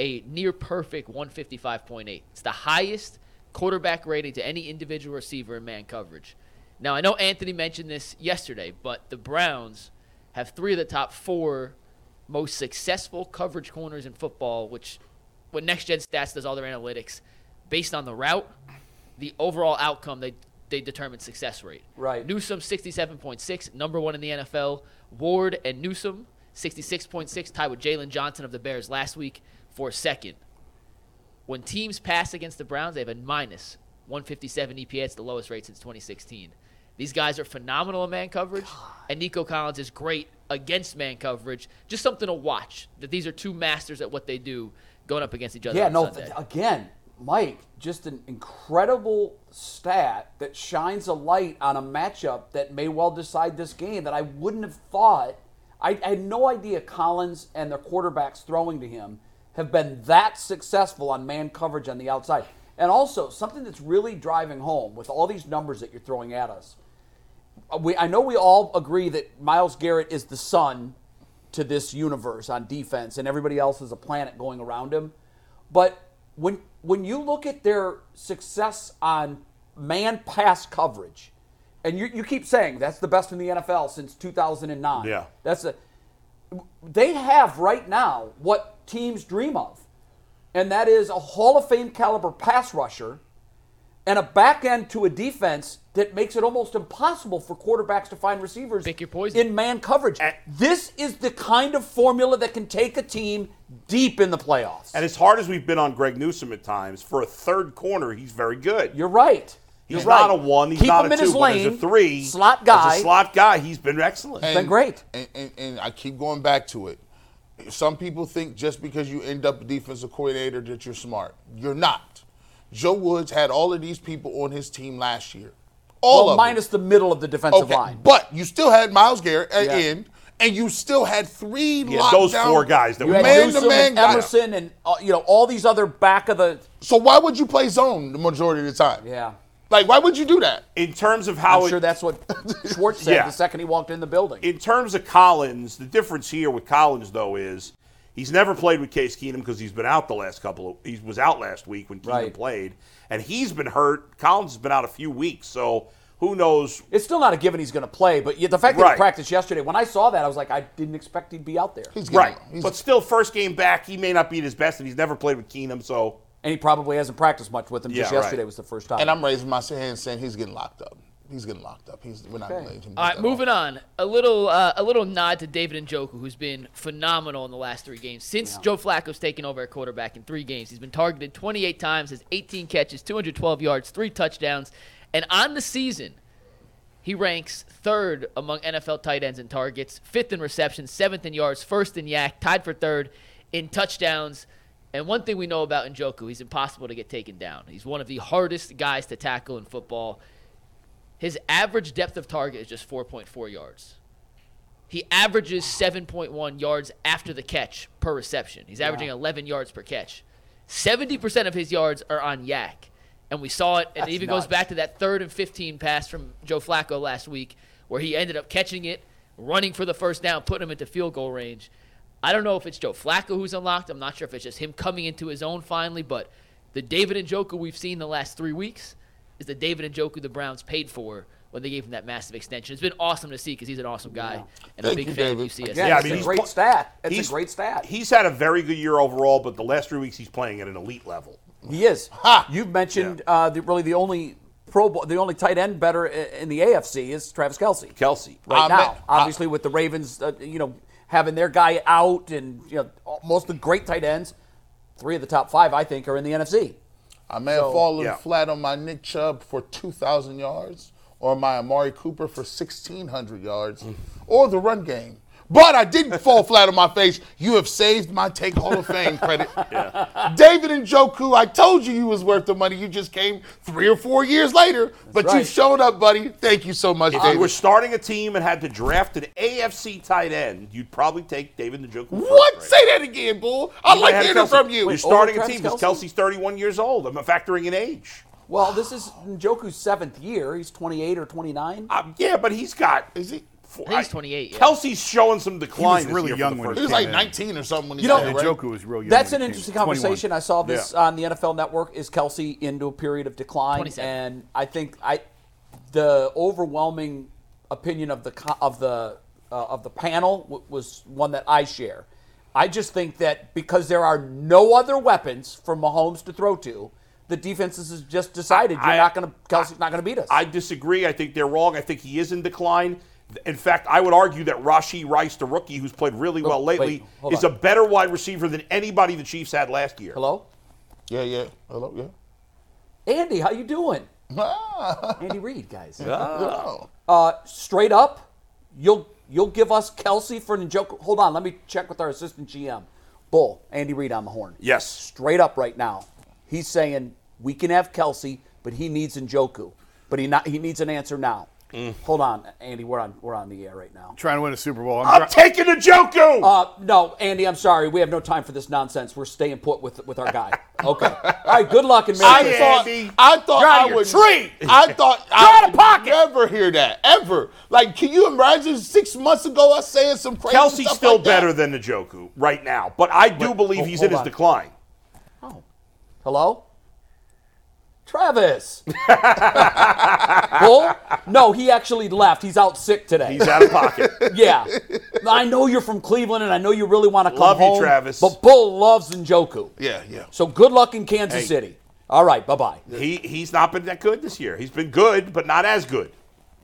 Speaker 6: a near perfect 155.8. It's the highest quarterback rating to any individual receiver in man coverage. Now, I know Anthony mentioned this yesterday, but the Browns have three of the top four most successful coverage corners in football, which when Next Gen Stats does all their analytics based on the route, the overall outcome, they they determine success rate.
Speaker 2: Right.
Speaker 6: Newsom 67.6, number one in the NFL. Ward and Newsom 66.6, tied with Jalen Johnson of the Bears last week for second. When teams pass against the Browns, they have a minus 157 EPA. It's the lowest rate since 2016. These guys are phenomenal in man coverage, and Nico Collins is great against man coverage. Just something to watch. That these are two masters at what they do, going up against each other.
Speaker 2: Yeah,
Speaker 6: on
Speaker 2: no,
Speaker 6: Sunday.
Speaker 2: th- again, Mike, just an incredible stat that shines a light on a matchup that may well decide this game that I wouldn't have thought. I, I had no idea Collins and the quarterbacks throwing to him have been that successful on man coverage on the outside. And also, something that's really driving home with all these numbers that you're throwing at us. We, I know we all agree that Miles Garrett is the sun to this universe on defense, and everybody else is a planet going around him. But when when you look at their success on man pass coverage, and you, you keep saying that's the best in the NFL since 2009.
Speaker 3: Yeah.
Speaker 2: that's a, they have right now what teams dream of, and that is a Hall of Fame caliber pass rusher and a back end to a defense that makes it almost impossible for quarterbacks to find receivers
Speaker 6: Pick your poison.
Speaker 2: in man coverage. this is the kind of formula that can take a team deep in the playoffs.
Speaker 3: And as hard as we've been on Greg Newsom at times, for a third corner, he's very good.
Speaker 2: You're right.
Speaker 3: he's
Speaker 2: You're right.
Speaker 3: not a one. He's
Speaker 2: Keep
Speaker 3: not
Speaker 2: him
Speaker 3: a
Speaker 2: in
Speaker 3: two.
Speaker 2: his
Speaker 3: but he's
Speaker 2: lane.
Speaker 3: a three.
Speaker 2: Slot
Speaker 3: As
Speaker 2: guy.
Speaker 3: a slot guy, he's been excellent.
Speaker 2: been great.
Speaker 4: And, and, and I keep going back to it. Some people think just because you end up a defensive coordinator that you're smart. You're not. Joe Woods had all of these people on his team last year. All
Speaker 2: Well,
Speaker 4: of them.
Speaker 2: minus the middle of the defensive line.
Speaker 4: But you still had Miles Garrett at
Speaker 2: Yeah.
Speaker 4: end, and you still had three
Speaker 3: Yeah, those
Speaker 4: lockdown-
Speaker 3: four guys that
Speaker 2: you
Speaker 3: we
Speaker 2: had
Speaker 4: man
Speaker 2: Newsom
Speaker 4: to man
Speaker 2: and
Speaker 4: guys.
Speaker 2: Emerson and uh, you know all these other back of the
Speaker 4: So why would you play zone the majority of the time?
Speaker 2: yeah.
Speaker 4: Like why would you do that?
Speaker 3: In terms of how
Speaker 2: I'm
Speaker 3: it-
Speaker 2: sure that's what Schwartz said
Speaker 3: Yeah.
Speaker 2: the second he walked in the building.
Speaker 3: in terms of Collins, the difference here with Collins though is he's never played with Case Keenum because he's been out the last couple of he was out last week when Keenum
Speaker 2: Right.
Speaker 3: played, and he's been hurt. Collins has been out a few weeks, so who knows?
Speaker 2: it's still not a given he's going to play, but yet the fact that
Speaker 3: Right.
Speaker 2: he practiced yesterday, when I saw that, I was like, I didn't expect he'd be out there.
Speaker 4: He's getting-
Speaker 3: Right,
Speaker 4: he's-
Speaker 3: but still, first game back, he may not be at his best, and he's never played with Keenum, so
Speaker 2: And he probably hasn't practiced much with him. just
Speaker 3: Yeah, right.
Speaker 2: yesterday was the first time.
Speaker 4: and I'm raising my hand saying he's getting locked up. He's getting locked up. He's we're not
Speaker 2: Okay.
Speaker 4: letting him.
Speaker 6: All right, moving on. A little, uh, a little nod to David Njoku, who's been phenomenal in the last three games since Joe Flacco's taken over at quarterback in three games. He's been targeted 28 times, has 18 catches, 212 yards, three touchdowns, and on the season, he ranks third among NFL tight ends in targets, fifth in receptions, seventh in yards, first in yak, tied for third in touchdowns. And one thing we know about Njoku, he's impossible to get taken down. He's one of the hardest guys to tackle in football. His average depth of target is just 4.4 yards. He averages 7.1 yards after the catch per reception. He's averaging 11 yards per catch. 70% of his yards are on yak. And we saw it, and
Speaker 2: That's
Speaker 6: it even
Speaker 2: nuts.
Speaker 6: goes back to that third and 15 pass from Joe Flacco last week, where he ended up catching it, running for the first down, putting him into field goal range. I don't know if it's Joe Flacco who's unlocked. I'm not sure if it's just him coming into his own finally, but the David and Njoku we've seen the last three weeks is the David Njoku the Browns paid for when they gave him that massive extension. It's been awesome to see because he's an awesome guy and a
Speaker 4: Thank
Speaker 6: big
Speaker 4: you,
Speaker 6: fan of
Speaker 4: David.
Speaker 6: UCSD.
Speaker 2: Again,
Speaker 3: Yeah, I
Speaker 2: it's
Speaker 3: mean,
Speaker 2: a
Speaker 3: he's
Speaker 2: great
Speaker 3: pl-
Speaker 2: stat. That's
Speaker 3: he's
Speaker 2: a great stat. He,
Speaker 3: He's had a very good year overall, but the last three weeks he's playing at an elite level.
Speaker 2: is. You've mentioned uh, the, really the only Pro Bowl, the only tight end better i- in the AFC is Travis Kelsey.
Speaker 3: Kelsey.
Speaker 2: right
Speaker 4: I
Speaker 2: now.
Speaker 4: mean, I-
Speaker 2: Obviously, with the Ravens, uh, you know, having their guy out, and you know, all- most of the great tight ends, three of the top five, I think, are in the NFC.
Speaker 4: I may have fallen
Speaker 3: yeah.
Speaker 4: flat on my Nick Chubb for 2,000 yards or my Amari Cooper for 1,600 yards or the run game. But I did fall flat on my face. You have saved my Take Hall of Fame credit. David and Joku, I told you you was worth the money. You just came three or four years later, but you
Speaker 2: right.
Speaker 4: showed up, buddy. Thank you so much,
Speaker 3: If
Speaker 4: David.
Speaker 3: you were starting a team and had to draft an AFC tight end, you'd probably take David Njoku. first,
Speaker 4: what?
Speaker 3: right?
Speaker 4: Say that again, Bull. I
Speaker 3: You might
Speaker 4: like
Speaker 3: have
Speaker 4: hearing
Speaker 3: Kelsey.
Speaker 4: from you.
Speaker 3: You're starting a
Speaker 2: Travis
Speaker 3: team because
Speaker 2: Kelce?
Speaker 3: Kelsey's 31 years old. I'm factoring in age.
Speaker 2: Well, this is Njoku's seventh year. He's 28 or 29.
Speaker 3: Um, yeah, but he's got.
Speaker 4: Is he?
Speaker 3: four-
Speaker 6: I think he's
Speaker 3: I-
Speaker 6: 28, yeah.
Speaker 3: Kelsey's showing some decline. this
Speaker 5: really
Speaker 3: year for
Speaker 5: young
Speaker 3: the
Speaker 5: when
Speaker 3: first
Speaker 4: He was
Speaker 3: time.
Speaker 4: like
Speaker 5: in.
Speaker 4: 19 or something when he
Speaker 2: You know-
Speaker 4: got
Speaker 5: And
Speaker 4: here, right?
Speaker 5: Njoku was real young.
Speaker 2: That's an
Speaker 5: when he came.
Speaker 2: interesting conversation.
Speaker 5: 21.
Speaker 2: I saw this on the NFL Network. Is Kelsey into a period of decline?
Speaker 6: 27.
Speaker 2: And I think I, the overwhelming opinion of the co- of the uh, of the panel w- was one that I share. I just think that because there are no other weapons for Mahomes to throw to, the defenses has just decided you're
Speaker 3: I-
Speaker 2: not going to Kelsey's not going to beat us.
Speaker 3: I disagree. I think they're wrong. I think he is in decline. In fact, I would argue that Rashi Rice, the rookie who's played really well
Speaker 2: wait,
Speaker 3: lately,
Speaker 2: hold
Speaker 3: is
Speaker 2: on.
Speaker 3: a better wide receiver than anybody the Chiefs had last year.
Speaker 2: Hello,
Speaker 4: Yeah, yeah. Hello, yeah.
Speaker 2: Andy, how you doing?
Speaker 4: Ah,
Speaker 2: Andy Reid, guys. Uh,
Speaker 4: oh.
Speaker 2: straight up, you'll you'll give us Kelsey for Njoku. Hold on, let me check with our assistant GM, Bull Andy Reid on the horn.
Speaker 3: Yes.
Speaker 2: straight up right now, he's saying we can have Kelsey, but he needs Njoku, but he not he needs an answer now.
Speaker 4: Mm.
Speaker 2: Hold on, Andy, we're on we're on the air right now.
Speaker 5: Trying to win a Super Bowl. I'm
Speaker 3: I'm
Speaker 5: dri-
Speaker 3: taking the Joku.
Speaker 2: Uh, no, Andy, I'm sorry. We have no time for this nonsense. We're staying put with with our guy. Okay. All right. Good luck and
Speaker 4: I
Speaker 2: Merry Christmas.
Speaker 4: thought,
Speaker 3: Andy.
Speaker 4: I thought
Speaker 3: You're out
Speaker 4: I
Speaker 3: of your
Speaker 4: would.
Speaker 3: tree.
Speaker 4: I thought
Speaker 2: out
Speaker 4: I
Speaker 2: of
Speaker 4: would
Speaker 2: pocket.
Speaker 4: never hear that ever. Like, can you imagine six months ago us saying some crazy
Speaker 3: Kelsey's
Speaker 4: stuff
Speaker 3: still
Speaker 4: like that?
Speaker 3: better than the Joku right now, but I do believe
Speaker 2: ho-
Speaker 3: he's
Speaker 2: hold
Speaker 3: in his
Speaker 2: on.
Speaker 3: decline.
Speaker 2: Hello? Travis. Bull? No, he actually left. He's out sick today.
Speaker 3: He's out of pocket.
Speaker 2: yeah. I know you're from Cleveland and I know you really want to come
Speaker 3: Love you,
Speaker 2: home,
Speaker 3: Travis.
Speaker 2: But Bull loves Njoku.
Speaker 4: Yeah, yeah.
Speaker 2: So good luck in Kansas
Speaker 3: Hey.
Speaker 2: City. All right, bye-bye.
Speaker 3: he he's not been that good this year. He's been good, but not as good.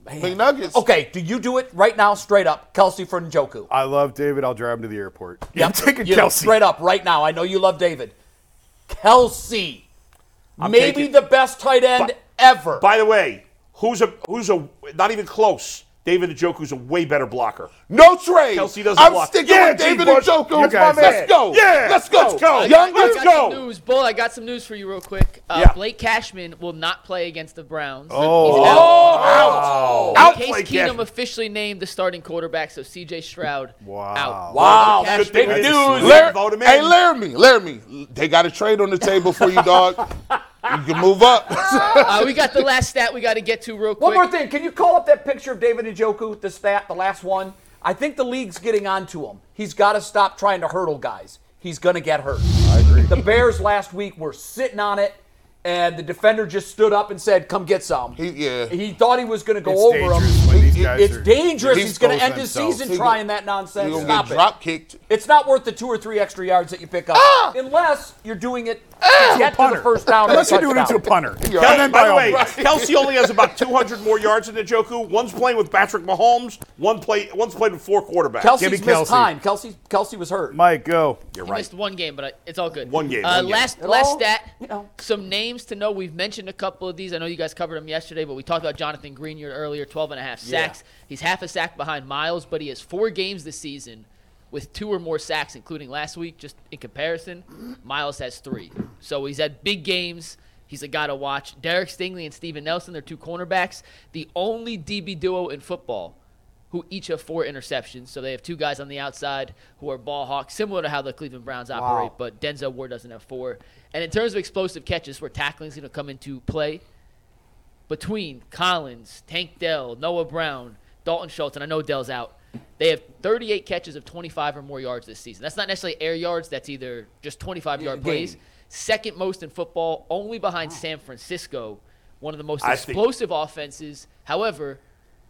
Speaker 4: McNuggets.
Speaker 2: Okay, do you do it right now straight up, Kelsey for Njoku?
Speaker 5: I love David. I'll drive him to the airport.
Speaker 2: Yep.
Speaker 5: I'm taking
Speaker 2: You know,
Speaker 5: Kelsey.
Speaker 2: Straight up right now. I know you love David. Kelsey. Maybe
Speaker 3: taking-
Speaker 2: the best tight end ever.
Speaker 3: By the way, who's a who's a not even close? David Njoku's a way better blocker.
Speaker 4: No trade.
Speaker 3: Kelsey doesn't
Speaker 4: I'm
Speaker 3: block.
Speaker 4: sticking
Speaker 3: Yeah,
Speaker 4: with David
Speaker 3: G-Bush.
Speaker 4: and Joker.
Speaker 5: You guys-
Speaker 4: Let's go.
Speaker 3: Yeah.
Speaker 4: Let's go.
Speaker 3: Let's go.
Speaker 4: Young,
Speaker 3: Let's
Speaker 4: let's
Speaker 6: I got
Speaker 3: go.
Speaker 6: Some news, Bull. I got some news for you, real quick. Uh,
Speaker 3: Yeah.
Speaker 6: Blake Cashman will not play against the Browns.
Speaker 4: Oh,
Speaker 3: Oh,
Speaker 6: Out.
Speaker 3: out
Speaker 6: Case
Speaker 3: play
Speaker 6: Keenum
Speaker 3: Cashman.
Speaker 6: officially named the starting quarterback, so C.J. Stroud
Speaker 5: Wow.
Speaker 6: out.
Speaker 2: Wow,
Speaker 6: Cashman-
Speaker 3: Good thing we didn't
Speaker 2: Dude,
Speaker 3: sweep
Speaker 4: Lar-
Speaker 3: and vote him in.
Speaker 4: hey, Laramie, Laramie, they got a trade on the table for you, dog. you can move up.
Speaker 6: Uh, we got the last stat we got to get to real quick.
Speaker 2: One more thing. Can you call up that picture of David Njoku, the stat, the last one? I think the league's getting onto him. He's got to stop trying to hurdle guys. He's going to get hurt. I agree. The Bears last week were sitting on it, and the defender just stood up and said, come get some.
Speaker 4: He- yeah.
Speaker 2: He thought he was going to go
Speaker 5: It's
Speaker 2: over
Speaker 5: dangerous when
Speaker 2: him.
Speaker 5: these
Speaker 2: It-
Speaker 5: guys
Speaker 2: it's
Speaker 5: are-
Speaker 2: dangerous.
Speaker 5: He's
Speaker 2: He's going to
Speaker 5: exposing
Speaker 2: end his
Speaker 5: themselves.
Speaker 2: season
Speaker 5: He-
Speaker 2: trying that
Speaker 4: You're
Speaker 2: nonsense.
Speaker 4: going to
Speaker 2: Stop
Speaker 4: get
Speaker 2: it.
Speaker 4: drop kicked.
Speaker 2: It's not worth the two or three extra yards that you pick up, unless you're doing it to get to the first down. and
Speaker 5: Unless you're
Speaker 2: touchdown.
Speaker 5: doing it to a punter.
Speaker 3: Hey,
Speaker 5: And then
Speaker 3: by
Speaker 5: by
Speaker 3: the
Speaker 5: all
Speaker 3: way,
Speaker 5: means.
Speaker 3: Kelsey only has about 200 more yards than Njoku. One's playing with Patrick Mahomes. One play. One's played with four quarterbacks.
Speaker 2: Kelsey's
Speaker 5: Gimme
Speaker 2: missed
Speaker 5: Kelsey.
Speaker 2: time. Kelsey, Kelsey was hurt.
Speaker 5: Mike, go.
Speaker 3: You're
Speaker 6: He
Speaker 3: right.
Speaker 6: missed one game, but I, it's all good.
Speaker 3: One game,
Speaker 6: Uh,
Speaker 3: one game.
Speaker 6: Last
Speaker 2: It
Speaker 6: last
Speaker 2: all-
Speaker 6: stat.
Speaker 2: you know.
Speaker 6: Some names to know. We've mentioned a couple of these. I know you guys covered them yesterday, but we talked about Jonathan Greenyard earlier. 12 and a half sacks. He's half a sack behind Miles, but he has four games this season with two or more sacks, including last week. Just in comparison, Miles has three. So he's had big games. He's a guy to watch. Derek Stingley and Steven Nelson, they're two cornerbacks. The only DB duo in football who each have four interceptions. So they have two guys on the outside who are ball hawks, similar to how the Cleveland Browns operate, but Denzel Ward doesn't have four. And in terms of explosive catches, where tackling is going to come into play, between Collins, Tank Dell, Noah Brown, Dalton Schultz, and I know Dell's out, they have 38 catches of 25 or more yards this season. That's not necessarily air yards, that's either just 25 yard plays. Second most in football, only behind San Francisco, one of the most
Speaker 3: I think-
Speaker 6: explosive offenses. However,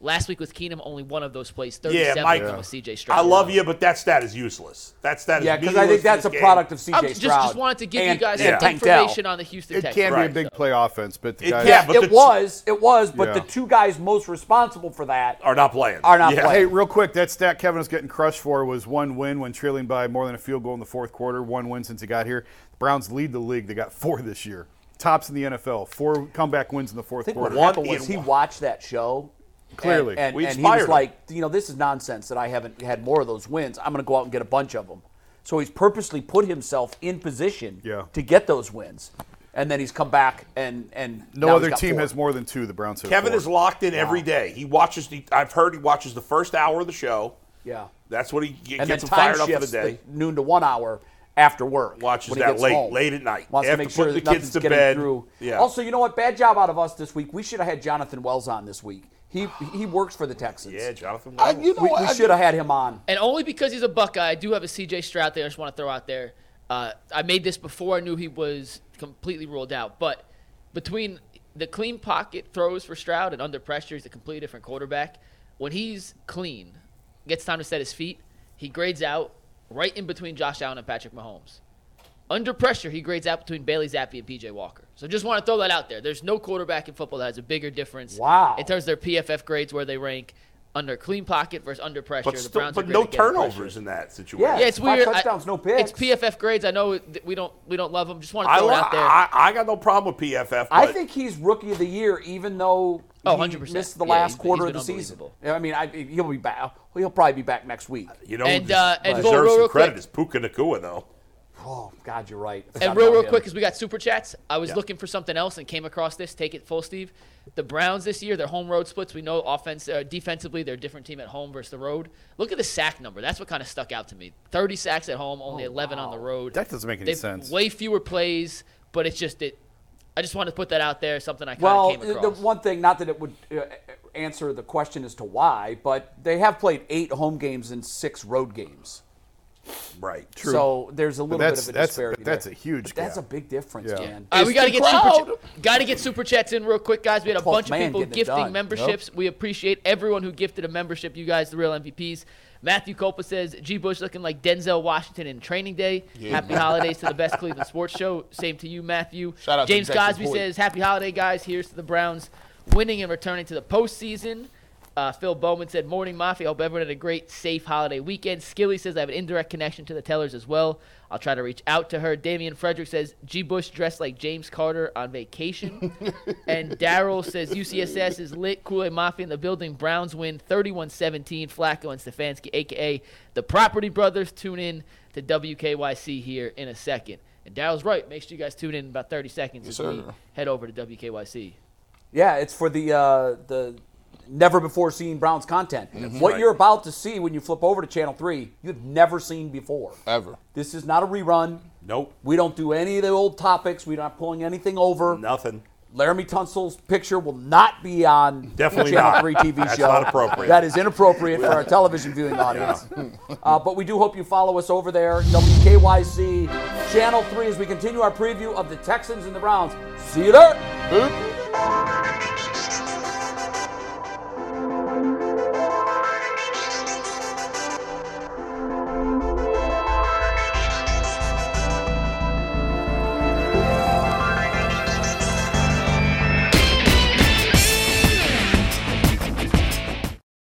Speaker 6: Last week with Keenum, only one of those plays,
Speaker 3: Yeah,
Speaker 6: 37
Speaker 3: Mike.
Speaker 6: of them was CJ Stroud.
Speaker 3: I love you, but that stat is useless. That stat is
Speaker 2: Yeah, because I think that's a product of CJ
Speaker 6: I'm just,
Speaker 2: Stroud.
Speaker 6: just wanted to give
Speaker 2: and-
Speaker 6: you guys
Speaker 3: yeah.
Speaker 6: some
Speaker 2: Tank Dell.
Speaker 6: information on the Houston
Speaker 5: It
Speaker 6: Texans.
Speaker 5: can be
Speaker 3: Right.
Speaker 5: a big play offense, but the
Speaker 3: It
Speaker 5: guys.
Speaker 3: can, but
Speaker 2: it
Speaker 3: the-
Speaker 2: was, it was, but the
Speaker 5: Yeah.
Speaker 2: two guys most responsible for that
Speaker 3: are not playing.
Speaker 2: Are not playing.
Speaker 5: Hey, real quick, that stat Kevin was getting crushed for was one win when trailing by more than a field goal in the fourth quarter. One win since he got here. The Browns lead the league. They got four this year. Tops in the NFL. Four comeback wins in the fourth
Speaker 2: think what
Speaker 5: quarter.
Speaker 2: happened
Speaker 3: One
Speaker 2: was he
Speaker 3: in one.
Speaker 2: watched that show. and-
Speaker 5: Clearly.
Speaker 2: and,
Speaker 3: We
Speaker 2: and he was
Speaker 3: inspired him.
Speaker 2: like, you know, this is nonsense that I haven't had more of those wins. I'm going to go out and get a bunch of them. So he's purposely put himself in position
Speaker 5: Yeah.
Speaker 2: to get those wins, and then he's come back and and
Speaker 5: No
Speaker 2: now he's
Speaker 5: other
Speaker 2: got
Speaker 5: team
Speaker 2: four.
Speaker 5: has more than two. The Browns have.
Speaker 3: Kevin
Speaker 5: four.
Speaker 3: is locked in every day. He watches. The, I've heard he watches the first hour of the show.
Speaker 2: Yeah,
Speaker 3: That's what he g-
Speaker 2: and
Speaker 3: gets
Speaker 2: then time
Speaker 3: him fired up for the
Speaker 2: shifts
Speaker 3: day.
Speaker 2: the noon to one hour after work.
Speaker 3: Watches
Speaker 2: when he
Speaker 3: that
Speaker 2: gets
Speaker 3: late-
Speaker 2: home.
Speaker 3: late at night,
Speaker 2: Wants to
Speaker 3: after
Speaker 2: make sure
Speaker 3: putting
Speaker 2: that
Speaker 3: the kids
Speaker 2: nothing's
Speaker 3: to
Speaker 2: getting
Speaker 3: bed.
Speaker 2: through.
Speaker 3: Yeah.
Speaker 2: Also, you know what? Bad job out of us this week. We should have had Jonathan Wells on this week. He he works for the Texans.
Speaker 3: yeah, Jonathan.
Speaker 4: I,
Speaker 3: Wells.
Speaker 4: you know
Speaker 2: we,
Speaker 4: what?
Speaker 2: we
Speaker 4: I-
Speaker 2: should have had him on.
Speaker 6: And only because he's a Buckeye, I do have a CJ Stroud there. I just want to throw out there. Uh, I made this before I knew he was completely ruled out. But between the clean pocket throws for Stroud and under pressure, he's a completely different quarterback. When he's clean, gets time to set his feet, he grades out right in between Josh Allen and Patrick Mahomes. Under pressure, he grades out between Bailey Zappi and PJ Walker. So just want to throw that out there. There's no quarterback in football that has a bigger difference
Speaker 2: Wow.
Speaker 6: in terms of their PFF grades where they rank under clean pocket versus under pressure.
Speaker 3: but
Speaker 6: the
Speaker 3: still,
Speaker 6: Browns are
Speaker 3: but
Speaker 6: great
Speaker 3: no
Speaker 6: at getting pressure.
Speaker 3: turnovers in that situation.
Speaker 2: Yeah.
Speaker 6: Yeah, it's
Speaker 2: Five
Speaker 6: weird.
Speaker 2: touchdowns, no picks.
Speaker 6: It's PFF grades. I know that we don't we don't love them. Just want to
Speaker 3: I,
Speaker 6: throw
Speaker 3: li-
Speaker 6: it out there.
Speaker 3: I, I got no problem with PFF.
Speaker 2: I
Speaker 3: but
Speaker 2: think he's rookie of the year, even though
Speaker 6: Oh,
Speaker 2: he
Speaker 6: 100%.
Speaker 2: missed the
Speaker 6: Yeah,
Speaker 2: last
Speaker 6: he's been-
Speaker 2: quarter
Speaker 6: he's
Speaker 2: of the
Speaker 6: been
Speaker 2: season.
Speaker 6: unbelievable.
Speaker 2: I mean, I, he'll be back. He'll probably be back next week.
Speaker 3: you know
Speaker 6: And,
Speaker 3: who
Speaker 6: uh,
Speaker 3: des-
Speaker 6: and Bull,
Speaker 3: deserves
Speaker 6: real- real
Speaker 3: some credit
Speaker 6: quick.
Speaker 3: is Puka Nakua though.
Speaker 2: Oh God, you're right. I
Speaker 6: and
Speaker 2: forgot
Speaker 6: real,
Speaker 2: about
Speaker 6: real
Speaker 2: him.
Speaker 6: quick, because we got super chats. I was
Speaker 3: Yeah.
Speaker 6: looking for something else and came across this. Take it full, Steve. The Browns this year, their home road splits. We know offense, uh, defensively, they're a different team at home versus the road. Look at the sack number. That's what kind of stuck out to me. Thirty sacks at home, only eleven on the road.
Speaker 5: Oh, That doesn't make any
Speaker 6: They've
Speaker 5: sense.
Speaker 6: Way fewer plays, but it's just it. I just wanted to put that out there. Something I kind of
Speaker 2: Well,
Speaker 6: came
Speaker 2: the
Speaker 6: across.
Speaker 2: the one thing, not that it would uh, answer the question as to why, but they have played eight home games and six road games.
Speaker 3: Right.
Speaker 2: So there's a little bit
Speaker 5: That's
Speaker 2: of a
Speaker 5: that's
Speaker 2: disparity.
Speaker 5: that's a
Speaker 2: there.
Speaker 5: huge.
Speaker 2: But that's a
Speaker 5: gap.
Speaker 2: big difference,
Speaker 5: Yeah.
Speaker 2: man.
Speaker 6: All right, Uh, we
Speaker 4: It's
Speaker 6: got to
Speaker 4: the
Speaker 6: get super
Speaker 4: crowd.
Speaker 6: got to get super chats in real quick, guys. We had a
Speaker 2: Twelfth
Speaker 6: bunch of
Speaker 2: man
Speaker 6: people
Speaker 2: getting it
Speaker 6: gifting
Speaker 2: done.
Speaker 6: memberships. We appreciate everyone who gifted a membership. You guys, the real MVPs. Matthew Copa says G. Bush looking like Denzel Washington in Training Day. Happy holidays to the best Cleveland sports show. Same to you, Matthew.
Speaker 4: Shout out to
Speaker 6: James
Speaker 4: Jackson
Speaker 6: Cosby
Speaker 4: Boyd.
Speaker 6: says Happy holiday, guys. Here's to the Browns winning and returning to the postseason. Uh, Phil Bowman said, Morning, Mafia. Hope everyone had a great, safe holiday weekend. Skilly says, I have an indirect connection to the tellers as well. I'll try to reach out to her. Damian Frederick says, G. Bush dressed like James Carter on vacation. and Daryl says, UCSS is lit. Kool Aid Mafia in the building. Browns win 31 17. Flacco and Stefanski, a.k.a. the Property Brothers. Tune in to WKYC here in a second. And Daryl's right. Make sure you guys tune in in about 30 seconds as we
Speaker 4: sir.
Speaker 6: head over to WKYC.
Speaker 2: Yeah, it's for the uh, the never before seen Browns content.
Speaker 6: Mm-hmm.
Speaker 2: What you're about to see when you flip over to Channel Three, you've never seen before.
Speaker 6: Uh,
Speaker 4: Ever.
Speaker 2: This is not a rerun.
Speaker 3: Nope.
Speaker 2: We don't do any of the old topics. We're not pulling anything over.
Speaker 3: Nothing.
Speaker 2: Laramie Tunsil's picture will not be on
Speaker 3: Definitely
Speaker 2: the Channel
Speaker 3: not.
Speaker 2: 3 TV
Speaker 3: That's
Speaker 2: show.
Speaker 3: not appropriate.
Speaker 2: That is inappropriate for our television viewing audience. Uh, but we do hope you follow us over there, WKYC Channel 3, as we continue our preview of the Texans and the Browns. See you there.
Speaker 4: Boop.